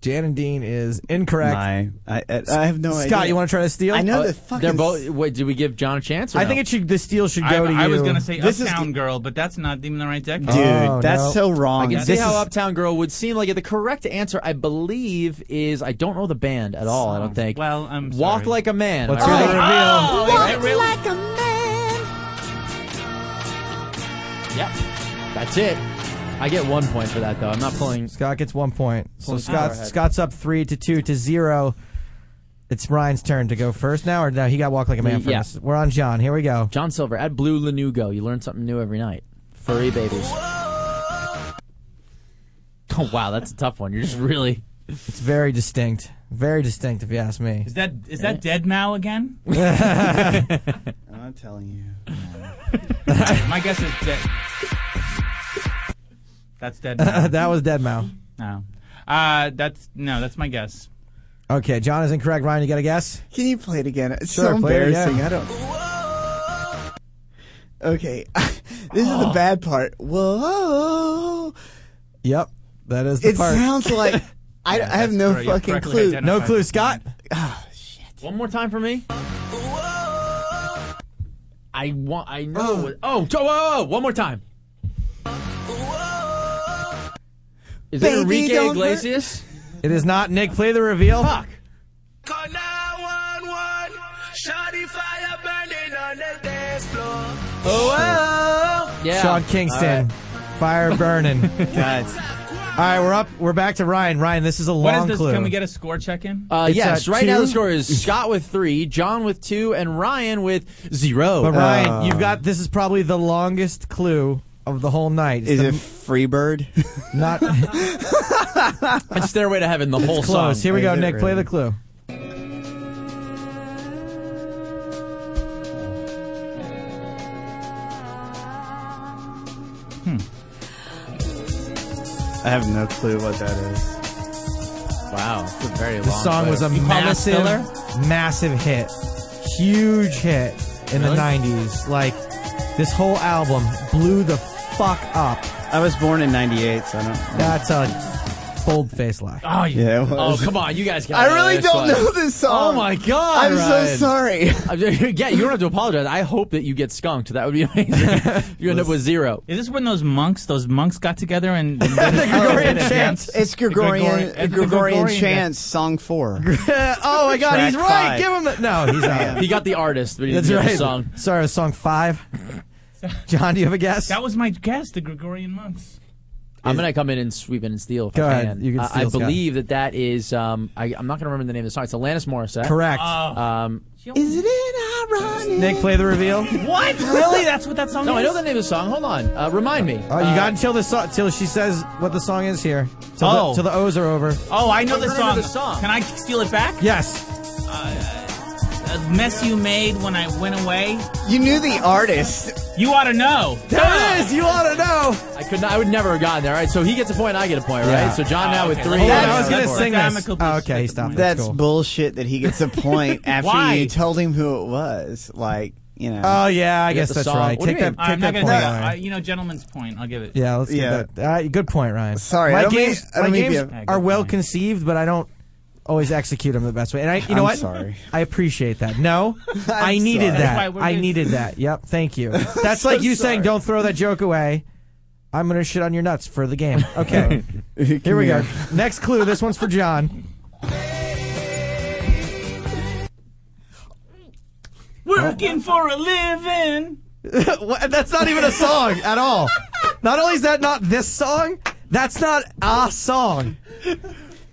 Speaker 3: Jan and Dean is incorrect.
Speaker 12: my, I, I, I have no idea.
Speaker 3: Scott, you want to try to steal? Oh,
Speaker 12: I know
Speaker 2: Uh,
Speaker 12: the fucking.
Speaker 2: They're both. Wait, did we give John a chance? Or
Speaker 3: I
Speaker 2: no?
Speaker 3: think it should. The steal should
Speaker 5: I,
Speaker 3: go to you.
Speaker 5: I was gonna say
Speaker 12: This is
Speaker 5: Uptown
Speaker 12: g-
Speaker 5: Girl, but that's not even the right decade.
Speaker 12: dude,
Speaker 3: Oh,
Speaker 12: that's
Speaker 3: no.
Speaker 12: so wrong.
Speaker 2: I can
Speaker 12: This
Speaker 2: see
Speaker 12: is-
Speaker 2: how Uptown Girl would seem like it. The correct answer, I believe, is I don't know the band at all. I don't think.
Speaker 5: Well, I'm
Speaker 2: Walk
Speaker 5: sorry.
Speaker 2: like a man.
Speaker 3: Let's
Speaker 2: All
Speaker 3: hear the
Speaker 2: right.
Speaker 3: reveal.
Speaker 5: Oh, is that real?
Speaker 13: Like a man.
Speaker 2: Yeah, that's it. I get one point for that though. I'm not pulling.
Speaker 3: Scott gets one point. So
Speaker 2: Pulling
Speaker 3: Scott,
Speaker 2: too far ahead.
Speaker 3: Scott's up three to two to zero. It's Ryan's turn to go first now, or no? He got walk like a man
Speaker 2: Yeah.
Speaker 3: first. We're on John. Here we go.
Speaker 2: John Silver at Blue Lanugo. You learn something new every night. Furry babies. Oh wow, that's a tough one. You're just really.
Speaker 3: It's very distinct. Very distinct, if you ask me. Eh?
Speaker 5: Is that is that dead Mao again?
Speaker 12: I'm telling you.
Speaker 5: My guess is dead. That's dead. Mao.
Speaker 3: that was dead mouth.
Speaker 5: no. Uh, that's no. That's my guess.
Speaker 3: Okay, John is incorrect. Ryan, you got a guess?
Speaker 12: Can you play it again? It's
Speaker 3: Sure,
Speaker 12: so
Speaker 3: play it again.
Speaker 12: embarrassing. I don't. Okay, this is the
Speaker 3: Oh.
Speaker 12: bad part. Whoa.
Speaker 3: Yep, that is the
Speaker 12: It
Speaker 3: part.
Speaker 12: sounds like I, I have no
Speaker 2: correct. You
Speaker 12: fucking
Speaker 2: correctly
Speaker 12: clue.
Speaker 2: identified. No clue,
Speaker 3: Scott.
Speaker 2: One more time for me. I want. I know. it- Oh, oh, oh, oh, one more time. Is
Speaker 3: Baby,
Speaker 2: it Enrique
Speaker 3: don't hurt-
Speaker 2: Iglesias?
Speaker 3: It is not. Nick, play the reveal.
Speaker 2: Fuck. Oh, Yeah.
Speaker 3: Sean Kingston, fire burning.
Speaker 12: God.
Speaker 3: All right, we're up. We're back to Ryan. Ryan, this is a
Speaker 5: What
Speaker 3: long
Speaker 5: is this?
Speaker 3: clue.
Speaker 5: Can we get a score check in?
Speaker 2: Uh,
Speaker 3: It's
Speaker 2: yes,
Speaker 3: a
Speaker 2: right now
Speaker 3: two.
Speaker 2: the score is Scott with three, John with two, and Ryan with zero.
Speaker 3: But Ryan,
Speaker 2: Uh.
Speaker 3: you've got this is probably the longest clue of the whole night. It's
Speaker 12: Is
Speaker 3: the-
Speaker 12: it Freebird?
Speaker 3: not
Speaker 2: it's Stairway to Heaven, the whole
Speaker 3: close?
Speaker 2: song.
Speaker 3: Here we
Speaker 12: Is
Speaker 3: go,
Speaker 12: it
Speaker 3: Nick. Play
Speaker 12: really?
Speaker 3: the clue.
Speaker 12: I have no clue what that is.
Speaker 2: Wow, it's a very
Speaker 3: The song was a massive, massive hit, huge hit in
Speaker 12: Really?
Speaker 3: the '90s. Like this whole album blew the fuck up.
Speaker 12: I was born in '98, so I don't.
Speaker 3: That's a bold face lie.
Speaker 2: Oh, you,
Speaker 12: Yeah, it
Speaker 2: oh
Speaker 12: was.
Speaker 2: come on, you guys.
Speaker 12: I
Speaker 2: gotta
Speaker 12: really
Speaker 2: this
Speaker 12: don't
Speaker 2: one.
Speaker 12: know this song.
Speaker 2: Oh my god,
Speaker 12: I'm so
Speaker 2: Ryan.
Speaker 12: sorry.
Speaker 2: I'm just- yeah, you don't have to apologize. I hope that you get skunked. That would be amazing. you end up with zero.
Speaker 5: Is this when those monks, those monks got together and the
Speaker 3: Gregorian chant.
Speaker 12: It's Gregorian,
Speaker 5: Gregorian-
Speaker 12: Gregorian,
Speaker 5: Gregorian
Speaker 12: chants,
Speaker 5: chant.
Speaker 12: song four.
Speaker 3: oh my God, he's
Speaker 12: Track
Speaker 3: right.
Speaker 12: five.
Speaker 3: Give him the no. He's out.
Speaker 2: He got the artist, but he didn't
Speaker 3: That's
Speaker 2: get
Speaker 3: right.
Speaker 2: the song.
Speaker 3: Sorry, it was song five. John, do you have a guess?
Speaker 5: That was my guess. The Gregorian monks.
Speaker 2: I'm gonna come in and sweep in and steal. If
Speaker 3: Go
Speaker 2: I
Speaker 3: ahead.
Speaker 2: can.
Speaker 3: You can
Speaker 2: I- I
Speaker 3: steal, Scott.
Speaker 2: believe that that is. Um, I, I'm not gonna remember the name of the song. It's Alanis Morissette.
Speaker 3: Correct.
Speaker 2: Um,
Speaker 12: Isn't it ironic?
Speaker 3: Nick, play the reveal.
Speaker 5: What? Really? That's what that song
Speaker 2: no,
Speaker 5: is.
Speaker 2: I know the name of the song. Hold on. Uh, remind me.
Speaker 3: Oh, you got until the so- till she says what the song is here. Till, the,
Speaker 5: Oh.
Speaker 3: till the O's are over.
Speaker 5: Oh, I know the
Speaker 2: the name of
Speaker 5: song.
Speaker 2: the song?
Speaker 5: Can I steal it back? Uh,
Speaker 3: Yes.
Speaker 5: A mess you made when I went away.
Speaker 12: You knew the artist.
Speaker 5: You ought to know.
Speaker 3: There it is. You ought to know.
Speaker 2: I could not. I would never have gotten there. All right. So he gets a point. I get a point.
Speaker 3: Yeah.
Speaker 2: Right. So John now
Speaker 5: Oh,
Speaker 2: with
Speaker 5: okay.
Speaker 2: three.
Speaker 5: Hold on,
Speaker 2: and
Speaker 5: I was
Speaker 3: I was
Speaker 2: Scott
Speaker 5: gonna
Speaker 3: gonna
Speaker 2: four.
Speaker 5: say-
Speaker 3: sing
Speaker 5: sing this.
Speaker 3: this.
Speaker 5: Amicable
Speaker 3: Oh, okay, he
Speaker 5: disagreement.
Speaker 3: stopped.
Speaker 12: That's
Speaker 3: cool.
Speaker 12: bullshit that he gets a point after
Speaker 5: Why?
Speaker 12: you told him who it was. Like, you know.
Speaker 3: Oh yeah, I
Speaker 2: You got
Speaker 3: guess
Speaker 2: the
Speaker 3: that's
Speaker 2: song.
Speaker 3: right.
Speaker 2: What do
Speaker 3: Take
Speaker 2: you
Speaker 3: that.
Speaker 2: mean?
Speaker 3: Take
Speaker 5: I'm
Speaker 3: that
Speaker 5: not
Speaker 3: point.
Speaker 5: gonna take it.
Speaker 3: away.
Speaker 5: I- You know, gentleman's point. I'll give it.
Speaker 3: yeah, let's
Speaker 12: Yeah.
Speaker 3: get that. Uh, good point, Ryan.
Speaker 12: Sorry,
Speaker 3: my
Speaker 12: I don't mean-
Speaker 3: games,
Speaker 12: I don't
Speaker 3: my
Speaker 12: mean to be
Speaker 3: games
Speaker 12: a-
Speaker 5: Yeah, good
Speaker 3: are well
Speaker 5: point.
Speaker 3: conceived, but I don't always execute them the best way. And I, you know
Speaker 12: I'm
Speaker 3: what?
Speaker 12: sorry.
Speaker 3: I appreciate that. No, I needed
Speaker 12: sorry.
Speaker 5: That's why
Speaker 3: that.
Speaker 5: we're
Speaker 3: I
Speaker 5: good.
Speaker 3: needed that. Yep. Thank you. That's like you saying, "Don't throw that joke away." I'm gonna shit on your nuts for the game. Okay. Here we go. Next clue. This one's for John. Oh.
Speaker 5: Working for a living.
Speaker 3: What? That's not even a song at all. Not only is that not this song, that's not a song.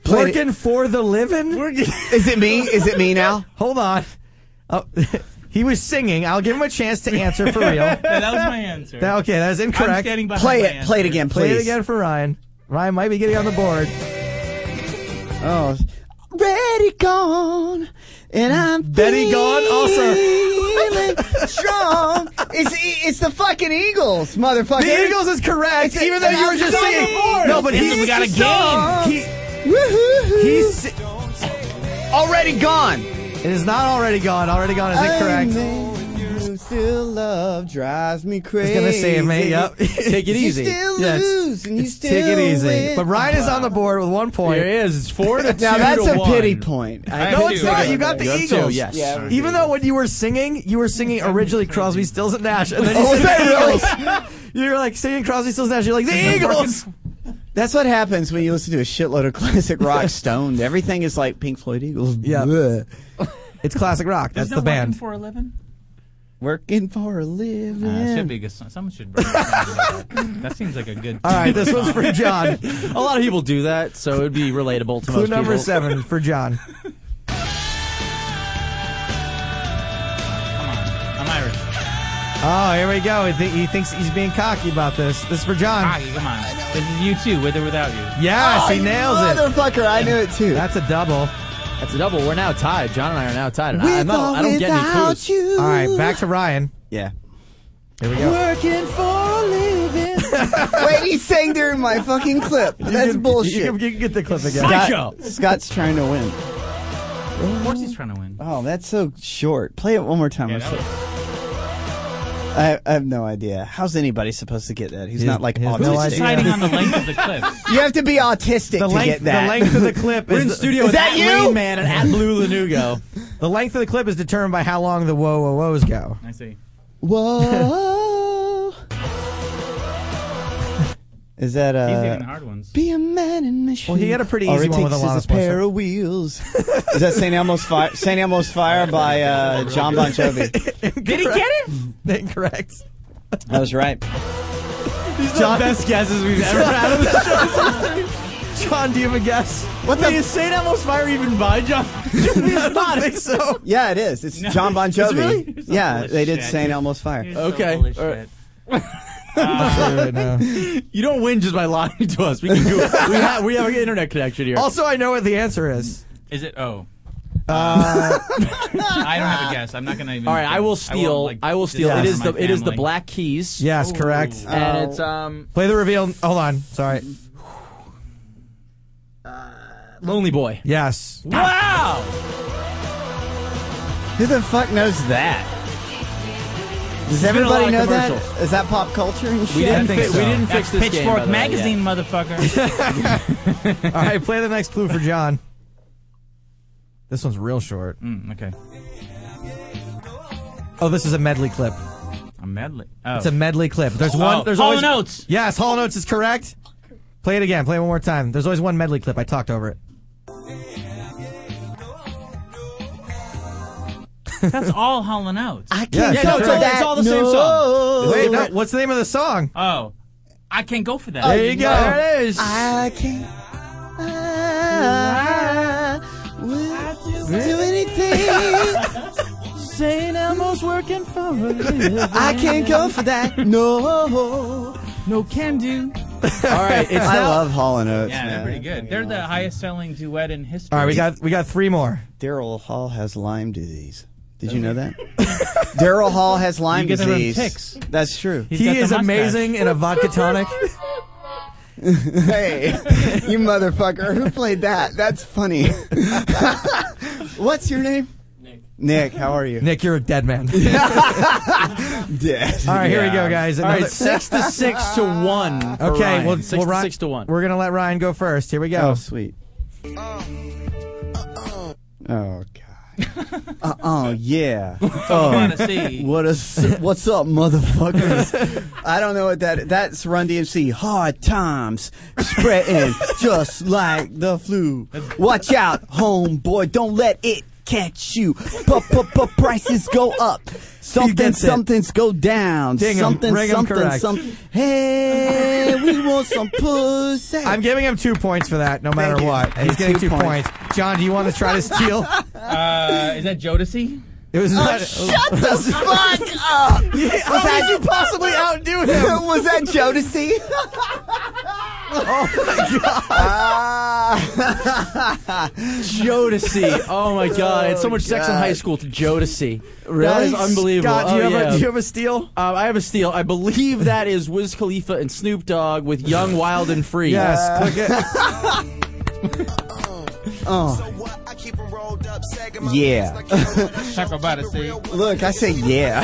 Speaker 12: Play it.
Speaker 3: Working for the living.
Speaker 12: Is it me? Is it me now?
Speaker 3: Hold on. Oh, he was singing. I'll give him a chance to answer for real.
Speaker 5: Yeah, that was my answer.
Speaker 3: That- okay, that is
Speaker 5: I'm
Speaker 3: incorrect.
Speaker 5: standing behind
Speaker 12: Play
Speaker 5: my
Speaker 12: it. Play it
Speaker 5: answer.
Speaker 12: again, please.
Speaker 3: Play it again for Ryan. Ryan might be getting on the board.
Speaker 12: Oh. Betty gone, and I'm
Speaker 3: Betty gone also.
Speaker 12: feeling strong. It's e, it's the fucking Eagles, motherfucker.
Speaker 3: The Eagles is correct,
Speaker 12: It's-
Speaker 3: even though you were just
Speaker 12: I'm
Speaker 3: singing.
Speaker 12: on the board.
Speaker 3: No, but
Speaker 5: It's
Speaker 3: he's
Speaker 5: we got a
Speaker 3: he's-
Speaker 5: game.
Speaker 3: He,
Speaker 12: Woohoo!
Speaker 3: he's si-
Speaker 12: already gone.
Speaker 3: it is not already gone. Already gone is
Speaker 12: I
Speaker 3: incorrect.
Speaker 12: know You still love drives me crazy.
Speaker 3: He's gonna save me. Yep.
Speaker 2: Take it easy.
Speaker 12: You still
Speaker 3: Yeah, it's-
Speaker 12: lose and you
Speaker 3: it's-
Speaker 12: still
Speaker 3: take it easy.
Speaker 12: win.
Speaker 3: But Ryan is on the board with one point.
Speaker 2: Here it is. It's four to two.
Speaker 12: Now that's
Speaker 2: to
Speaker 12: a
Speaker 2: one.
Speaker 12: pity point.
Speaker 5: I
Speaker 3: No,
Speaker 5: have
Speaker 3: it's
Speaker 5: two.
Speaker 3: not. You got the
Speaker 2: You have two,
Speaker 3: Eagles.
Speaker 2: yes.
Speaker 12: Yeah.
Speaker 3: Even though when you were singing, you were singing originally Crosby, Stills, and Nash, and then you
Speaker 12: Oh, was
Speaker 3: sang
Speaker 12: that
Speaker 3: the
Speaker 12: really?
Speaker 3: Eagles. You're like singing Crosby, Stills, and Nash. You're like the Eagles.
Speaker 12: That's what happens when you listen to a shitload of classic rock stoned. Everything is like Pink Floyd Eagles.
Speaker 3: Yeah.
Speaker 12: Bleh.
Speaker 3: It's classic rock.
Speaker 5: There's no
Speaker 3: That's the
Speaker 5: working
Speaker 3: band.
Speaker 5: for a living.
Speaker 12: Working for a living.
Speaker 5: Uh, it should be a good song. Someone should. Write a song about that. that seems like a good.
Speaker 3: All right, this one's for John.
Speaker 2: a lot of people do that, so it'd be relatable to
Speaker 3: Clue
Speaker 2: most
Speaker 3: number
Speaker 2: people.
Speaker 3: seven for John.
Speaker 5: I'm Irish.
Speaker 3: Oh, here we go. He, thi- he thinks he's being cocky about this. This is for John.
Speaker 5: Cocky, come on. This is you too, with or without you.
Speaker 3: Yes,
Speaker 2: Oh,
Speaker 3: he nails it.
Speaker 12: Motherfucker, I knew it too.
Speaker 3: That's a double.
Speaker 2: That's a double. We're now tied. John and I are now tied, and I, I'm not, I don't get any clues.
Speaker 3: All right, back to Ryan.
Speaker 12: Yeah.
Speaker 3: Here we go.
Speaker 12: Working for a living. Wait, he sang during my fucking clip. That's bullshit.
Speaker 3: You can, you can get the clip again.
Speaker 12: Scott, Scott's trying to win.
Speaker 5: Of course he's trying to win.
Speaker 12: Oh, that's so short. Play it one more time. I'm
Speaker 5: that
Speaker 12: so- I, I have no idea. How's anybody supposed to get that? He's not like
Speaker 3: has no
Speaker 12: autistic.
Speaker 5: Deciding on the length of the clip.
Speaker 12: you have to be autistic
Speaker 3: The
Speaker 12: to
Speaker 3: length,
Speaker 12: get
Speaker 3: the
Speaker 12: that.
Speaker 3: length of the clip
Speaker 2: We're
Speaker 3: is
Speaker 2: in
Speaker 3: the-
Speaker 2: studio
Speaker 12: Is
Speaker 2: with
Speaker 12: that
Speaker 2: at
Speaker 12: you?
Speaker 2: Rain Man and at Blue Lanugo.
Speaker 3: The length of the clip is determined by how long the whoa whoa whoas go.
Speaker 5: I see.
Speaker 13: Oh,
Speaker 12: Whoa. is that
Speaker 5: He's
Speaker 12: uh?
Speaker 5: even hard ones.
Speaker 12: Be a man in mission.
Speaker 3: Well, he had a pretty
Speaker 12: All
Speaker 3: easy
Speaker 12: it
Speaker 3: one with
Speaker 12: takes is
Speaker 3: Alanis
Speaker 12: pair
Speaker 3: Morissette.
Speaker 12: of wheels. is that St. Elmo's Fire? St. Elmo's Fire by uh, John Bon Jovi.
Speaker 5: Did he get it?
Speaker 3: Incorrect.
Speaker 12: I was right.
Speaker 3: John, best guesses we've ever had on the show. John, do you have a guess?
Speaker 12: What
Speaker 2: Wait, is St. Elmo's Fire even by John?
Speaker 3: I don't think so.
Speaker 12: Yeah, it is. It's
Speaker 5: No,
Speaker 12: John Bon
Speaker 5: it's-
Speaker 12: Jovi.
Speaker 5: it's really- You're so
Speaker 12: Yeah,
Speaker 5: full of
Speaker 12: they did
Speaker 5: shit.
Speaker 12: St. Elmo's Fire.
Speaker 5: You're so
Speaker 2: Okay,
Speaker 5: full of
Speaker 2: all right.
Speaker 5: shit. Uh,
Speaker 2: You don't win just by lying to us. We can do it. We have we have an internet connection here.
Speaker 3: Also, I know what the answer is.
Speaker 5: is it O?
Speaker 3: Uh,
Speaker 5: I don't have a guess. I'm not gonna even.
Speaker 2: all right, I will steal. I will,
Speaker 5: like,
Speaker 2: steal.
Speaker 5: dishonor
Speaker 2: It is
Speaker 5: my
Speaker 2: the it is the
Speaker 5: family.
Speaker 2: Black Keys.
Speaker 3: yes, correct.
Speaker 5: Ooh.
Speaker 2: and
Speaker 12: Oh.
Speaker 2: it's um
Speaker 3: Play the reveal. Hold on. Sorry.
Speaker 2: Uh, Lonely Boy.
Speaker 3: Yes.
Speaker 2: Wow.
Speaker 12: Who the fuck knows that? Does
Speaker 2: been a lot
Speaker 12: everybody
Speaker 2: of
Speaker 12: know that?
Speaker 2: commercials.
Speaker 12: Is that pop culture and shit?
Speaker 2: We didn't,
Speaker 3: think
Speaker 2: fi-
Speaker 3: so.
Speaker 2: we didn't fix
Speaker 5: That's
Speaker 2: this game, by
Speaker 5: Pitchfork
Speaker 2: the way, yeah.
Speaker 5: magazine, motherfucker.
Speaker 3: All right, play the next clue for John. This one's real short.
Speaker 5: mm, okay,
Speaker 3: Oh, this is a medley clip.
Speaker 5: a medley. Oh.
Speaker 3: It's a medley clip. There's one.
Speaker 5: Oh,
Speaker 3: There's
Speaker 5: Hall
Speaker 3: always
Speaker 5: and Oates.
Speaker 3: Yes, Hall Notes is correct. Play it again. Play it one more time. There's always one medley clip. I talked over it.
Speaker 5: That's all Hall and Oats.
Speaker 12: I can't
Speaker 3: Yeah, no,
Speaker 12: go
Speaker 3: it's
Speaker 12: for
Speaker 3: all-
Speaker 12: that.
Speaker 2: it's all the same
Speaker 12: No.
Speaker 2: song.
Speaker 3: Wait, no, what's the name of the song?
Speaker 5: Oh, I can't go for that.
Speaker 3: There you go.
Speaker 2: There it is.
Speaker 12: I can't. I will do anything.
Speaker 2: St. Elmo's working for a living.
Speaker 12: I can't go for that. No.
Speaker 5: No can do.
Speaker 2: All right, it's
Speaker 12: I
Speaker 2: now.
Speaker 12: love Hall and Oates.
Speaker 5: Yeah,
Speaker 12: man.
Speaker 5: they're pretty good. They're the highest selling duet in history.
Speaker 3: All right, we got we got three more.
Speaker 12: Daryl Hall has Lyme disease. Did you know that? Daryl Hall has Lyme
Speaker 5: You get them from
Speaker 12: disease.
Speaker 5: ticks.
Speaker 12: That's true.
Speaker 5: He's got
Speaker 3: He
Speaker 5: the
Speaker 3: is
Speaker 5: mustache.
Speaker 3: amazing in a vodka tonic.
Speaker 12: hey, you motherfucker! Who played that? That's funny. What's your name? Nick. Nick, how are you?
Speaker 3: Nick, you're a dead man.
Speaker 12: Dead.
Speaker 3: All right, here we go, guys.
Speaker 2: All
Speaker 3: Another-
Speaker 2: right, six to six to one. for
Speaker 3: okay,
Speaker 2: Ryan.
Speaker 3: we'll,
Speaker 2: 6
Speaker 3: we'll
Speaker 2: to
Speaker 3: Ri-
Speaker 2: six to one.
Speaker 3: We're gonna let Ryan go first. Here we
Speaker 12: Oh,
Speaker 3: go.
Speaker 12: sweet. Oh god. uh, oh yeah.
Speaker 5: want
Speaker 12: Oh.
Speaker 5: to see.
Speaker 12: What a s- what's up, motherfuckers? I don't know what that. That's Run DMC. Hard times spreading just like the flu. Watch out, homeboy! Don't let it catch you. P- p- p- prices go up. Something,
Speaker 3: gets it.
Speaker 12: something's go down.
Speaker 3: Ding 'em.
Speaker 12: something,
Speaker 3: Ring 'em
Speaker 12: something,
Speaker 3: correct.
Speaker 12: something. Hey, we want some pussy.
Speaker 3: I'm giving him two points for that, no matter
Speaker 12: you.
Speaker 3: what. He's
Speaker 12: Hey,
Speaker 3: getting two,
Speaker 12: two
Speaker 3: points.
Speaker 12: points.
Speaker 3: John, do you want to try to steal?
Speaker 5: Uh, is that Jodeci?
Speaker 3: It
Speaker 2: Oh,
Speaker 3: was not.
Speaker 12: Shut the fuck up!
Speaker 3: How could you possibly outdo him?
Speaker 12: was that Jodeci? oh my god!
Speaker 2: Jodeci. Oh my God! I had so much sex in
Speaker 12: God.
Speaker 2: high school to Jodeci. That is unbelievable.
Speaker 3: Oh, Scott, do you,
Speaker 2: Oh,
Speaker 3: have
Speaker 2: yeah.
Speaker 3: a, do you have a steal?
Speaker 2: Um, I have a steal. I believe that is Wiz Khalifa and Snoop Dogg with Young, Wild, and Free.
Speaker 3: Yes. click it.
Speaker 12: oh yeah!
Speaker 5: Talk about it, see.
Speaker 12: Look, I say yeah.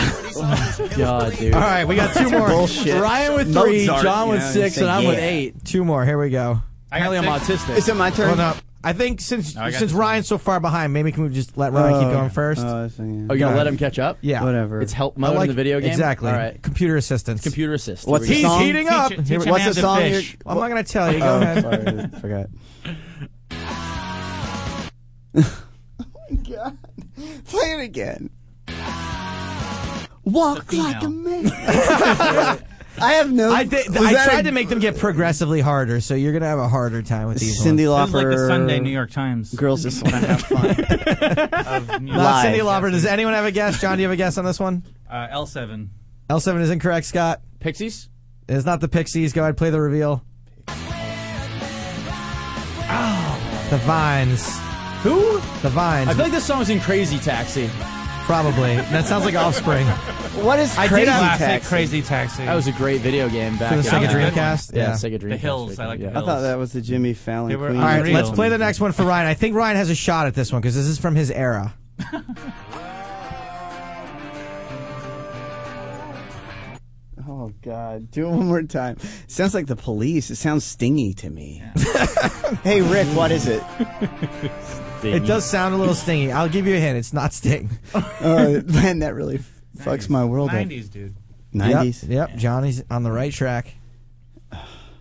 Speaker 2: God, dude.
Speaker 3: All right, we got two more.
Speaker 12: Bullshit.
Speaker 2: Ryan with three,
Speaker 12: Mozart,
Speaker 2: John
Speaker 12: you
Speaker 2: with
Speaker 12: know,
Speaker 2: six,
Speaker 12: you say
Speaker 2: and I'm with
Speaker 12: yeah.
Speaker 2: eight.
Speaker 3: Two more. Here we go.
Speaker 5: I got
Speaker 2: Apparently, I'm
Speaker 5: six.
Speaker 12: Is
Speaker 2: autistic.
Speaker 12: it my turn?
Speaker 3: Hold up. I think since
Speaker 5: I got
Speaker 3: since
Speaker 5: you.
Speaker 3: Ryan's so far behind, maybe can we just let Ryan
Speaker 12: Uh,
Speaker 3: keep going first?
Speaker 2: Are Oh, you gonna let him catch up?
Speaker 3: yeah.
Speaker 12: Whatever.
Speaker 2: It's help
Speaker 3: I
Speaker 2: mode in
Speaker 3: like-
Speaker 2: the video game.
Speaker 3: Exactly.
Speaker 2: All right.
Speaker 3: Computer assistance.
Speaker 2: Computer assist.
Speaker 12: What's
Speaker 2: Here we
Speaker 12: the
Speaker 2: go.
Speaker 12: song?
Speaker 3: heating up.
Speaker 5: Teach it-
Speaker 3: Here we-
Speaker 5: teach him
Speaker 12: What's
Speaker 5: how
Speaker 12: the
Speaker 5: to
Speaker 12: song?
Speaker 5: fish.
Speaker 12: you're-
Speaker 3: I'm not gonna tell you. Go
Speaker 12: Oh,
Speaker 3: ahead.
Speaker 12: sorry, I forgot. oh my god! Play it again.
Speaker 13: Walk like a man.
Speaker 12: I have no.
Speaker 3: I, thi-
Speaker 12: was
Speaker 3: I
Speaker 12: that
Speaker 3: tried
Speaker 12: a-
Speaker 3: to make them get progressively harder, so you're gonna have a harder time with these.
Speaker 12: Cindy
Speaker 3: ones.
Speaker 12: Lauper.
Speaker 5: York Times.
Speaker 12: Girls just want to have fun.
Speaker 3: Not Cindy Lauper. Does anyone have a guess? John, do you have a guess on this one?
Speaker 5: Uh, L7.
Speaker 3: L7 is incorrect. Scott.
Speaker 2: Pixies.
Speaker 3: It's not the Pixies. Go ahead, play the reveal. Oh, the Vines.
Speaker 2: Who?
Speaker 3: The Vines.
Speaker 2: I feel like this song's in Crazy Taxi.
Speaker 3: Probably. That sounds like Offspring.
Speaker 12: What is
Speaker 2: I did
Speaker 5: Crazy
Speaker 2: have-
Speaker 5: Taxi? Crazy Taxi.
Speaker 2: That was a great video game back
Speaker 3: For the
Speaker 2: in
Speaker 3: Sega
Speaker 2: uh,
Speaker 3: Dreamcast?
Speaker 2: Yeah,
Speaker 3: Yeah.
Speaker 2: Sega Dreamcast.
Speaker 5: The Hills. I like
Speaker 2: yeah.
Speaker 5: The Hills.
Speaker 12: I thought that was the Jimmy Fallon.
Speaker 5: They were
Speaker 12: Queen.
Speaker 3: All right,
Speaker 5: Unreal.
Speaker 3: let's play the next one for Ryan. I think Ryan has a shot at this one because this is from his era.
Speaker 12: Oh God, do it one more time. Sounds like the police. It sounds stingy to me. hey Rick, what is it?
Speaker 3: It does sound a little stingy. I'll give you a hint. It's not Sting.
Speaker 12: Oh man, that really f- fucks my world up.
Speaker 5: 90s, dude.
Speaker 12: Nineties.
Speaker 3: Yep, yep, Johnny's on the right track.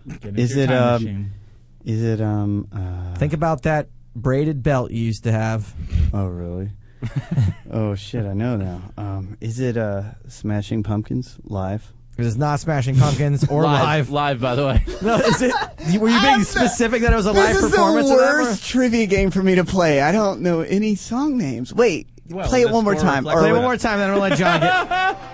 Speaker 5: Get into
Speaker 12: Is
Speaker 5: your
Speaker 12: it
Speaker 5: time
Speaker 12: um?
Speaker 5: machine.
Speaker 12: Is it um? Uh,
Speaker 3: Think about that braided belt you used to have.
Speaker 12: oh really? oh shit, I know now. Um, is it uh? Smashing Pumpkins live?
Speaker 3: It is not Smashing Pumpkins or
Speaker 2: live,
Speaker 3: live.
Speaker 2: live, by the way.
Speaker 3: No, is it? Were you being specific that it was a
Speaker 12: This
Speaker 3: live
Speaker 12: is the
Speaker 3: performance? of that one?
Speaker 12: worst trivia game for me to play. I don't know any song names. Wait,
Speaker 5: Well,
Speaker 12: play it
Speaker 5: the
Speaker 12: one more
Speaker 5: score
Speaker 12: time.
Speaker 5: reflects
Speaker 12: or-
Speaker 3: Play one more time, then we'll let John get.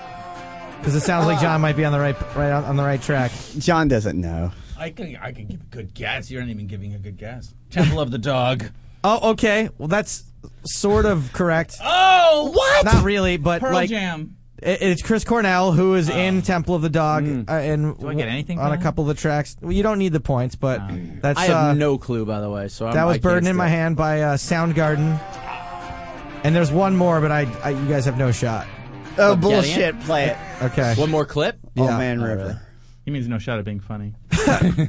Speaker 3: Because it sounds like John might be on the right, right on, on the right track.
Speaker 12: John doesn't know.
Speaker 5: I can, I can give a good guess. You're not even giving a good guess. Temple of the Dog.
Speaker 3: Oh, okay. Well, that's sort of correct.
Speaker 5: Oh, what?
Speaker 3: Not really, but
Speaker 5: Pearl
Speaker 3: like
Speaker 5: Jam. Oh.
Speaker 3: it- it's Chris Cornell who is in Temple of the Dog uh, and
Speaker 5: Hmm. Do I get anything Um, for
Speaker 3: on a
Speaker 5: that?
Speaker 3: couple of the tracks. Well, you don't need the points, but that's
Speaker 2: I have
Speaker 3: uh,
Speaker 2: no clue, by the way. So I'm,
Speaker 3: that
Speaker 2: I
Speaker 3: was
Speaker 2: can't
Speaker 3: "Burden in
Speaker 2: steal.
Speaker 3: My Hand" by uh, Soundgarden. And there's one more, but I, I you guys have no shot.
Speaker 12: Oh
Speaker 2: getting
Speaker 12: bullshit! Play it.
Speaker 3: Okay.
Speaker 2: One more clip.
Speaker 12: Oh
Speaker 3: Yeah.
Speaker 12: man, River.
Speaker 5: He means no shot at being funny.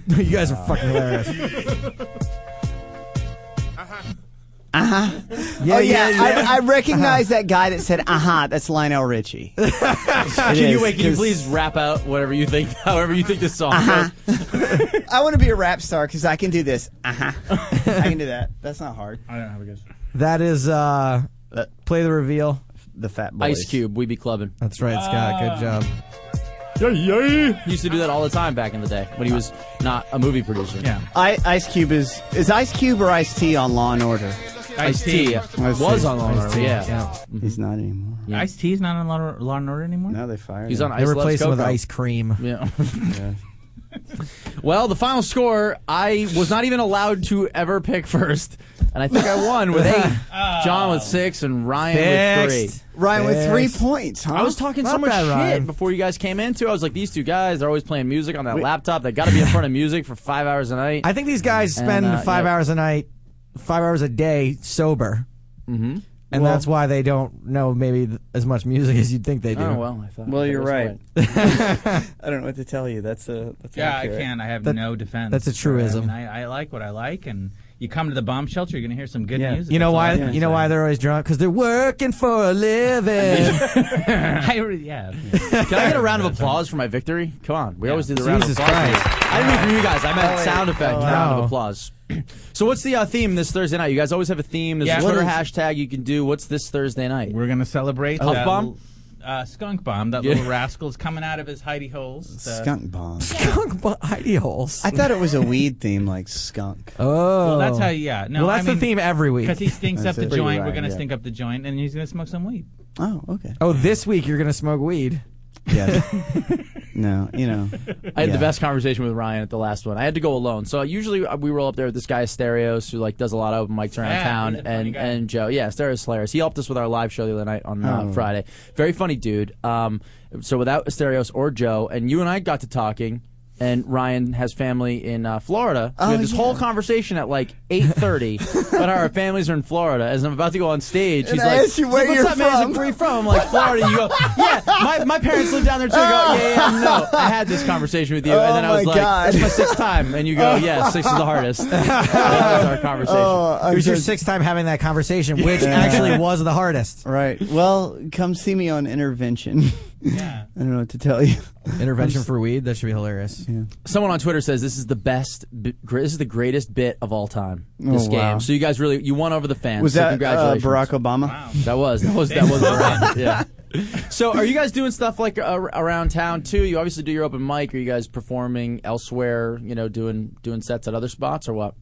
Speaker 3: you guys are fucking hilarious.
Speaker 13: Uh-huh.
Speaker 12: oh yeah,
Speaker 3: Uh-huh. yeah, yeah. Uh-huh.
Speaker 12: I, I recognize that guy that said, "Uh huh." That's Lionel Richie.
Speaker 2: Can
Speaker 12: It
Speaker 2: you
Speaker 12: is,
Speaker 2: wait? Can you
Speaker 12: 'cause
Speaker 2: please rap out whatever you think, however you think this song
Speaker 3: Uh-huh.
Speaker 2: goes?
Speaker 12: I want to be a rap star because I can do this. Uh huh. I can do that. That's not hard.
Speaker 5: I don't have a guess.
Speaker 3: That is uh,
Speaker 12: Uh,
Speaker 3: play the reveal.
Speaker 12: The Fat Boys.
Speaker 2: Ice Cube, we be clubbing.
Speaker 3: That's right, Scott. Good job.
Speaker 2: He used to do that all the time back in the day when he was not a movie producer.
Speaker 5: Yeah.
Speaker 12: I, Ice Cube is is Ice Cube or Ice T on Law and Order?
Speaker 2: Ice T was
Speaker 12: Ice-T.
Speaker 2: on Law and Order. Yeah.
Speaker 12: He's not anymore.
Speaker 5: Ice T's not on Law, Law and Order anymore?
Speaker 12: Now they fired
Speaker 2: He's
Speaker 12: him.
Speaker 2: on Ice
Speaker 3: They
Speaker 2: Loves
Speaker 3: replaced him with
Speaker 2: Coco.
Speaker 3: ice cream.
Speaker 2: Yeah.
Speaker 12: Yeah.
Speaker 2: Well, the final score, I was not even allowed to ever pick first, and I think I won with eight. John with six and Ryan with
Speaker 3: Fixed.
Speaker 2: three.
Speaker 12: Ryan with three
Speaker 3: Yes.
Speaker 12: points. Huh?
Speaker 2: I was talking so
Speaker 3: Not
Speaker 2: much
Speaker 3: bad,
Speaker 2: shit
Speaker 3: Ryan.
Speaker 2: before you guys came in too. I was like, these two guys, they're always playing music on that laptop. They got to be in front of music for five hours a night.
Speaker 3: I think these guys
Speaker 2: And,
Speaker 3: spend
Speaker 2: uh,
Speaker 3: five
Speaker 2: yep.
Speaker 3: hours a night, five hours a day sober,
Speaker 2: mm-hmm.
Speaker 3: and
Speaker 12: Well-
Speaker 3: that's why they don't know maybe th- as much music as you'd think they do.
Speaker 2: Oh well, I thought.
Speaker 12: Well,
Speaker 2: I
Speaker 12: you're
Speaker 2: was
Speaker 12: right. I don't know what to tell you. That's a that's
Speaker 5: Yeah, I
Speaker 12: accurate.
Speaker 5: can. I have
Speaker 3: That-
Speaker 5: no defense.
Speaker 3: that's a truism.
Speaker 5: I, mean, I, I like what I like, and you come to the bomb shelter, you're going to hear some good
Speaker 12: Yeah.
Speaker 5: music.
Speaker 3: You know
Speaker 5: That's all
Speaker 3: why?
Speaker 5: I
Speaker 12: yeah,
Speaker 5: can
Speaker 3: you know why
Speaker 5: say.
Speaker 3: they're always drunk? Because they're working for a living.
Speaker 5: I re- yeah.
Speaker 2: Can I get a round of applause for my victory? Come on, we always do the round of
Speaker 3: Jesus
Speaker 2: applause.
Speaker 3: Christ.
Speaker 2: I didn't mean for you guys. I meant
Speaker 12: Oh,
Speaker 2: sound
Speaker 12: wait.
Speaker 2: effect
Speaker 12: Oh,
Speaker 2: round
Speaker 3: no.
Speaker 2: of applause. so, what's the uh, theme this Thursday night? You guys always have a theme. There's
Speaker 5: Yeah.
Speaker 2: a Twitter
Speaker 5: What is-
Speaker 2: hashtag you can do. What's this Thursday night?
Speaker 5: We're going to celebrate
Speaker 2: Huff
Speaker 5: that
Speaker 2: bomb?
Speaker 5: little- Uh, skunk bomb. That
Speaker 2: Yeah.
Speaker 5: little rascal's coming out of his hidey holes. The-
Speaker 12: Skunk bomb.
Speaker 3: Skunk behind holes.
Speaker 12: I thought it was a weed theme like skunk.
Speaker 3: Oh,
Speaker 5: Well, that's how. Yeah. No,
Speaker 3: Well, that's
Speaker 5: I mean,
Speaker 3: the theme every week.
Speaker 5: Because he stinks up
Speaker 12: That's
Speaker 5: the
Speaker 12: it. Pretty
Speaker 5: joint, we're
Speaker 12: right,
Speaker 5: gonna
Speaker 12: yeah.
Speaker 5: stink up the joint, and he's gonna smoke some weed.
Speaker 12: Oh, okay.
Speaker 3: Oh, this week you're gonna smoke weed.
Speaker 12: Yeah. no, you know.
Speaker 2: I had
Speaker 12: Yeah.
Speaker 2: the best conversation with Ryan at the last one. I had to go alone, so usually uh, we roll up there with this guy Asterios, who like does a lot of open mics around
Speaker 5: Yeah,
Speaker 2: town,
Speaker 5: he's a funny
Speaker 2: and
Speaker 5: guy.
Speaker 2: and Joe, yeah, Asterios Hilarious. He helped us with our live show the other night on uh,
Speaker 12: Oh.
Speaker 2: Friday. Very funny dude. Um, so without Asterios or Joe, and you and I got to talking. And Ryan has family in uh, Florida. So we
Speaker 12: Oh,
Speaker 2: had this
Speaker 12: yeah.
Speaker 2: whole conversation at like eight thirty, but our families are in Florida. As I'm about to go on stage,
Speaker 12: And
Speaker 2: he's
Speaker 12: I
Speaker 2: like,
Speaker 12: asked you
Speaker 2: he's
Speaker 12: where
Speaker 2: like, "What's
Speaker 12: you're
Speaker 2: up, man?" He's like,
Speaker 12: from.
Speaker 2: "Where you from?" I'm like, "Florida." You go, "Yeah, my, my parents live down there too." I go, "Yeah, yeah, no." I had this conversation with you, and then
Speaker 12: Oh
Speaker 2: I was
Speaker 12: my
Speaker 2: like,
Speaker 12: God.
Speaker 2: "It's my sixth time," and you go, "Yeah, six is the hardest." that was our conversation.
Speaker 12: Oh,
Speaker 3: uh, It
Speaker 12: I'm
Speaker 3: was your
Speaker 12: so-
Speaker 3: sixth time having that conversation, which
Speaker 12: Yeah.
Speaker 3: actually was the hardest.
Speaker 12: Right. Well, come see me on intervention.
Speaker 5: Yeah.
Speaker 12: I don't know what to tell you.
Speaker 3: Intervention for weed. That should be hilarious.
Speaker 12: Yeah.
Speaker 2: Someone on Twitter says this is the best, bi- gr- this is the greatest bit of all time. This
Speaker 12: Oh,
Speaker 2: game.
Speaker 12: wow.
Speaker 2: So you guys really you won over the fans.
Speaker 12: Was
Speaker 2: so
Speaker 12: that uh,
Speaker 2: congratulations.
Speaker 12: Barack Obama?
Speaker 2: That was that was that was Barack. Yeah. So are you guys doing stuff like uh, around town too? You obviously do your open mic. Are you guys performing elsewhere? You know, doing doing sets at other spots or what?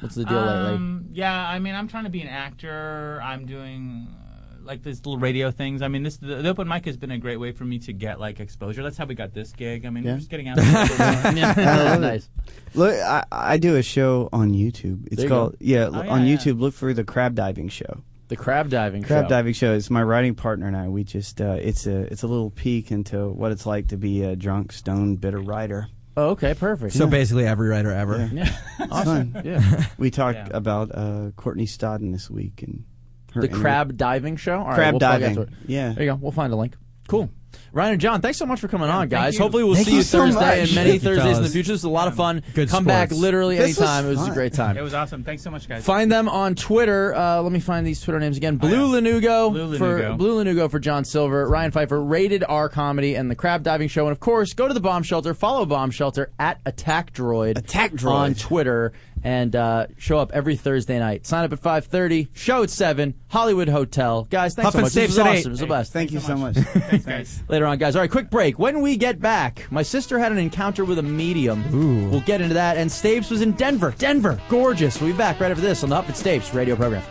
Speaker 2: What's the deal lately?
Speaker 5: Um, yeah, I mean, I'm trying to be an actor. I'm doing uh, like these little radio things. I mean, this the, the open mic has been a great way for me to get like exposure. That's how we got this gig. I mean,
Speaker 12: Yeah. Oh,
Speaker 5: we're just getting out. there a little bit more.
Speaker 12: I love it. Look, I, I do a show on YouTube. It's
Speaker 5: There you
Speaker 12: called
Speaker 5: go.
Speaker 12: yeah,
Speaker 5: Oh, yeah,
Speaker 12: on
Speaker 5: yeah.
Speaker 12: YouTube. Look for the crab diving show.
Speaker 2: The crab diving.
Speaker 12: Crab
Speaker 2: show.
Speaker 12: diving show is my writing partner and I. We just uh, it's a it's a little peek into what it's like to be a drunk, stoned, bitter writer.
Speaker 2: Oh, okay, perfect.
Speaker 3: So basically, every writer ever.
Speaker 2: Yeah. Awesome.
Speaker 12: Fun.
Speaker 2: Yeah.
Speaker 12: we talked about uh, Courtney Stodden this week and her
Speaker 2: the
Speaker 12: interview.
Speaker 2: crab diving show. All right,
Speaker 12: Crab
Speaker 2: we'll plug
Speaker 12: diving.
Speaker 2: into it.
Speaker 12: Yeah.
Speaker 2: There you go. We'll find a link. Cool. Ryan and John, thanks so much for coming on, guys.
Speaker 12: you.
Speaker 2: Hopefully, we'll
Speaker 12: Thank
Speaker 2: see
Speaker 12: you
Speaker 2: you,
Speaker 12: so
Speaker 2: Thursday
Speaker 12: much.
Speaker 2: and many
Speaker 12: Thank you,
Speaker 2: Thursdays in the
Speaker 12: fellas.
Speaker 2: future. This is a lot of fun.
Speaker 12: Good
Speaker 2: Come back
Speaker 12: sports.
Speaker 2: literally
Speaker 12: This was
Speaker 2: anytime. It was a
Speaker 12: fun.
Speaker 2: great time.
Speaker 5: It was awesome. Thanks so much, guys.
Speaker 2: Find them on Twitter. Uh, let me find these Twitter names
Speaker 12: Oh,
Speaker 2: again. Blue Lanugo
Speaker 5: Blue
Speaker 2: for
Speaker 5: Lanugo.
Speaker 2: Blue Lanugo for John Silver, Ryan Pfeiffer, Rated R Comedy, and the Crab Diving Show. And of course, go to the Bomb Shelter. Follow Bomb Shelter at Attack Droid. Attack
Speaker 12: Droid.
Speaker 2: on Twitter, and uh, show up every Thursday night. Sign up at five thirty. Show at seven. Hollywood Hotel, guys. Thanks
Speaker 12: Huff
Speaker 2: so
Speaker 12: and
Speaker 2: much. This
Speaker 12: Stapes
Speaker 2: was
Speaker 12: at
Speaker 2: awesome.
Speaker 12: eight.
Speaker 2: It was the best.
Speaker 12: Thank you so much.
Speaker 2: Later on, guys. All right, quick break. When we get back, my sister had an encounter with a medium. We'll get into that. And Stapes was in Denver. Denver, gorgeous. We'll be back right after this on the Up at Stapes radio program.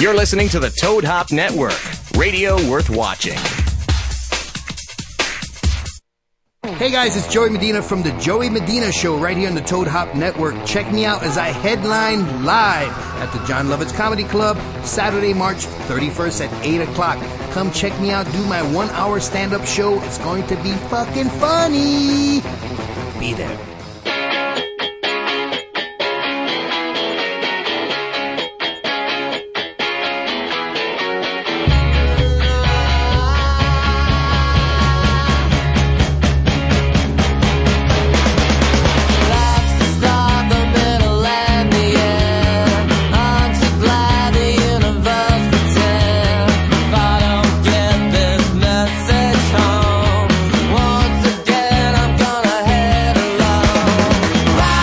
Speaker 1: You're listening to the Toad Hop Network, radio worth watching.
Speaker 9: Hey guys, it's Joey Medina from the Joey Medina Show right here on the Toad Hop Network. Check me out as I headline live at the John Lovitz Comedy Club Saturday, March 31st at 8 o'clock. Come check me out, do my one hour stand up show. It's going to be fucking funny. Be there.
Speaker 13: Start the middle and the end. Aren't you glad the universe pretend? If I don't get this message home, once again I'm gonna head alone.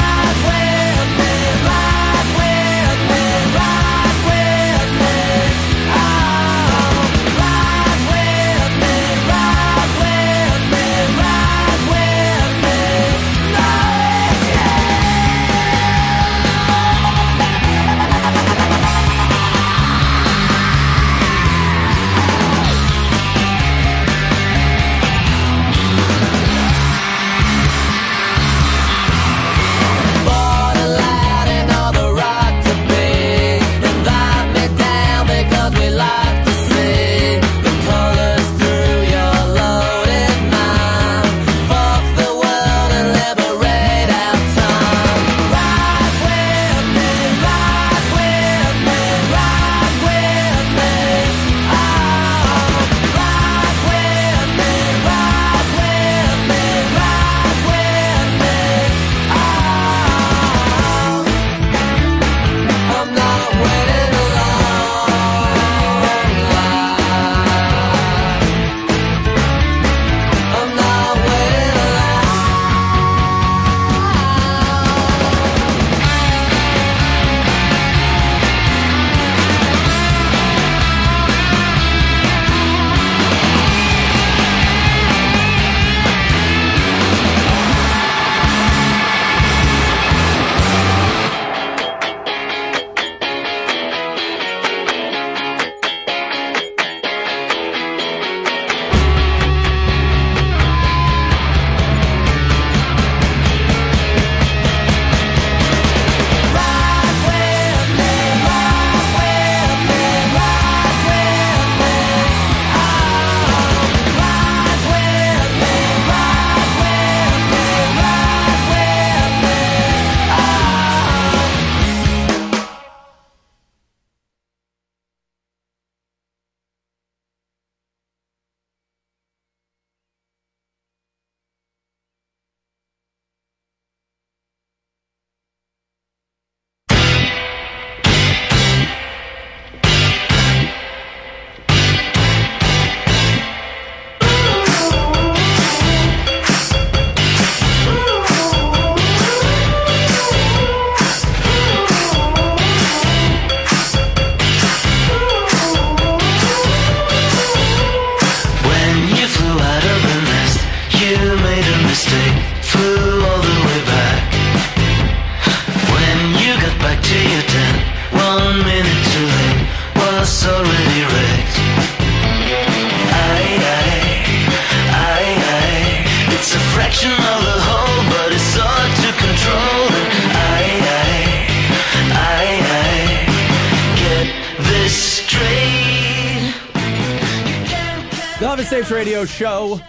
Speaker 2: Tapes Radio Show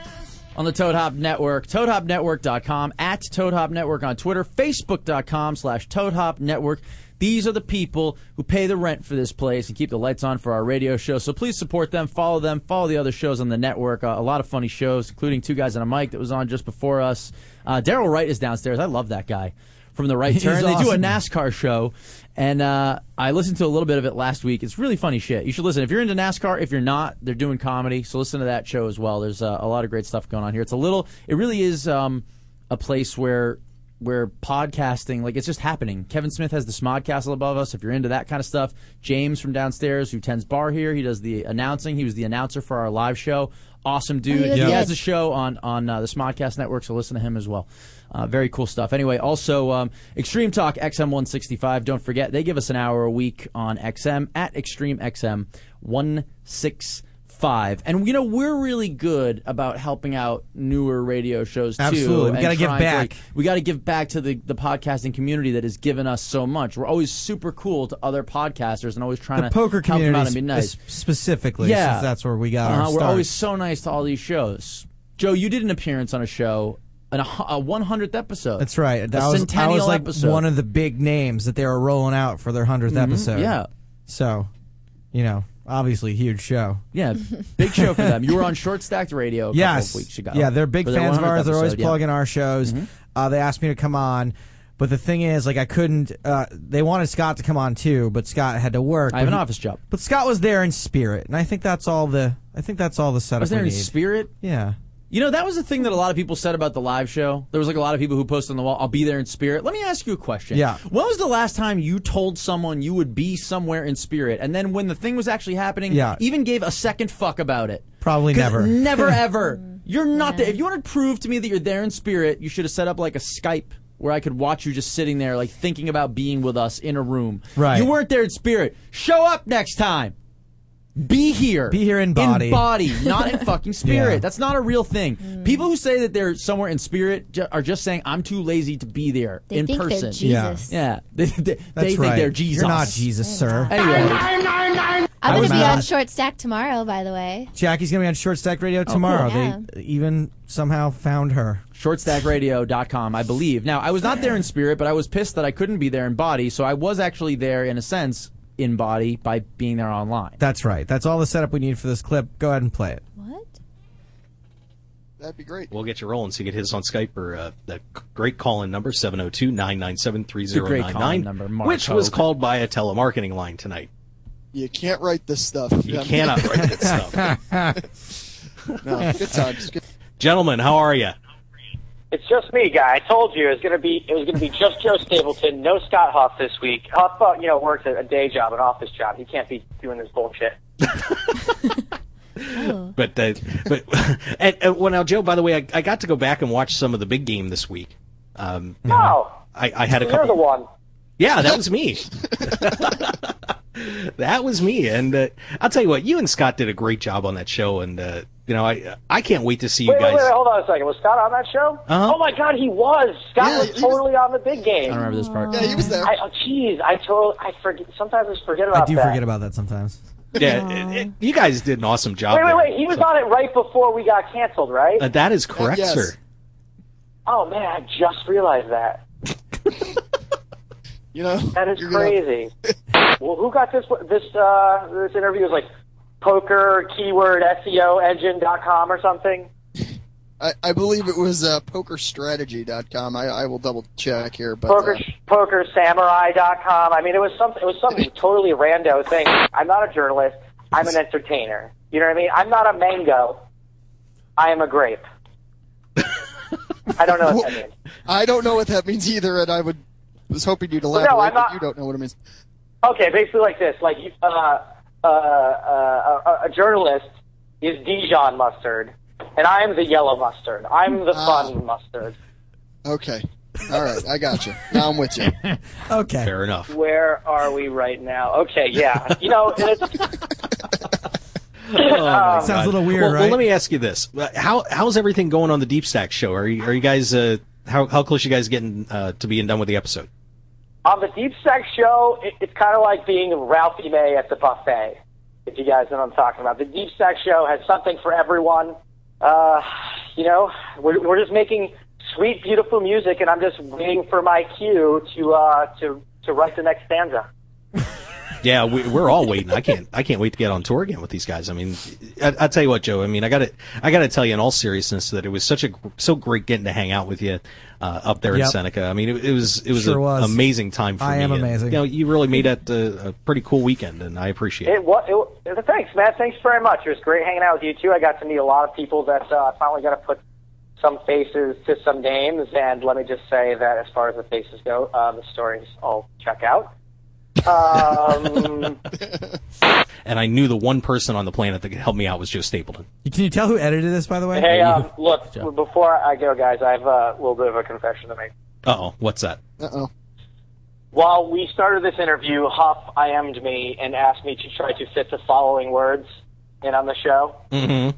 Speaker 2: on the Toad Hop Network, toadhopnetwork.com, at Toad Hop Network on Twitter, facebook.com slash Toad Hop Network. These are the people who pay the rent for this place and keep the lights on for our radio show. So please support them, follow them, follow the other shows on the network. Uh, a lot of funny shows, including Two Guys on a Mic that was on just before us. Uh, Daryl Wright is downstairs. I love that guy from the right
Speaker 3: He's
Speaker 2: turn. They do a
Speaker 3: awesome.
Speaker 2: NASCAR show, and uh, I listened to a little bit of it last week. It's really funny shit. You should listen if you're into NASCAR. If you're not, they're doing comedy, so listen to that show as well. There's uh, a lot of great stuff going on here. It's a little, it really is um, a place where where podcasting like it's just happening. Kevin Smith has the Smodcastle above us. If you're into that kind of stuff, James from downstairs who tends bar here, he does the announcing. He was the announcer for our live show. Awesome dude.
Speaker 3: Oh, he was
Speaker 2: He
Speaker 3: good.
Speaker 2: has a show on on uh, the Smodcast Network, so listen to him as well. Uh, very cool stuff. Anyway, also um, Extreme Talk XM 165. Don't forget they give us an hour a week on XM at Extreme XM 165. And you know we're really good about helping out newer radio shows too.
Speaker 3: Absolutely. We
Speaker 2: and
Speaker 3: gotta give
Speaker 2: trying to,
Speaker 3: back.
Speaker 2: like, we got to give back to the, the podcasting community that has given us so much. We're always super cool to other podcasters and always trying
Speaker 3: the
Speaker 2: to
Speaker 3: poker
Speaker 2: help them
Speaker 3: community
Speaker 2: out and be nice.
Speaker 3: s- specifically,
Speaker 2: Yeah.
Speaker 3: since that's where we got
Speaker 2: Uh-huh,
Speaker 3: our
Speaker 2: We're
Speaker 3: start.
Speaker 2: always so nice to all these shows. Joe, you did an appearance on a show, an, a hu- a 100th episode.
Speaker 3: That's right. That
Speaker 2: a
Speaker 3: was, I
Speaker 2: centennial
Speaker 3: was like
Speaker 2: episode.
Speaker 3: one of the big names that they were rolling out for their 100th
Speaker 2: Mhm,
Speaker 3: episode.
Speaker 2: yeah.
Speaker 3: So, you know, obviously huge show.
Speaker 2: yeah, big show for them. You were on Short Stacked Radio a
Speaker 3: yes.
Speaker 2: couple of weeks ago.
Speaker 3: Yeah, they're big
Speaker 2: for their
Speaker 3: fans of
Speaker 2: 100th
Speaker 3: ours. They're always
Speaker 2: episode, yeah. Mm-hmm.
Speaker 3: plugging our shows. Uh, they asked me to come on. But the thing is, like, I couldn't. Uh, they wanted Scott to come on too, but Scott had to work.
Speaker 2: I have
Speaker 3: But
Speaker 2: an
Speaker 3: he-
Speaker 2: office job.
Speaker 3: But Scott was there in spirit, and I think that's all the. I think that's all the setup.
Speaker 2: Was there
Speaker 3: we
Speaker 2: in
Speaker 3: need.
Speaker 2: spirit?
Speaker 3: Yeah.
Speaker 2: You know, that was the thing that a lot of people said about the live show. There was like a lot of people who posted on the wall, I'll be there in spirit. Let me ask you a question.
Speaker 3: Yeah.
Speaker 2: When was the last time you told someone you would be somewhere in spirit? And then when the thing was actually happening,
Speaker 3: Yeah.
Speaker 2: even gave a second fuck about it?
Speaker 3: Probably
Speaker 2: 'Cause
Speaker 3: never.
Speaker 2: Never
Speaker 3: Mm-hmm.
Speaker 2: ever. You're not there. If you want to prove to me that you're there in spirit, you should have set up like a Skype where I could watch you just sitting there, like thinking about being with us in a room.
Speaker 3: Right.
Speaker 2: You weren't there in spirit. Show up next time. Be here.
Speaker 3: Be here in body.
Speaker 2: In body, not in fucking spirit.
Speaker 3: Yeah.
Speaker 2: That's not a real thing.
Speaker 3: Mm-hmm.
Speaker 2: People who say that they're somewhere in spirit ju- are just saying, I'm too lazy to be there
Speaker 3: They
Speaker 2: in
Speaker 3: think they're
Speaker 2: person.
Speaker 3: Jesus.
Speaker 2: Yeah. yeah. They, they,
Speaker 3: That's
Speaker 2: they think
Speaker 3: right.
Speaker 2: they're Jesus.
Speaker 3: You're not Jesus, sir.
Speaker 2: Anyway.
Speaker 4: I'm
Speaker 3: I
Speaker 4: going
Speaker 3: was
Speaker 4: to be
Speaker 3: not.
Speaker 4: on Short Stack tomorrow, by the way.
Speaker 3: Jackie's gonna be on Short Stack Radio
Speaker 2: Oh, cool.
Speaker 3: tomorrow.
Speaker 4: Yeah.
Speaker 3: They even somehow found her.
Speaker 2: shortstackradio.com, I believe. Now, I was not there in spirit, but I was pissed that I couldn't be there in body, so I was actually there in a sense in body by being there online.
Speaker 3: That's right. That's all the setup we need for this clip. Go ahead and play it.
Speaker 14: That'd be great. We'll get you rolling. So you can hit us on Skype or uh, the c- great call in number, 702 997
Speaker 2: It's a great call-in number,
Speaker 14: 3099,
Speaker 2: Mark
Speaker 14: which was
Speaker 2: Hogue.
Speaker 14: called by a telemarketing line tonight.
Speaker 15: You can't write this stuff.
Speaker 14: You cannot write this
Speaker 15: stuff. no, good times. Good.
Speaker 14: Gentlemen, how are you?
Speaker 16: It's just me, guy. I told you it was gonna be it was gonna be just Joe Stapleton, no Scott Huff this week. Huff, uh, you know, works a, a day job, an office job. He can't be doing this bullshit.
Speaker 14: But uh, but and, and, well, now, Joe, by the way, I, I got to go back and watch some of the big game this week. Um,
Speaker 16: No,
Speaker 14: I, I had a
Speaker 16: you're
Speaker 14: couple.
Speaker 16: the one.
Speaker 14: Yeah, that was me. that was me, and uh, I'll tell you what, you and Scott did a great job on that show, and uh, you know, I I can't wait to see you
Speaker 16: wait,
Speaker 14: guys.
Speaker 16: wait, wait, hold on a second. Was Scott on that show?
Speaker 14: Uh-huh.
Speaker 16: Oh my God, he was. Scott was totally on the big
Speaker 2: I
Speaker 16: game.
Speaker 2: don't remember this part.
Speaker 16: Yeah, he was there. I, oh, jeez, I totally, I forget. Sometimes I just forget about
Speaker 3: I do
Speaker 16: that.
Speaker 3: forget about that sometimes.
Speaker 14: Yeah, it- it- you guys did an awesome job.
Speaker 16: wait, wait,
Speaker 14: there.
Speaker 16: wait. He was on it right before we got canceled, right?
Speaker 14: Uh, that is correct,
Speaker 16: Yes.
Speaker 14: sir.
Speaker 16: oh man, I just realized that.
Speaker 15: you know,
Speaker 16: that is crazy. well, who got this? This uh, this interview was like poker keyword SEO engine dot com or something.
Speaker 15: I, I believe it was uh, pokerstrategy.com. I, I will double check here, but
Speaker 16: Poker
Speaker 15: uh,
Speaker 16: poker samurai dot com. I mean, it was something. It was something totally rando thing. I'm not a journalist. I'm an entertainer. You know what I mean? I'm not a mango. I am a grape. I don't know what that means.
Speaker 15: I don't know what that means either, and I would was hoping you'd elaborate.
Speaker 16: I'm
Speaker 15: but
Speaker 16: not-
Speaker 15: You don't know what it means.
Speaker 16: Okay, basically like this: like you- uh, uh, uh, a, a journalist is Dijon mustard, and I'm the yellow mustard. I'm the fun mustard.
Speaker 15: Okay, all right, I got you. Now I'm with you.
Speaker 3: okay,
Speaker 14: fair enough.
Speaker 16: Where are we right now? Okay, yeah, you know, and it's, Um,
Speaker 14: Oh, my
Speaker 16: Sounds a
Speaker 14: God.
Speaker 16: little weird,
Speaker 14: well, Well,
Speaker 16: right?
Speaker 14: let me ask you this: Uh, how how's everything going on the Deep Stack show? Are you are you guys uh, how how close you guys getting uh, to being done with the episode?
Speaker 16: on the deep sex show. It, it's kind of like being Ralphie May at the buffet. if you guys know what I'm talking about. The Deep Stack Show has something for everyone. Uh, you know, we're, we're just making sweet, beautiful music, and I'm just waiting for my cue to uh, to to write the next stanza.
Speaker 14: Yeah, we, we're all waiting. I can't. I can't wait to get on tour again with these guys. I mean, I, I tell you what, Joe. I mean, I got to. I got to tell you in all seriousness that it was such a gr- so great getting to hang out with you uh, up there in
Speaker 3: Yep.
Speaker 14: Seneca. I mean, it, it was it was
Speaker 3: Sure
Speaker 14: an
Speaker 3: was.
Speaker 14: amazing time for
Speaker 3: I
Speaker 14: me.
Speaker 3: am
Speaker 14: And,
Speaker 3: amazing.
Speaker 14: You know, you really made that uh, a pretty cool weekend, and I appreciate it.
Speaker 16: It was. It, wa- thanks, man. Thanks very much. It was great hanging out with you too. I got to meet a lot of people that uh, I finally got to put some faces to some names. And let me just say that as far as the faces go, uh, the stories all check out. Um,
Speaker 14: And I knew the one person on the planet that could help me out was Joe Stapleton.
Speaker 3: Can you tell who edited this, by the way?
Speaker 16: hey, um, look. Before I go, guys, I have uh, a little bit of a confession to make.
Speaker 14: Uh oh, what's that?
Speaker 15: Uh oh.
Speaker 16: While we started this interview, Huff IM'd me and asked me to try to fit the following words in on the show.
Speaker 14: Mm-hmm.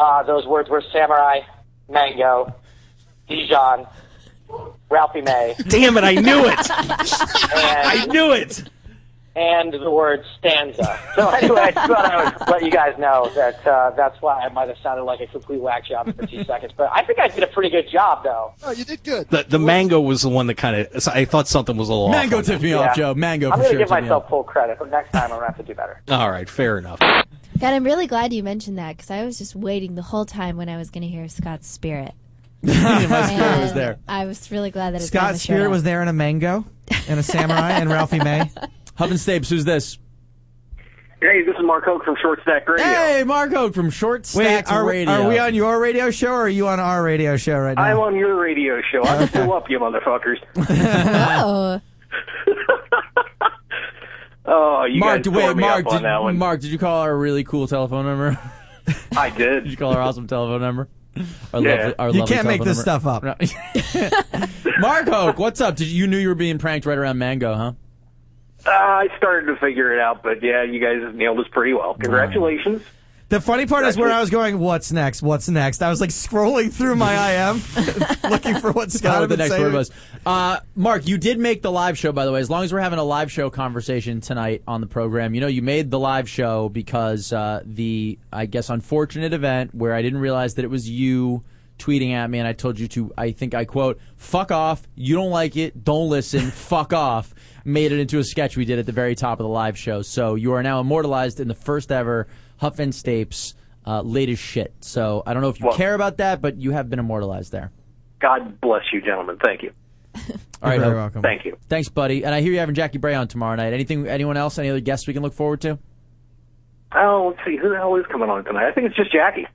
Speaker 16: Uh, those words were samurai, mango, Dijon, Ralphie May.
Speaker 14: Damn it! I knew it.
Speaker 16: I
Speaker 14: knew it.
Speaker 16: And the word stanza. So anyway, I just thought I would let you guys know that uh, that's why I might have sounded like a complete whack job for two seconds. But I think I did a pretty good job, though.
Speaker 15: Oh, you did good.
Speaker 14: The the mango was the one that kind of. I thought something was a little
Speaker 2: Mango
Speaker 14: off on
Speaker 2: tipped
Speaker 14: that.
Speaker 2: me off, Joe. Mango for
Speaker 16: I'm gonna
Speaker 2: sure.
Speaker 16: give
Speaker 2: tipped me
Speaker 16: myself
Speaker 2: off.
Speaker 16: full credit, but next time I'm gonna have to do better.
Speaker 14: All right, fair enough.
Speaker 4: God, I'm really glad you mentioned that because I was just waiting the whole time when I was going to hear Scott's spirit.
Speaker 3: My spirit was
Speaker 4: And
Speaker 3: there.
Speaker 4: I was really glad that it
Speaker 3: Scott
Speaker 4: finally showed
Speaker 3: Spirit
Speaker 4: up.
Speaker 3: was there in a mango, and a samurai, and Ralphie May.
Speaker 2: Huff and Stapes, who's this?
Speaker 17: Hey, this is Mark Oak from Short Stack Radio.
Speaker 2: Hey, Marco from Short Stacks
Speaker 3: Wait, are,
Speaker 2: Radio.
Speaker 3: are we on your radio show or are you on our radio show right now?
Speaker 17: I'm on your radio show. I'm still up, you motherfuckers.
Speaker 4: oh.
Speaker 17: Oh, you
Speaker 2: Mark,
Speaker 17: guys
Speaker 2: wait,
Speaker 17: tore me
Speaker 2: Mark,
Speaker 17: up on
Speaker 2: did,
Speaker 17: that one.
Speaker 2: Mark, did you call our really cool telephone number?
Speaker 17: I did.
Speaker 2: did you call our awesome telephone number? Our
Speaker 17: Yeah.
Speaker 2: lovely, our
Speaker 17: You
Speaker 2: lovely
Speaker 17: can't make
Speaker 2: telephone
Speaker 17: this
Speaker 2: number. No. Mark Hoke, what's up? Did you, you knew you were being pranked right around Mango, huh?
Speaker 17: Uh, I started to figure it out, but yeah, you guys nailed us pretty well. Congratulations.
Speaker 3: The funny part is where I was going, what's next? What's next? I was like scrolling through my IM looking for what Scott
Speaker 2: Not
Speaker 3: had
Speaker 2: what the
Speaker 3: been
Speaker 2: next
Speaker 3: saying.
Speaker 2: word was. Uh, Mark, you did make the live show, by the way. As long as we're having a live show conversation tonight on the program, you know, you made the live show because uh, the, I guess, unfortunate event where I didn't realize that it was you tweeting at me and I told you to, I think I quote, fuck off, you don't like it, don't listen, fuck off, made it into a sketch we did at the very top of the live show. So you are now immortalized in the first ever Huff and Stapes uh, latest shit. So I don't know if you
Speaker 17: Well-
Speaker 2: care about that, but you have been immortalized there.
Speaker 17: God bless you, gentlemen. Thank you.
Speaker 2: All right,
Speaker 17: You're very
Speaker 2: Hope.
Speaker 17: welcome. Thank you.
Speaker 2: Thanks, buddy. And I hear you're having Jackie Bray on tomorrow night. Anything? Anyone else? Any other guests we can look forward to?
Speaker 17: Oh, let's see. Who the hell is coming on tonight? I think it's just Jackie.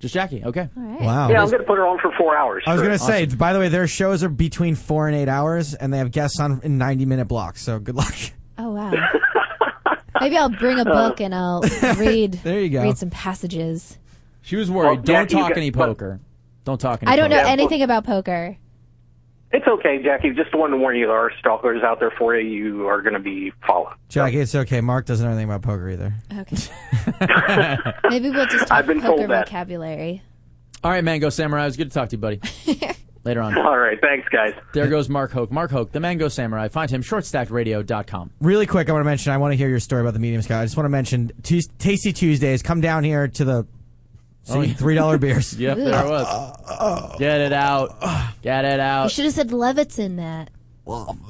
Speaker 2: Just Jackie. Okay.
Speaker 3: Wow.
Speaker 17: Yeah, I'm going to put her on for four hours.
Speaker 3: I was going to say,
Speaker 17: Awesome.
Speaker 3: by the way, their shows are between four and eight hours, and they have guests on in 90 minute blocks, so good luck.
Speaker 4: Oh wow. Maybe I'll bring a book and I'll read. there
Speaker 3: you go.
Speaker 4: Read some passages.
Speaker 2: She was worried.
Speaker 17: Well,
Speaker 2: don't
Speaker 17: Jackie, Oh, you
Speaker 2: talk
Speaker 17: got-
Speaker 2: any
Speaker 17: but-
Speaker 2: poker. don't talk any.
Speaker 4: I don't know
Speaker 2: poker.
Speaker 4: anything about poker.
Speaker 17: It's okay, Jackie. Just wanted to warn you, there are stalkers out there for you. You are going to be followed.
Speaker 3: Jackie, it's okay. Mark doesn't know anything about poker either.
Speaker 4: Okay. Maybe we'll just talk
Speaker 17: I've been
Speaker 4: poker
Speaker 17: told that.
Speaker 4: vocabulary.
Speaker 2: All right, Mango Samurai. It was good to talk to you, buddy. Later on.
Speaker 17: All right. Thanks, guys.
Speaker 2: There goes Mark Hoke. Mark Hoke, the Mango Samurai. Find him shortstackedradio.com.
Speaker 3: Really quick, I want to mention. I want to hear your story about the medium, Scott. I just want to mention Tues Tasty Tuesdays. Come down here to the see,
Speaker 2: Oh, yeah.
Speaker 3: three dollar beers.
Speaker 2: Yep, there it was. Get it out. Get it
Speaker 4: You
Speaker 2: out.
Speaker 4: should have said Levitin that.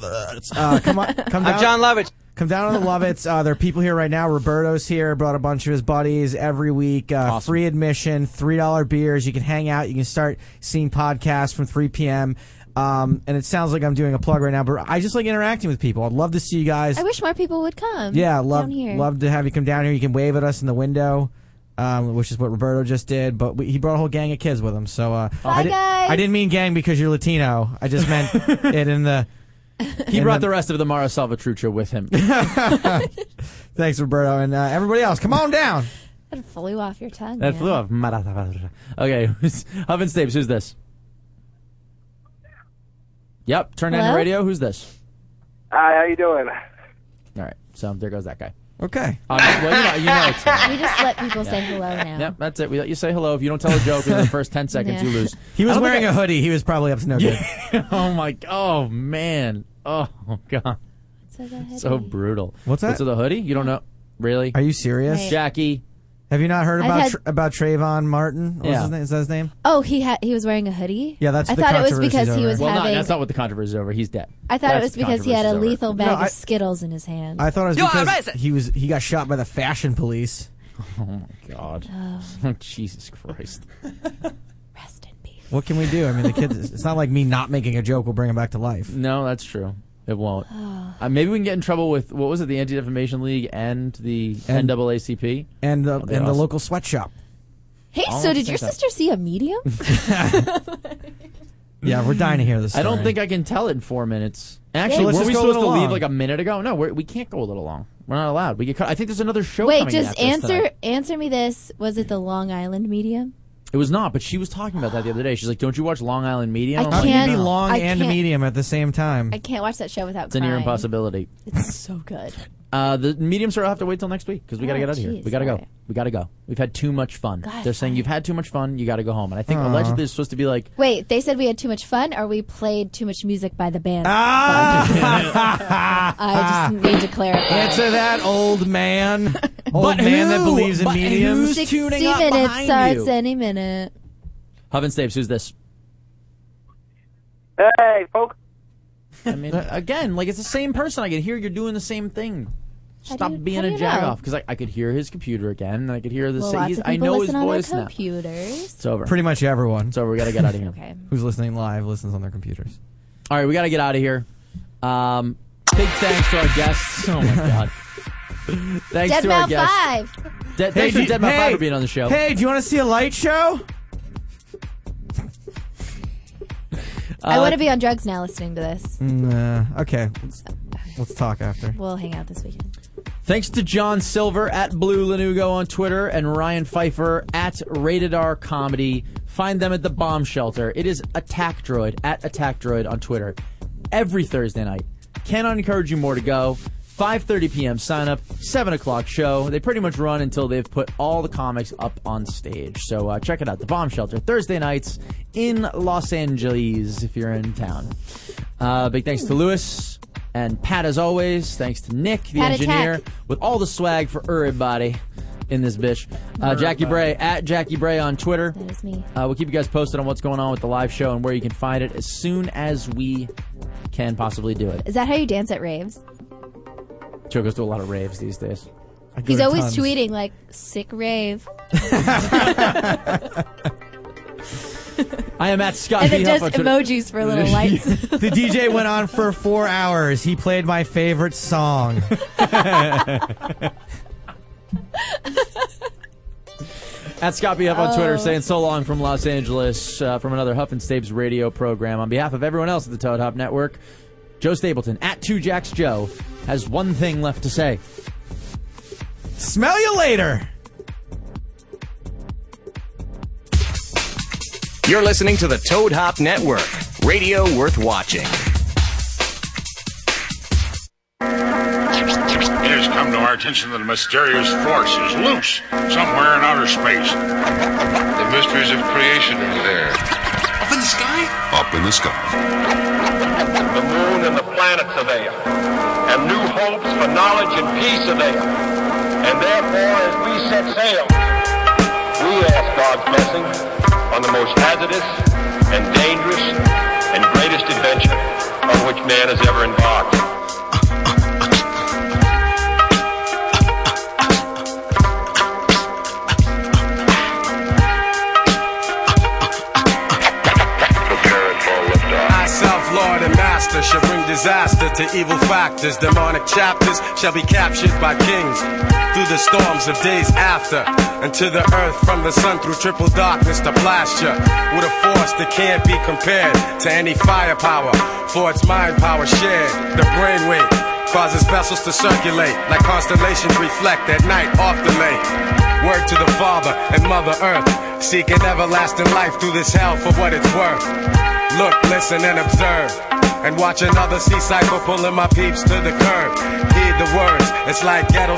Speaker 3: Uh, come on, come down.
Speaker 4: I'm John
Speaker 3: Lovitz. Come down on the Lovitz. Uh, there are people here right now. Roberto's here. Brought a bunch of his buddies every week. Uh, Free admission, three dollar beers. You can hang out. You can start seeing podcasts from three p.m. Um, and it sounds like I'm doing a plug right now, but I just like interacting with people. I'd love to see you guys.
Speaker 4: I wish more people would come.
Speaker 3: Yeah, love
Speaker 4: down here.
Speaker 3: love to have you come down here. You can wave at us in the window, um, which is what Roberto just did. But we, he brought a whole gang of kids with him. So uh, I, di-
Speaker 4: guys.
Speaker 3: I didn't mean gang because you're Latino. I just meant it in the.
Speaker 2: He
Speaker 3: in
Speaker 2: brought the rest of the Mara Salvatrucha with him.
Speaker 3: Thanks, Roberto, and uh, everybody else. Come on down.
Speaker 4: That flew off your tongue.
Speaker 2: That
Speaker 4: man.
Speaker 2: flew off. Mara Salvatrucha. Okay, Huff and Stapes, who's this? Yep, turn down the
Speaker 18: Hello?
Speaker 2: radio. Who's this?
Speaker 18: Hi, how you doing?
Speaker 2: All right. So there goes that guy.
Speaker 3: Okay.
Speaker 2: Um, well, you know, you know it's
Speaker 4: We just let people say hello now.
Speaker 2: Yep, that's it. We let you say hello. If you don't tell a joke in the first ten seconds, you
Speaker 4: Yeah.
Speaker 2: lose.
Speaker 3: He
Speaker 2: I
Speaker 3: was
Speaker 2: don't
Speaker 3: wearing
Speaker 2: think
Speaker 3: a hoodie. He was probably up to no good.
Speaker 2: I- oh my. Oh man. Oh god.
Speaker 4: So go ahead.
Speaker 2: So brutal.
Speaker 3: What's that?
Speaker 2: What's with the hoodie? You don't know. Really?
Speaker 3: Are you serious?
Speaker 4: Right.
Speaker 2: Jackie.
Speaker 3: Have you not heard
Speaker 4: I've
Speaker 3: about
Speaker 4: had-
Speaker 3: Tr- about Trayvon Martin? What was
Speaker 2: Yeah.
Speaker 3: his name? Is that his name?
Speaker 4: Oh, he had he was wearing a hoodie.
Speaker 3: Yeah, that's
Speaker 4: I
Speaker 3: the
Speaker 4: thought it was
Speaker 3: controversy's
Speaker 4: because he
Speaker 3: over.
Speaker 4: was
Speaker 2: Well, not,
Speaker 4: having.
Speaker 2: that's not what the controversy is over. He's dead.
Speaker 4: I thought it
Speaker 2: That's
Speaker 4: was
Speaker 2: the
Speaker 4: because he had a
Speaker 2: controversy's over.
Speaker 4: lethal bag
Speaker 3: No,
Speaker 4: of
Speaker 3: I-
Speaker 4: Skittles in his hand.
Speaker 3: I thought it was
Speaker 4: You are
Speaker 3: because
Speaker 4: racist.
Speaker 3: he was he got shot by the fashion police.
Speaker 2: Oh my god. Oh, Jesus Christ.
Speaker 3: What can we do? I mean, the kids. it's not like me not making a joke will bring him back to life.
Speaker 2: No, that's true. It won't. Uh, maybe we can get in trouble with what was it? The Anti Defamation League and the
Speaker 3: And-
Speaker 2: NAACP
Speaker 3: And the
Speaker 2: That'd be
Speaker 3: and the
Speaker 2: awesome.
Speaker 3: local sweatshop.
Speaker 4: Hey,
Speaker 2: All
Speaker 4: so
Speaker 2: at the
Speaker 4: did your
Speaker 2: same time.
Speaker 4: sister see a medium?
Speaker 3: Yeah, we're dying to hear this.
Speaker 2: I don't
Speaker 3: story.
Speaker 2: think I can tell it in four minutes.
Speaker 3: Yeah,
Speaker 2: Actually,
Speaker 3: let's
Speaker 2: were
Speaker 3: just
Speaker 2: we
Speaker 3: go a
Speaker 2: supposed to
Speaker 3: little
Speaker 2: leave
Speaker 3: long.
Speaker 2: like a minute ago? No, we're, we can't go a little long. We're not allowed. We get cut. I think there's another show.
Speaker 4: Wait,
Speaker 2: coming
Speaker 4: just
Speaker 2: after this
Speaker 4: answer
Speaker 2: tonight.
Speaker 4: answer me this. Was it
Speaker 3: Mm-hmm.
Speaker 4: the Long Island medium?
Speaker 2: It was not, but she was talking about that the other day. She's like, "Don't you watch Long Island Medium?"
Speaker 4: I
Speaker 2: I'm
Speaker 3: How
Speaker 2: like,
Speaker 3: can you be
Speaker 4: can't-
Speaker 3: long
Speaker 4: I
Speaker 3: and
Speaker 4: can't-
Speaker 3: medium at the same time?
Speaker 4: I can't watch that show without
Speaker 2: It's a near
Speaker 4: crying.
Speaker 2: impossibility.
Speaker 4: It's so good.
Speaker 2: Uh, the medium sort of have to wait till next week because we got to
Speaker 4: Oh,
Speaker 2: get out of here.
Speaker 4: jeez,
Speaker 2: We got to go.
Speaker 4: alright.
Speaker 2: We got to go. We've had too much fun.
Speaker 4: God,
Speaker 2: They're saying you've had too much fun. You got to go home. And I think
Speaker 3: Aw.
Speaker 2: allegedly it's supposed to be like
Speaker 4: Wait, they said we had too much fun, or we played too much music by the band.
Speaker 3: Ah!
Speaker 4: I just need to clarify.
Speaker 3: Answer that, old man. old
Speaker 2: But
Speaker 3: man that
Speaker 2: who-
Speaker 3: believes in
Speaker 2: but
Speaker 3: mediums.
Speaker 2: who's
Speaker 4: 60
Speaker 2: tuning up
Speaker 4: minutes
Speaker 2: behind
Speaker 4: starts
Speaker 2: you?
Speaker 4: any minute.
Speaker 2: Huff and Staves. Who's this?
Speaker 18: Hey, folks.
Speaker 2: I mean, again, like it's the same person. I can hear you're doing the same thing.
Speaker 4: How do
Speaker 2: Stop
Speaker 4: you-
Speaker 2: being
Speaker 4: how do
Speaker 2: a
Speaker 4: you
Speaker 2: jack
Speaker 4: know?
Speaker 2: off because I, I could hear his computer again. And I could hear the.
Speaker 4: Well,
Speaker 2: sa-
Speaker 4: lots
Speaker 2: he's-
Speaker 4: of
Speaker 2: I
Speaker 4: people
Speaker 2: know his
Speaker 4: listen on
Speaker 2: voice
Speaker 4: their
Speaker 2: now.
Speaker 4: computers.
Speaker 2: It's over.
Speaker 3: Pretty much everyone.
Speaker 2: It's over. We got to get out of here.
Speaker 4: Okay.
Speaker 3: Who's listening live listens on their computers.
Speaker 2: All right, we got to get out of here. Um, big thanks to our guests. Oh my god. thanks
Speaker 4: Dead
Speaker 2: to our
Speaker 4: Mouth
Speaker 2: guests.
Speaker 4: Five.
Speaker 2: De- thanks
Speaker 3: do
Speaker 2: for
Speaker 3: you-
Speaker 2: Dead Mouth
Speaker 3: hey,
Speaker 2: Five for being on the show.
Speaker 3: Hey, do you want to see a light show?
Speaker 4: I
Speaker 3: Uh,
Speaker 4: want to be on drugs now. Listening to this,
Speaker 3: Nah. Okay. Let's, let's talk after.
Speaker 4: we'll hang out this weekend.
Speaker 2: Thanks to John Silver at Blue Lanugo on Twitter and Ryan Pfeiffer at Rated R Comedy. Find them at the Bomb Shelter. It is Attack Droid at Attack Droid on Twitter every Thursday night. Cannot encourage you more to go. 5:30 p.m. sign up, 7 o'clock show. They pretty much run until they've put all the comics up on stage. So uh, check it out, the Bomb Shelter Thursday nights in Los Angeles if you're in town. Uh, big thanks to Lewis and Pat as always. Thanks to Nick, the
Speaker 4: Pat
Speaker 2: engineer,
Speaker 4: Attack.
Speaker 2: with all the swag for everybody in this bitch. Uh, Jackie Bray at Jackie Bray on Twitter. That
Speaker 4: is me.
Speaker 2: Uh, we'll keep you guys posted on what's going on with the live show and where you can find it as soon as we can possibly do it.
Speaker 4: Is that how you dance at raves?
Speaker 2: Joe goes to a lot of raves these days.
Speaker 4: He's always tweeting like "sick rave,"
Speaker 2: I am at Scott.
Speaker 4: and
Speaker 2: B.
Speaker 4: then
Speaker 2: Huff
Speaker 4: does
Speaker 2: on Twitter.
Speaker 4: emojis for little lights.
Speaker 3: the DJ went on for four hours. He played my favorite song.
Speaker 2: At Scott B. Huff on
Speaker 4: Oh.
Speaker 2: Twitter saying so long from Los Angeles uh, from another Huff and Stapes radio program. On behalf of everyone else at the Toad Hop Network, Joe Stapleton at Two Jacks Joe has one thing left to say.
Speaker 3: Smell you later.
Speaker 1: You're listening to the Toad Hop Network, radio worth watching.
Speaker 19: It has come to our attention that a mysterious force is loose somewhere in outer space. The mysteries of creation are there. Up in the sky? Up in the sky.
Speaker 20: The moon and the planets are there, and new hopes for knowledge and peace are there. And therefore, as we set sail, we ask God's blessing on the most hazardous and dangerous and greatest adventure on which man has ever embarked.
Speaker 21: I, self, Lord and Master, shall bring disaster to evil factors. Demonic chapters shall be captured by kings through the storms of days after. And to the earth from the sun through triple darkness to plaster with a force that can't be compared to any firepower, for its mind power shared, the brainwave causes vessels to circulate like constellations reflect at night off the lake. Word to the Father and Mother Earth, seeking everlasting life through this hell for what it's worth. Look, listen, and observe. And watch another sea cycle pulling my peeps to the curb. Heed the words, it's like ghetto.